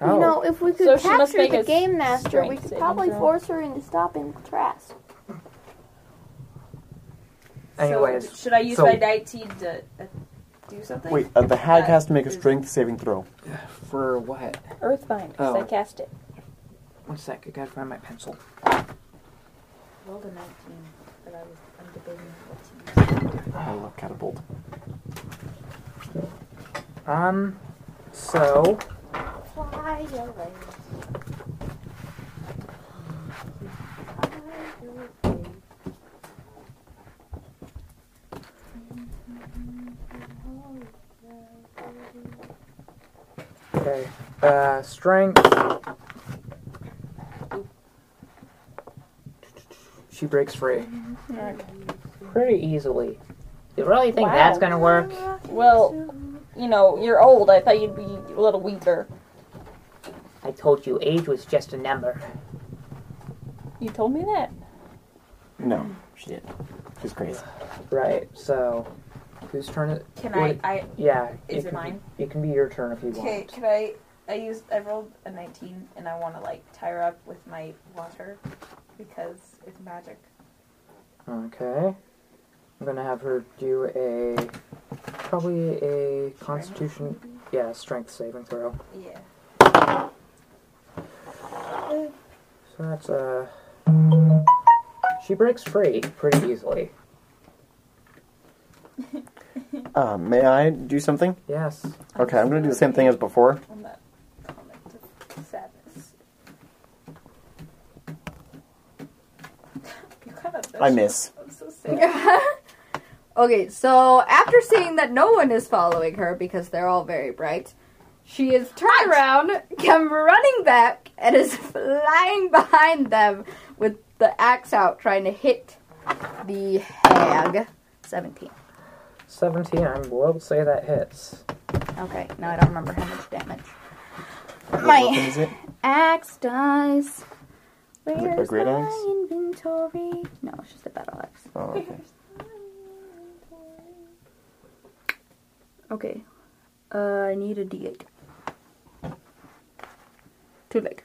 [SPEAKER 1] Oh,
[SPEAKER 7] You know, if we could
[SPEAKER 4] So she
[SPEAKER 7] capture
[SPEAKER 4] must make
[SPEAKER 7] the
[SPEAKER 4] a
[SPEAKER 7] game master, we
[SPEAKER 4] strength
[SPEAKER 7] could
[SPEAKER 4] saving
[SPEAKER 7] probably
[SPEAKER 4] throw.
[SPEAKER 7] force her into stopping Trask.
[SPEAKER 1] anyways.
[SPEAKER 2] so should I use
[SPEAKER 1] so-
[SPEAKER 2] my 19 to uh, do something?
[SPEAKER 6] Wait, uh, the hag has to make a strength saving throw.
[SPEAKER 1] For what?
[SPEAKER 4] Earthbind, 'cause I
[SPEAKER 1] Oh.
[SPEAKER 4] cast it.
[SPEAKER 1] One sec, I gotta find my pencil.
[SPEAKER 2] Rolled a 19, but I was I'm debating what to use.
[SPEAKER 6] I love catapult.
[SPEAKER 1] Um, so.
[SPEAKER 7] Fly away.
[SPEAKER 1] Okay. Uh, strength. She breaks free. Pretty easily. You really think
[SPEAKER 4] Wow.
[SPEAKER 1] that's gonna work?
[SPEAKER 4] Well, you know, you're old. I thought you'd be a little weaker.
[SPEAKER 10] I told you age was just a number.
[SPEAKER 4] You told me that.
[SPEAKER 6] No, she did. She's crazy.
[SPEAKER 1] Right, so. Whose turn it?
[SPEAKER 2] Can
[SPEAKER 1] Wait.
[SPEAKER 2] I? I
[SPEAKER 1] Yeah.
[SPEAKER 2] Is
[SPEAKER 1] can
[SPEAKER 2] it
[SPEAKER 1] be-
[SPEAKER 2] mine?
[SPEAKER 1] it can be your turn if you
[SPEAKER 2] okay.
[SPEAKER 1] want.
[SPEAKER 2] Can I? I used. I rolled a 19, and I want to like tie her up with my water because it's magic.
[SPEAKER 1] Okay. I'm gonna have her do a. Probably a constitution. Yeah, strength saving throw.
[SPEAKER 2] Yeah.
[SPEAKER 1] So that's Uh, she breaks free pretty easily.
[SPEAKER 6] Uh, may I do something?
[SPEAKER 1] Yes.
[SPEAKER 6] Okay, I'm going to do the same thing as before.
[SPEAKER 2] On that comment of sadness. You kind of.
[SPEAKER 6] I miss.
[SPEAKER 2] I'm so sad.
[SPEAKER 3] [laughs] okay, so after seeing that no one is following her because they're all very bright, she is turned around, [laughs] come running back, and is flying behind them with the axe out, trying to hit the hag. 17.
[SPEAKER 1] 17, I will say that hits.
[SPEAKER 3] Okay, now I don't remember how much damage.
[SPEAKER 6] What
[SPEAKER 3] My-
[SPEAKER 6] weapon is it?
[SPEAKER 3] Axe dice.
[SPEAKER 6] Is it a great axe?
[SPEAKER 3] Inventory. No, it's just a battle axe.
[SPEAKER 6] Oh, okay.
[SPEAKER 3] Okay. Uh, I need a d8. Too late.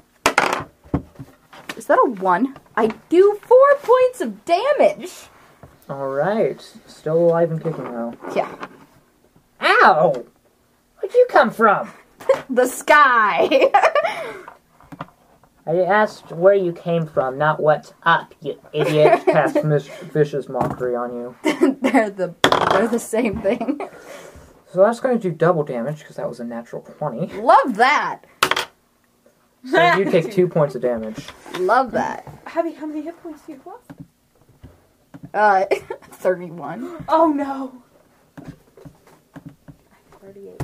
[SPEAKER 3] Is that a one? I do four points of damage.
[SPEAKER 1] Alright. Still alive and kicking, though.
[SPEAKER 3] Yeah.
[SPEAKER 1] Ow! Where'd you come from?
[SPEAKER 3] The sky. [laughs]
[SPEAKER 1] I asked where you came from, not what's up, you idiot. Cast mis- vicious mockery on you.
[SPEAKER 3] they're the they're the same thing. [laughs]
[SPEAKER 1] So that's going to do double damage because that was a natural 20.
[SPEAKER 3] Love that.
[SPEAKER 1] So you take two points of damage.
[SPEAKER 3] Love that.
[SPEAKER 2] Abby, how many hit points do you have left?
[SPEAKER 3] Uh, [laughs] thirty-one.
[SPEAKER 2] Oh no. Thirty-eight.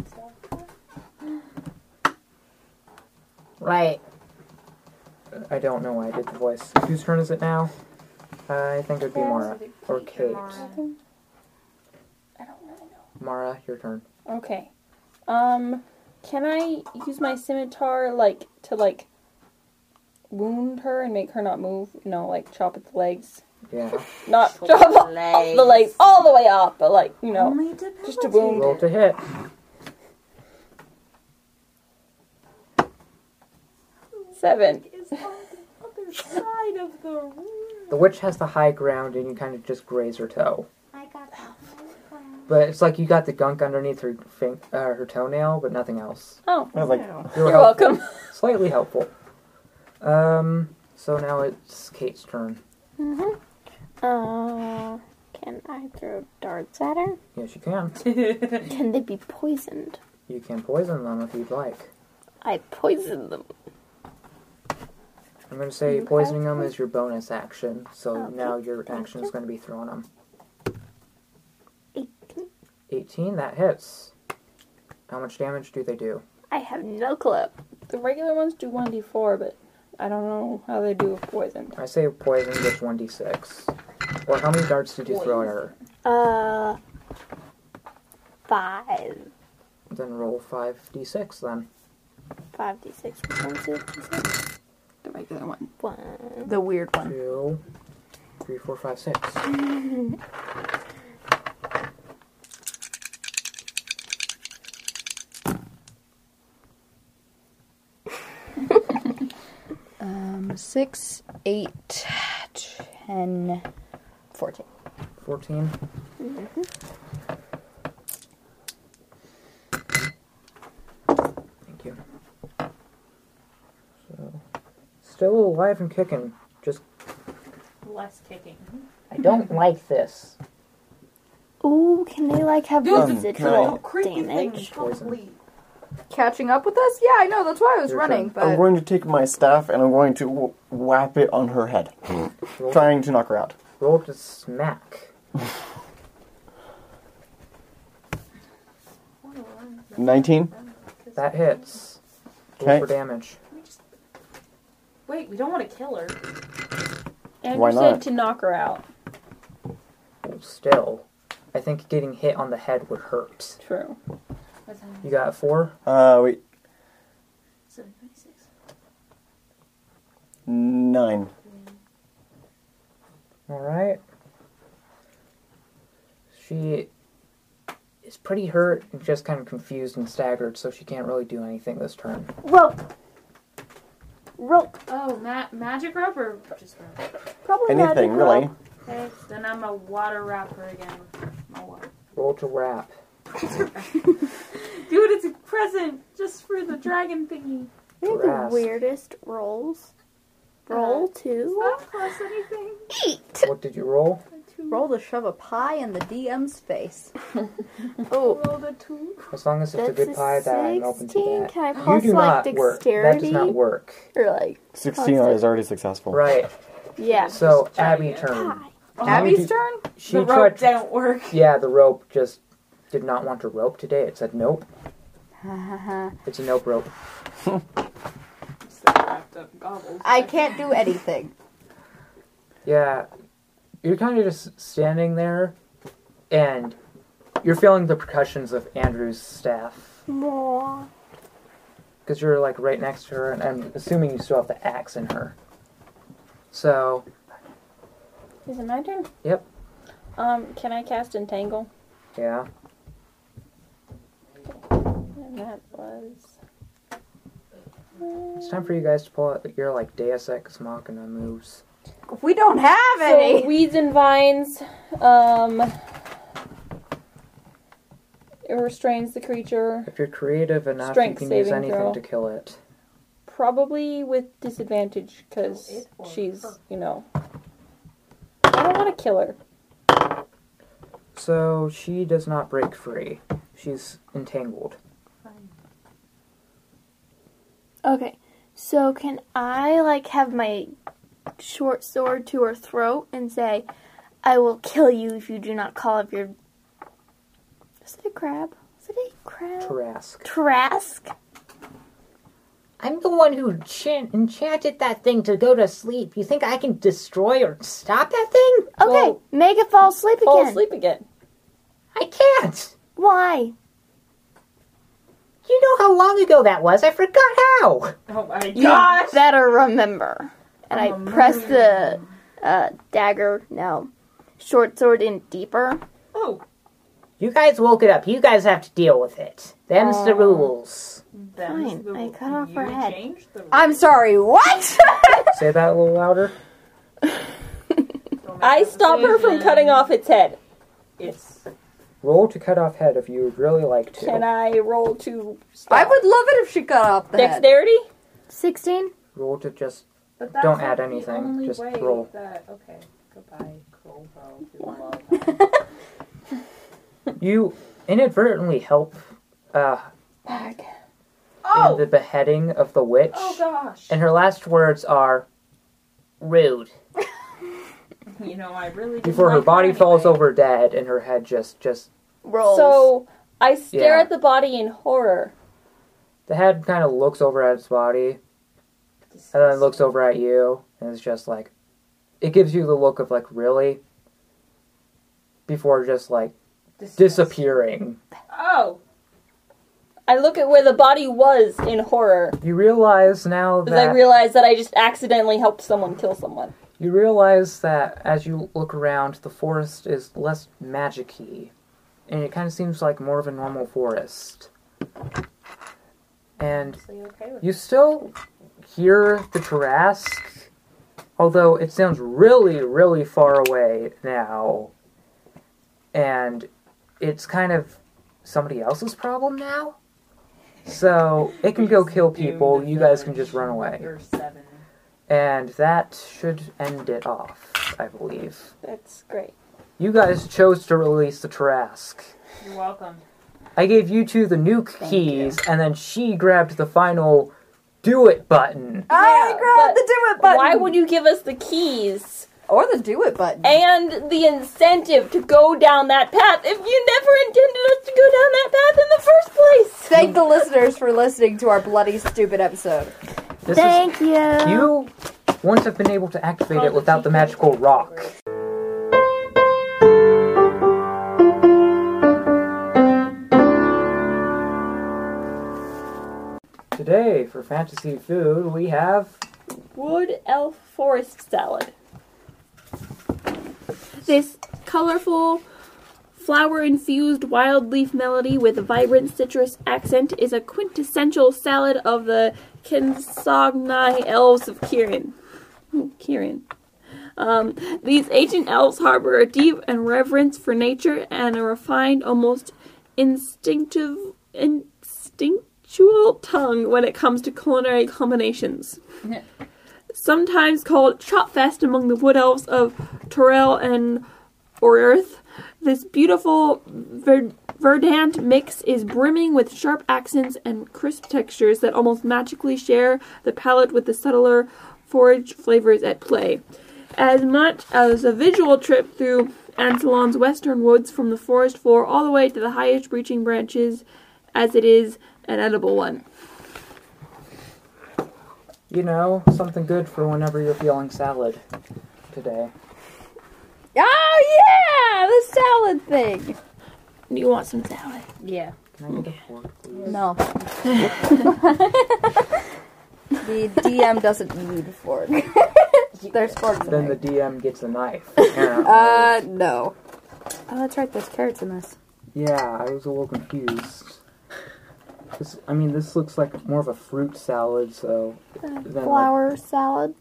[SPEAKER 10] Right.
[SPEAKER 1] I don't know why I did the voice. Whose turn is it now? I think it'd be Mara. Or Kate.
[SPEAKER 4] I don't really know.
[SPEAKER 1] Mara, your turn.
[SPEAKER 4] Okay. Um, can I use my scimitar like to like wound her and make her not move? You know, like chop at the legs.
[SPEAKER 1] Yeah.
[SPEAKER 4] Not
[SPEAKER 2] Chop
[SPEAKER 4] chop
[SPEAKER 2] the
[SPEAKER 4] off
[SPEAKER 2] legs.
[SPEAKER 4] the legs all the way up, but like you know, just to wound.
[SPEAKER 1] Roll to hit.
[SPEAKER 4] Seven.
[SPEAKER 2] Is on the other side of the room.
[SPEAKER 1] The witch has the high ground and you kind of just graze her toe.
[SPEAKER 7] I got that.
[SPEAKER 1] But it's like you got the gunk underneath her fin- uh, her toenail, but nothing
[SPEAKER 4] [laughs]
[SPEAKER 1] else.
[SPEAKER 4] Oh,
[SPEAKER 6] I
[SPEAKER 3] [laughs]
[SPEAKER 6] was like,
[SPEAKER 1] You're,
[SPEAKER 4] you're
[SPEAKER 1] help-
[SPEAKER 4] welcome.
[SPEAKER 1] Slightly helpful. Um. So now it's Kate's turn.
[SPEAKER 7] Mm-hmm. Uh, can I throw darts at her?
[SPEAKER 1] Yes, you can.
[SPEAKER 7] Can they be poisoned?
[SPEAKER 1] You can poison them if you'd like.
[SPEAKER 7] I poisoned them.
[SPEAKER 1] I'm gonna say
[SPEAKER 4] Mm-hmm.
[SPEAKER 1] poisoning them is your bonus action. So
[SPEAKER 4] Oh,
[SPEAKER 1] now your action is gonna be throwing them.
[SPEAKER 7] Eighteen.
[SPEAKER 1] 18. That hits. How much damage do they do?
[SPEAKER 7] I have no clue.
[SPEAKER 4] The regular ones do one d four, but I don't know how they do with poison.
[SPEAKER 1] I say poison gets 1d6. Or how many darts did you throw at her?
[SPEAKER 7] Uh, five.
[SPEAKER 1] Then roll 5d6 then.
[SPEAKER 4] 5d6 becomes it.
[SPEAKER 5] The regular one.
[SPEAKER 4] One.
[SPEAKER 5] The weird one.
[SPEAKER 1] Two, three, four, five, six.
[SPEAKER 5] Um, six, eight, ten, fourteen.
[SPEAKER 1] 14. Thank you. So, still alive and kicking. Just
[SPEAKER 4] Less kicking.
[SPEAKER 1] I don't like this.
[SPEAKER 7] Ooh, can they like have
[SPEAKER 6] Dude,
[SPEAKER 7] residual
[SPEAKER 2] Creepy
[SPEAKER 7] damage?
[SPEAKER 2] things probably.
[SPEAKER 3] Catching up with us? Yeah, I know. That's why I was
[SPEAKER 1] Your
[SPEAKER 3] running.
[SPEAKER 1] turn.
[SPEAKER 6] I'm
[SPEAKER 3] But
[SPEAKER 6] going to take my staff and I'm going to w- whap it on her head, trying to knock her out.
[SPEAKER 1] Roll to smack.
[SPEAKER 6] Nineteen.
[SPEAKER 1] That hits. Roll
[SPEAKER 6] Okay.
[SPEAKER 1] for damage.
[SPEAKER 2] Wait, we don't want to kill her.
[SPEAKER 4] Andrew
[SPEAKER 6] Why
[SPEAKER 4] said
[SPEAKER 6] not?
[SPEAKER 4] to knock her out.
[SPEAKER 1] Still, I think getting hit on the head would hurt.
[SPEAKER 4] True.
[SPEAKER 1] You got a four?
[SPEAKER 6] Uh, wait. Nine.
[SPEAKER 1] Alright. She is pretty hurt and just kind of confused and staggered, so she can't really do anything this turn.
[SPEAKER 7] Rope. Rope.
[SPEAKER 8] Oh, ma- magic rope or just rope?
[SPEAKER 7] Probably
[SPEAKER 6] Anything
[SPEAKER 7] magic
[SPEAKER 6] really?
[SPEAKER 7] rope.
[SPEAKER 8] Okay, then I'm a water wrapper again. with My water.
[SPEAKER 1] Roll to wrap.
[SPEAKER 8] Dude, it's a present just for the dragon thingy.
[SPEAKER 7] They have the
[SPEAKER 1] Grass.
[SPEAKER 7] weirdest rolls. Roll two.
[SPEAKER 8] Not plus anything.
[SPEAKER 7] Uh, Eight.
[SPEAKER 1] What did you roll?
[SPEAKER 3] roll to shove a pie in the DM's face.
[SPEAKER 8] Roll the two.
[SPEAKER 1] As long as it's
[SPEAKER 7] That's
[SPEAKER 1] a good pie, that I'm open
[SPEAKER 7] sixteen.
[SPEAKER 1] to
[SPEAKER 7] Can I
[SPEAKER 1] that.
[SPEAKER 7] plus
[SPEAKER 1] you do
[SPEAKER 7] like
[SPEAKER 1] not work. That does
[SPEAKER 7] dexterity
[SPEAKER 1] not work.
[SPEAKER 7] or like
[SPEAKER 6] Sixteen
[SPEAKER 7] Awesome.
[SPEAKER 6] is already successful.
[SPEAKER 1] Right.
[SPEAKER 7] yeah?
[SPEAKER 1] So Abby turn.
[SPEAKER 3] Abby's turn?
[SPEAKER 1] She
[SPEAKER 2] The rope
[SPEAKER 1] tried-
[SPEAKER 2] didn't work. [laughs]
[SPEAKER 1] Yeah, the rope just did not want to rope today. It said
[SPEAKER 7] [laughs]
[SPEAKER 1] nope. it's a nope rope.
[SPEAKER 2] wrapped up gobbles.
[SPEAKER 3] I can't do anything.
[SPEAKER 1] Yeah, you're kind of just standing there, and you're feeling the percussions of Andrew's staff
[SPEAKER 7] More.
[SPEAKER 1] because you're like right next to her, and I'm assuming you still have the axe in her. So
[SPEAKER 4] Is it my turn?
[SPEAKER 1] Yep.
[SPEAKER 4] Um, can I cast Entangle?
[SPEAKER 1] yeah,
[SPEAKER 4] And that was.
[SPEAKER 1] it's time for you guys to pull out your like Deus Ex Machina moves.
[SPEAKER 3] We don't have
[SPEAKER 4] So
[SPEAKER 3] any.
[SPEAKER 4] weeds and vines, um, it restrains the creature,
[SPEAKER 1] If you're creative enough,
[SPEAKER 4] Strength
[SPEAKER 1] you can use
[SPEAKER 4] saving
[SPEAKER 1] anything
[SPEAKER 4] throw.
[SPEAKER 1] to kill it.
[SPEAKER 4] probably with disadvantage because she's, you know, I don't want to kill her.
[SPEAKER 1] So she does not break free. She's entangled.
[SPEAKER 7] Okay. So can I like have my short sword to her throat and say, "I will kill you if you do not call up your." Is it a crab? Is it a crab?
[SPEAKER 1] Trask.
[SPEAKER 7] Trask.
[SPEAKER 11] I'm the one who chan- enchanted that thing to go to sleep. You think I can destroy or stop that thing?
[SPEAKER 7] Okay,
[SPEAKER 4] Well,
[SPEAKER 7] make it fall asleep
[SPEAKER 4] Fall
[SPEAKER 7] again.
[SPEAKER 4] asleep again.
[SPEAKER 11] I can't.
[SPEAKER 7] Why?
[SPEAKER 11] You know how long ago that was. I forgot how.
[SPEAKER 2] Oh my
[SPEAKER 7] You
[SPEAKER 2] gosh!
[SPEAKER 7] better remember. And I
[SPEAKER 2] Remember.
[SPEAKER 7] press the uh, dagger, no, short sword in deeper.
[SPEAKER 2] Oh,
[SPEAKER 11] You guys woke it up. You guys have to deal with it. Them's the rules.
[SPEAKER 2] that's
[SPEAKER 7] Fine, I cut off
[SPEAKER 2] you
[SPEAKER 7] her head.
[SPEAKER 2] changed the
[SPEAKER 3] I'm sorry, what?
[SPEAKER 1] Say that a little louder.
[SPEAKER 4] I stop her from cutting off its head.
[SPEAKER 2] It's
[SPEAKER 1] Roll to cut off head if you would really like to.
[SPEAKER 4] Can I roll to stop?
[SPEAKER 3] I would love it if she cut off the head.
[SPEAKER 4] dexterity?
[SPEAKER 7] 16?
[SPEAKER 1] Roll to just
[SPEAKER 8] But that's
[SPEAKER 1] Don't
[SPEAKER 8] not
[SPEAKER 1] add
[SPEAKER 8] the
[SPEAKER 1] anything,
[SPEAKER 8] only
[SPEAKER 1] just
[SPEAKER 8] way
[SPEAKER 1] roll.
[SPEAKER 8] That, okay, goodbye, Kobo. You love
[SPEAKER 2] [laughs]
[SPEAKER 1] you inadvertently help uh
[SPEAKER 4] Oh.
[SPEAKER 1] in the beheading of the witch.
[SPEAKER 8] Oh gosh.
[SPEAKER 1] and her last words are
[SPEAKER 11] Rude.
[SPEAKER 2] you know I really didn't
[SPEAKER 1] before her
[SPEAKER 2] like
[SPEAKER 1] body
[SPEAKER 2] anyway.
[SPEAKER 1] falls over dead and her head just just
[SPEAKER 7] Rolls.
[SPEAKER 4] So I stare
[SPEAKER 1] Yeah.
[SPEAKER 4] at the body in horror.
[SPEAKER 1] the head kind of looks over at its body and then looks over at you and it's just like it gives you the look of like really before just like
[SPEAKER 2] Disgust.
[SPEAKER 1] disappearing
[SPEAKER 2] Oh,
[SPEAKER 4] I look at where the body was in horror
[SPEAKER 1] You realize now
[SPEAKER 4] because I
[SPEAKER 1] that
[SPEAKER 4] realize that I just accidentally helped someone kill someone.
[SPEAKER 1] you realize that as you look around, the forest is less magicy, and it kind of seems like more of a normal forest. And you still hear the Tarrasque, although it sounds really, really far away now. And it's kind of somebody else's problem now. So it can go kill people, you guys can just run away.
[SPEAKER 2] You're seven.
[SPEAKER 1] And that should end it off, I believe.
[SPEAKER 4] That's great.
[SPEAKER 1] You guys chose to release the Tarrasque.
[SPEAKER 8] You're welcome.
[SPEAKER 1] I gave you two the nuke keys, and then she grabbed the final do it button.
[SPEAKER 3] I grabbed the do it button.
[SPEAKER 4] Why would you give us the keys
[SPEAKER 3] or the do it button?
[SPEAKER 4] and the incentive to go down that path if you never intended us to go down that path in the first place?
[SPEAKER 3] Thank the listeners for listening to our bloody stupid episode.
[SPEAKER 1] This
[SPEAKER 7] Thank you.
[SPEAKER 1] is you wouldn't have been able to activate it without the magical rock. Today for fantasy food we have
[SPEAKER 4] Wood elf forest salad. This colorful, flower infused wild leaf melody with a vibrant citrus accent is a quintessential salad of the Kinsognai elves of Kirin. [laughs] Ooh, Kirin. Um, these ancient elves harbor a deep and reverence for nature and a refined, almost instinctive, instinctual tongue when it comes to culinary combinations sometimes called Chopfest among the wood elves of Torel and Orith. This beautiful ver- verdant mix is brimming with sharp accents and crisp textures that almost magically share the palate with the subtler forage flavors at play. As much as a visual trip through Ancelon's western woods from the forest floor all the way to the highest reaching branches as it is an edible one.
[SPEAKER 1] you know, something good for whenever you're feeling salad today.
[SPEAKER 3] Oh yeah, the salad thing.
[SPEAKER 4] Do you want some salad?
[SPEAKER 2] Yeah.
[SPEAKER 1] Can I get a fork, please?
[SPEAKER 3] No. the DM doesn't need [laughs] fork. There's forks.
[SPEAKER 1] Then the DM gets a knife. apparently.
[SPEAKER 3] Uh, no. Oh, that's right. There's carrots in this.
[SPEAKER 1] yeah, I was a little confused. This, I mean, this looks like more of a fruit salad, so then like,
[SPEAKER 7] Flour salad.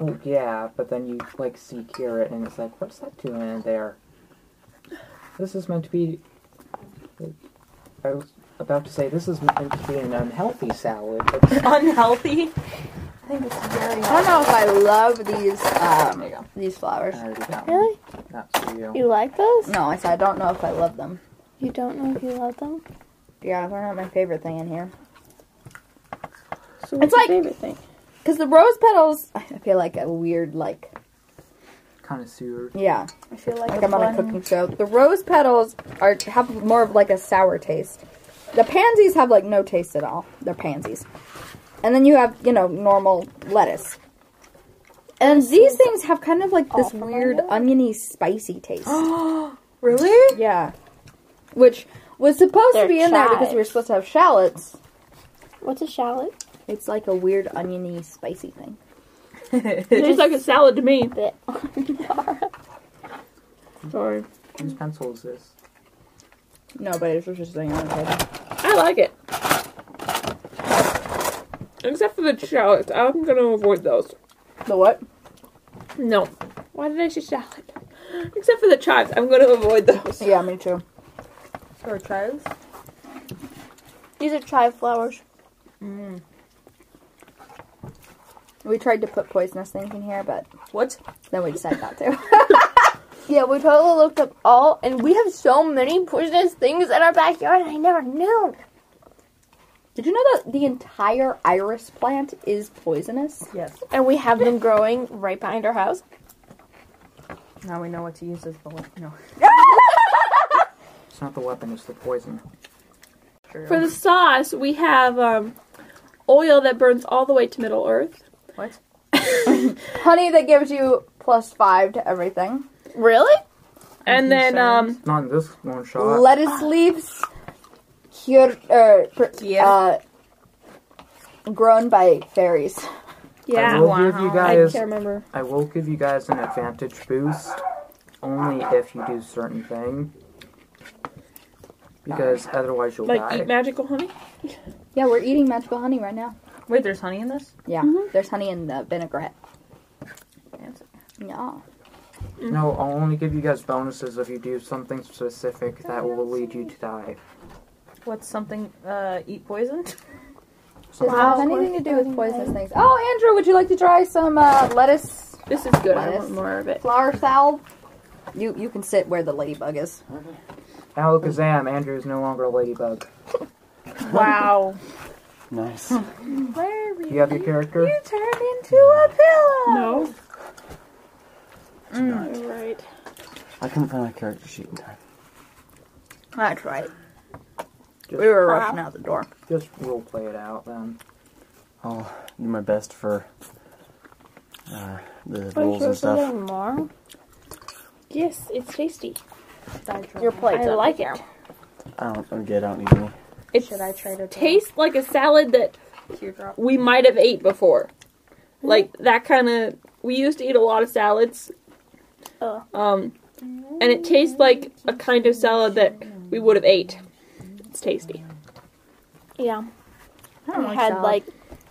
[SPEAKER 1] Oh, yeah, but then you like see carrot and it's like, what's that doing in there? This is meant to be. I was about to say this is meant to be an unhealthy salad, but
[SPEAKER 4] Unhealthy?
[SPEAKER 3] I think it's very. I don't know if I love these
[SPEAKER 1] There you go.
[SPEAKER 3] um these flowers.
[SPEAKER 1] I already got one.
[SPEAKER 7] Really?
[SPEAKER 1] Not for you.
[SPEAKER 7] You like those?
[SPEAKER 3] No, I said I don't know if I love them.
[SPEAKER 7] You don't know if you love them?
[SPEAKER 3] Yeah, they're not my favorite thing in here.
[SPEAKER 4] So
[SPEAKER 3] It's
[SPEAKER 4] what's your
[SPEAKER 3] like-
[SPEAKER 4] favorite thing?
[SPEAKER 3] Cause the rose petals, I feel like a weird like
[SPEAKER 1] Connoisseur.
[SPEAKER 3] yeah,
[SPEAKER 7] I feel
[SPEAKER 3] like I'm on a cooking show. The rose petals are have more of like a sour taste. The pansies have like no taste at all. They're pansies, and then you have you know normal lettuce. And these things have kind of like this weird oniony, spicy taste.
[SPEAKER 2] Really?
[SPEAKER 3] yeah, which was supposed to
[SPEAKER 7] They're
[SPEAKER 3] be in there because we were
[SPEAKER 7] chives.
[SPEAKER 3] supposed to have shallots.
[SPEAKER 7] What's a shallot?
[SPEAKER 3] It's like a weird oniony, spicy thing.
[SPEAKER 4] It tastes like a salad to me. Sorry.
[SPEAKER 1] Whose pencil is this?
[SPEAKER 3] No, but it's just thing on the table.
[SPEAKER 4] I like it. Except for the shallots. I'm gonna avoid those.
[SPEAKER 3] The what?
[SPEAKER 4] No. Why did I say shallot? Except for the chives. I'm gonna avoid those.
[SPEAKER 3] Yeah, me too.
[SPEAKER 2] For trials?
[SPEAKER 7] [laughs] These are chive flowers.
[SPEAKER 3] We tried to put poisonous things in here, but
[SPEAKER 4] What?
[SPEAKER 3] then we decided not to. [laughs]
[SPEAKER 7] Yeah, we totally looked up all, and we have so many poisonous things in our backyard, and I never knew.
[SPEAKER 3] Did you know that the entire iris plant is poisonous?
[SPEAKER 2] Yes.
[SPEAKER 7] And we have them growing right behind our house.
[SPEAKER 2] Now we know what to use as the weapon. No.
[SPEAKER 1] It's not the weapon, it's the poison.
[SPEAKER 4] For the sauce, we have um, oil that burns all the way to Middle Earth.
[SPEAKER 3] Honey that gives you plus five to everything.
[SPEAKER 7] Really?
[SPEAKER 4] And then um,
[SPEAKER 1] Not in this one shot.
[SPEAKER 3] Lettuce leaves, cured, er, per,
[SPEAKER 2] Yeah.
[SPEAKER 3] uh, grown by fairies.
[SPEAKER 1] I
[SPEAKER 4] Yeah.
[SPEAKER 1] will give you
[SPEAKER 2] Wow.
[SPEAKER 4] I
[SPEAKER 1] guys.
[SPEAKER 4] can't remember.
[SPEAKER 1] I will give you guys an advantage boost, only if you do certain thing, because otherwise you'll
[SPEAKER 4] Like
[SPEAKER 1] die.
[SPEAKER 4] eat magical honey?
[SPEAKER 3] Yeah, we're eating magical honey right now.
[SPEAKER 2] Wait, there's honey in this?
[SPEAKER 3] Yeah, there's honey in the vinaigrette. Yeah.
[SPEAKER 1] No, I'll only give you guys bonuses if you do something specific that will lead you to die.
[SPEAKER 2] What's something? Uh, eat poison?
[SPEAKER 3] Does it
[SPEAKER 4] Wow.
[SPEAKER 3] have anything to do with poisonous things? Oh, Andrew, would you like to try some uh, lettuce
[SPEAKER 4] This is good. I want
[SPEAKER 3] Lettuce.
[SPEAKER 4] more of it.
[SPEAKER 3] flower salad? You you can sit where the ladybug is.
[SPEAKER 1] Alakazam, Andrew's no longer a ladybug.
[SPEAKER 2] [laughs] Wow.
[SPEAKER 6] Nice.
[SPEAKER 3] Hmm.
[SPEAKER 1] Do you have your character?
[SPEAKER 2] Turned into a pillow.
[SPEAKER 4] No. All right.
[SPEAKER 6] I couldn't find my character sheet in time.
[SPEAKER 3] That's right.
[SPEAKER 1] Just-
[SPEAKER 3] we were rushing out the door.
[SPEAKER 1] Just role play it out then.
[SPEAKER 6] I'll do my best for uh, the
[SPEAKER 7] Are you
[SPEAKER 6] rules
[SPEAKER 7] sure
[SPEAKER 6] and
[SPEAKER 7] for
[SPEAKER 6] stuff.
[SPEAKER 7] more?
[SPEAKER 4] Yes, it's tasty.
[SPEAKER 5] Your plate's
[SPEAKER 4] I
[SPEAKER 5] up.
[SPEAKER 4] like it.
[SPEAKER 6] I don't. I'm good. I don't need any.
[SPEAKER 4] It
[SPEAKER 8] Should I trade it?
[SPEAKER 4] tastes like a salad that
[SPEAKER 8] Teardrop.
[SPEAKER 4] we might have ate before. Like that kind of. We used to eat a lot of salads.
[SPEAKER 7] Ugh.
[SPEAKER 4] Um, and it tastes like a kind of salad that we would have ate. It's tasty.
[SPEAKER 7] Yeah.
[SPEAKER 3] I
[SPEAKER 7] I had like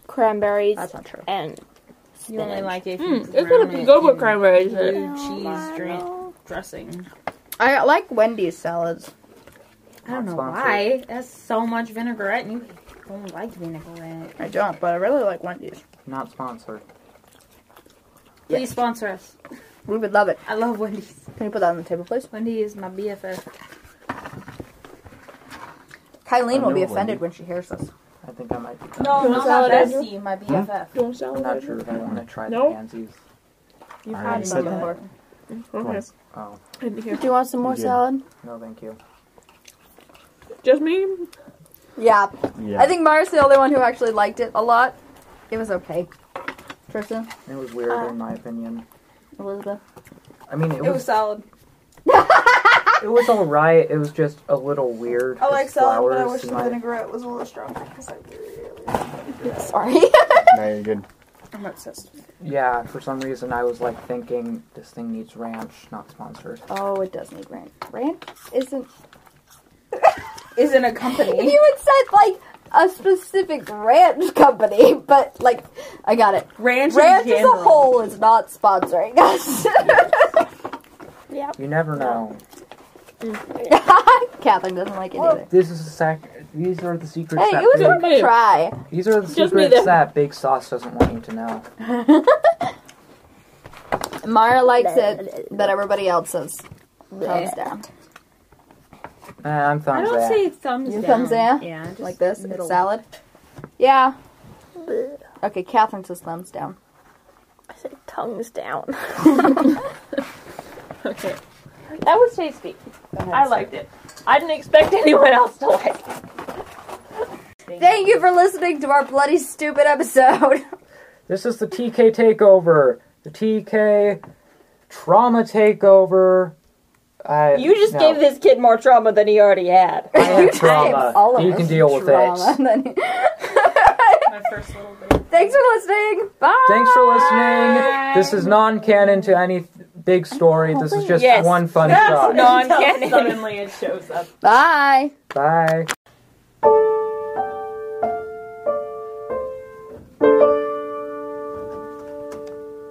[SPEAKER 7] cranberries
[SPEAKER 3] That's not true.
[SPEAKER 7] and
[SPEAKER 2] You only
[SPEAKER 7] spinach.
[SPEAKER 2] like Hmm. it. if you
[SPEAKER 4] Mm, it's
[SPEAKER 2] drown
[SPEAKER 4] gonna be good with
[SPEAKER 2] in
[SPEAKER 4] cranberries. in it.
[SPEAKER 2] Blue cheese drink dressing.
[SPEAKER 3] I like Wendy's salads.
[SPEAKER 2] I don't know
[SPEAKER 1] Sponsored.
[SPEAKER 2] why. That's so much vinaigrette, and you don't like vinaigrette.
[SPEAKER 3] I don't, but I really like Wendy's.
[SPEAKER 1] Not sponsored.
[SPEAKER 2] Please sponsor us.
[SPEAKER 3] We would love it.
[SPEAKER 2] I love Wendy's.
[SPEAKER 3] Can you put that on the table, please?
[SPEAKER 2] Wendy is my BFF.
[SPEAKER 3] Kylie
[SPEAKER 6] I
[SPEAKER 3] will be
[SPEAKER 6] know
[SPEAKER 3] offended
[SPEAKER 6] Wendy.
[SPEAKER 3] when she hears this.
[SPEAKER 1] I think I might be done.
[SPEAKER 2] No,
[SPEAKER 4] You want
[SPEAKER 2] not
[SPEAKER 4] salad,
[SPEAKER 2] that
[SPEAKER 4] Andrew?
[SPEAKER 2] Bessie, my BFF.
[SPEAKER 4] You want salad?
[SPEAKER 1] I'm not
[SPEAKER 4] Andrew?
[SPEAKER 1] sure if I want to try
[SPEAKER 4] No?
[SPEAKER 1] the pansies.
[SPEAKER 6] I
[SPEAKER 2] had
[SPEAKER 6] already
[SPEAKER 2] some
[SPEAKER 6] said that.
[SPEAKER 2] before.
[SPEAKER 4] Okay.
[SPEAKER 6] Twice.
[SPEAKER 1] Oh,
[SPEAKER 4] I didn't hear.
[SPEAKER 7] Do you want some more
[SPEAKER 6] You did.
[SPEAKER 7] salad?
[SPEAKER 1] no, thank you.
[SPEAKER 4] Just me?
[SPEAKER 3] Yeah,
[SPEAKER 6] Yeah.
[SPEAKER 3] I think Mara's the only one who actually liked it a lot. It was okay. Tristan,
[SPEAKER 1] It was weird, in my opinion.
[SPEAKER 3] Elizabeth.
[SPEAKER 1] I mean, it,
[SPEAKER 2] Uh, It was
[SPEAKER 1] was,
[SPEAKER 2] salad.
[SPEAKER 1] it was all right. It was just a little weird.
[SPEAKER 2] I like
[SPEAKER 1] It's
[SPEAKER 2] salad, but I
[SPEAKER 1] flowers
[SPEAKER 2] wish
[SPEAKER 1] in
[SPEAKER 2] the
[SPEAKER 1] my-
[SPEAKER 2] vinaigrette was a little stronger because I really,
[SPEAKER 3] Sorry. [laughs]
[SPEAKER 6] No, you're good.
[SPEAKER 2] I'm obsessed.
[SPEAKER 1] Yeah, for some reason I was like thinking this thing needs ranch, not sponsored.
[SPEAKER 3] oh, it does need ranch. Ranch isn't.
[SPEAKER 2] Isn't a company.
[SPEAKER 3] If
[SPEAKER 2] [laughs]
[SPEAKER 3] you had said like a specific ranch company, [laughs] but like, I got it.
[SPEAKER 2] Ranch,
[SPEAKER 3] Ranch
[SPEAKER 2] in
[SPEAKER 3] as a
[SPEAKER 2] general.
[SPEAKER 3] whole is not sponsoring [laughs] us.
[SPEAKER 2] Oh.
[SPEAKER 1] You never know.
[SPEAKER 3] Catherine doesn't like it either.
[SPEAKER 1] This is a sac- These are the secrets
[SPEAKER 3] Hey,
[SPEAKER 1] that
[SPEAKER 3] it was
[SPEAKER 1] big-
[SPEAKER 3] worth a try.
[SPEAKER 1] These are the
[SPEAKER 4] Just me
[SPEAKER 1] secrets
[SPEAKER 4] then.
[SPEAKER 1] that Big Sauce doesn't want you to know.
[SPEAKER 3] Mara likes it, but everybody else is thumbs down.
[SPEAKER 1] Eh, I'm
[SPEAKER 2] I
[SPEAKER 1] thumbs
[SPEAKER 2] don't
[SPEAKER 1] up.
[SPEAKER 2] say thumbs
[SPEAKER 3] You
[SPEAKER 2] down.
[SPEAKER 3] thumbs down?
[SPEAKER 2] Yeah, just
[SPEAKER 3] Like this,
[SPEAKER 2] middle.
[SPEAKER 3] it's salad. Yeah. Okay, Catherine says thumbs down.
[SPEAKER 7] I said tongues down. [laughs]
[SPEAKER 4] Okay. That was tasty. I liked it. I didn't expect [laughs] anyone else to like it.
[SPEAKER 3] Thank you for listening to our bloody stupid episode.
[SPEAKER 2] [laughs]
[SPEAKER 1] This is the TK takeover. The TK trauma takeover. I,
[SPEAKER 4] You just
[SPEAKER 1] no.
[SPEAKER 4] gave this kid more trauma than he already had.
[SPEAKER 1] I
[SPEAKER 3] [laughs]
[SPEAKER 1] had
[SPEAKER 3] gave
[SPEAKER 1] trauma.
[SPEAKER 3] all of
[SPEAKER 1] you
[SPEAKER 3] us
[SPEAKER 1] can deal with
[SPEAKER 3] trauma. [laughs]
[SPEAKER 1] it.
[SPEAKER 2] My first little bit.
[SPEAKER 3] Thanks for listening. Bye.
[SPEAKER 1] Thanks for listening. This is non-canon to any big story. This is just
[SPEAKER 4] Yes.
[SPEAKER 2] [laughs]
[SPEAKER 1] one fun shot.
[SPEAKER 4] [laughs] non
[SPEAKER 2] Suddenly it shows up.
[SPEAKER 3] Bye.
[SPEAKER 1] Bye.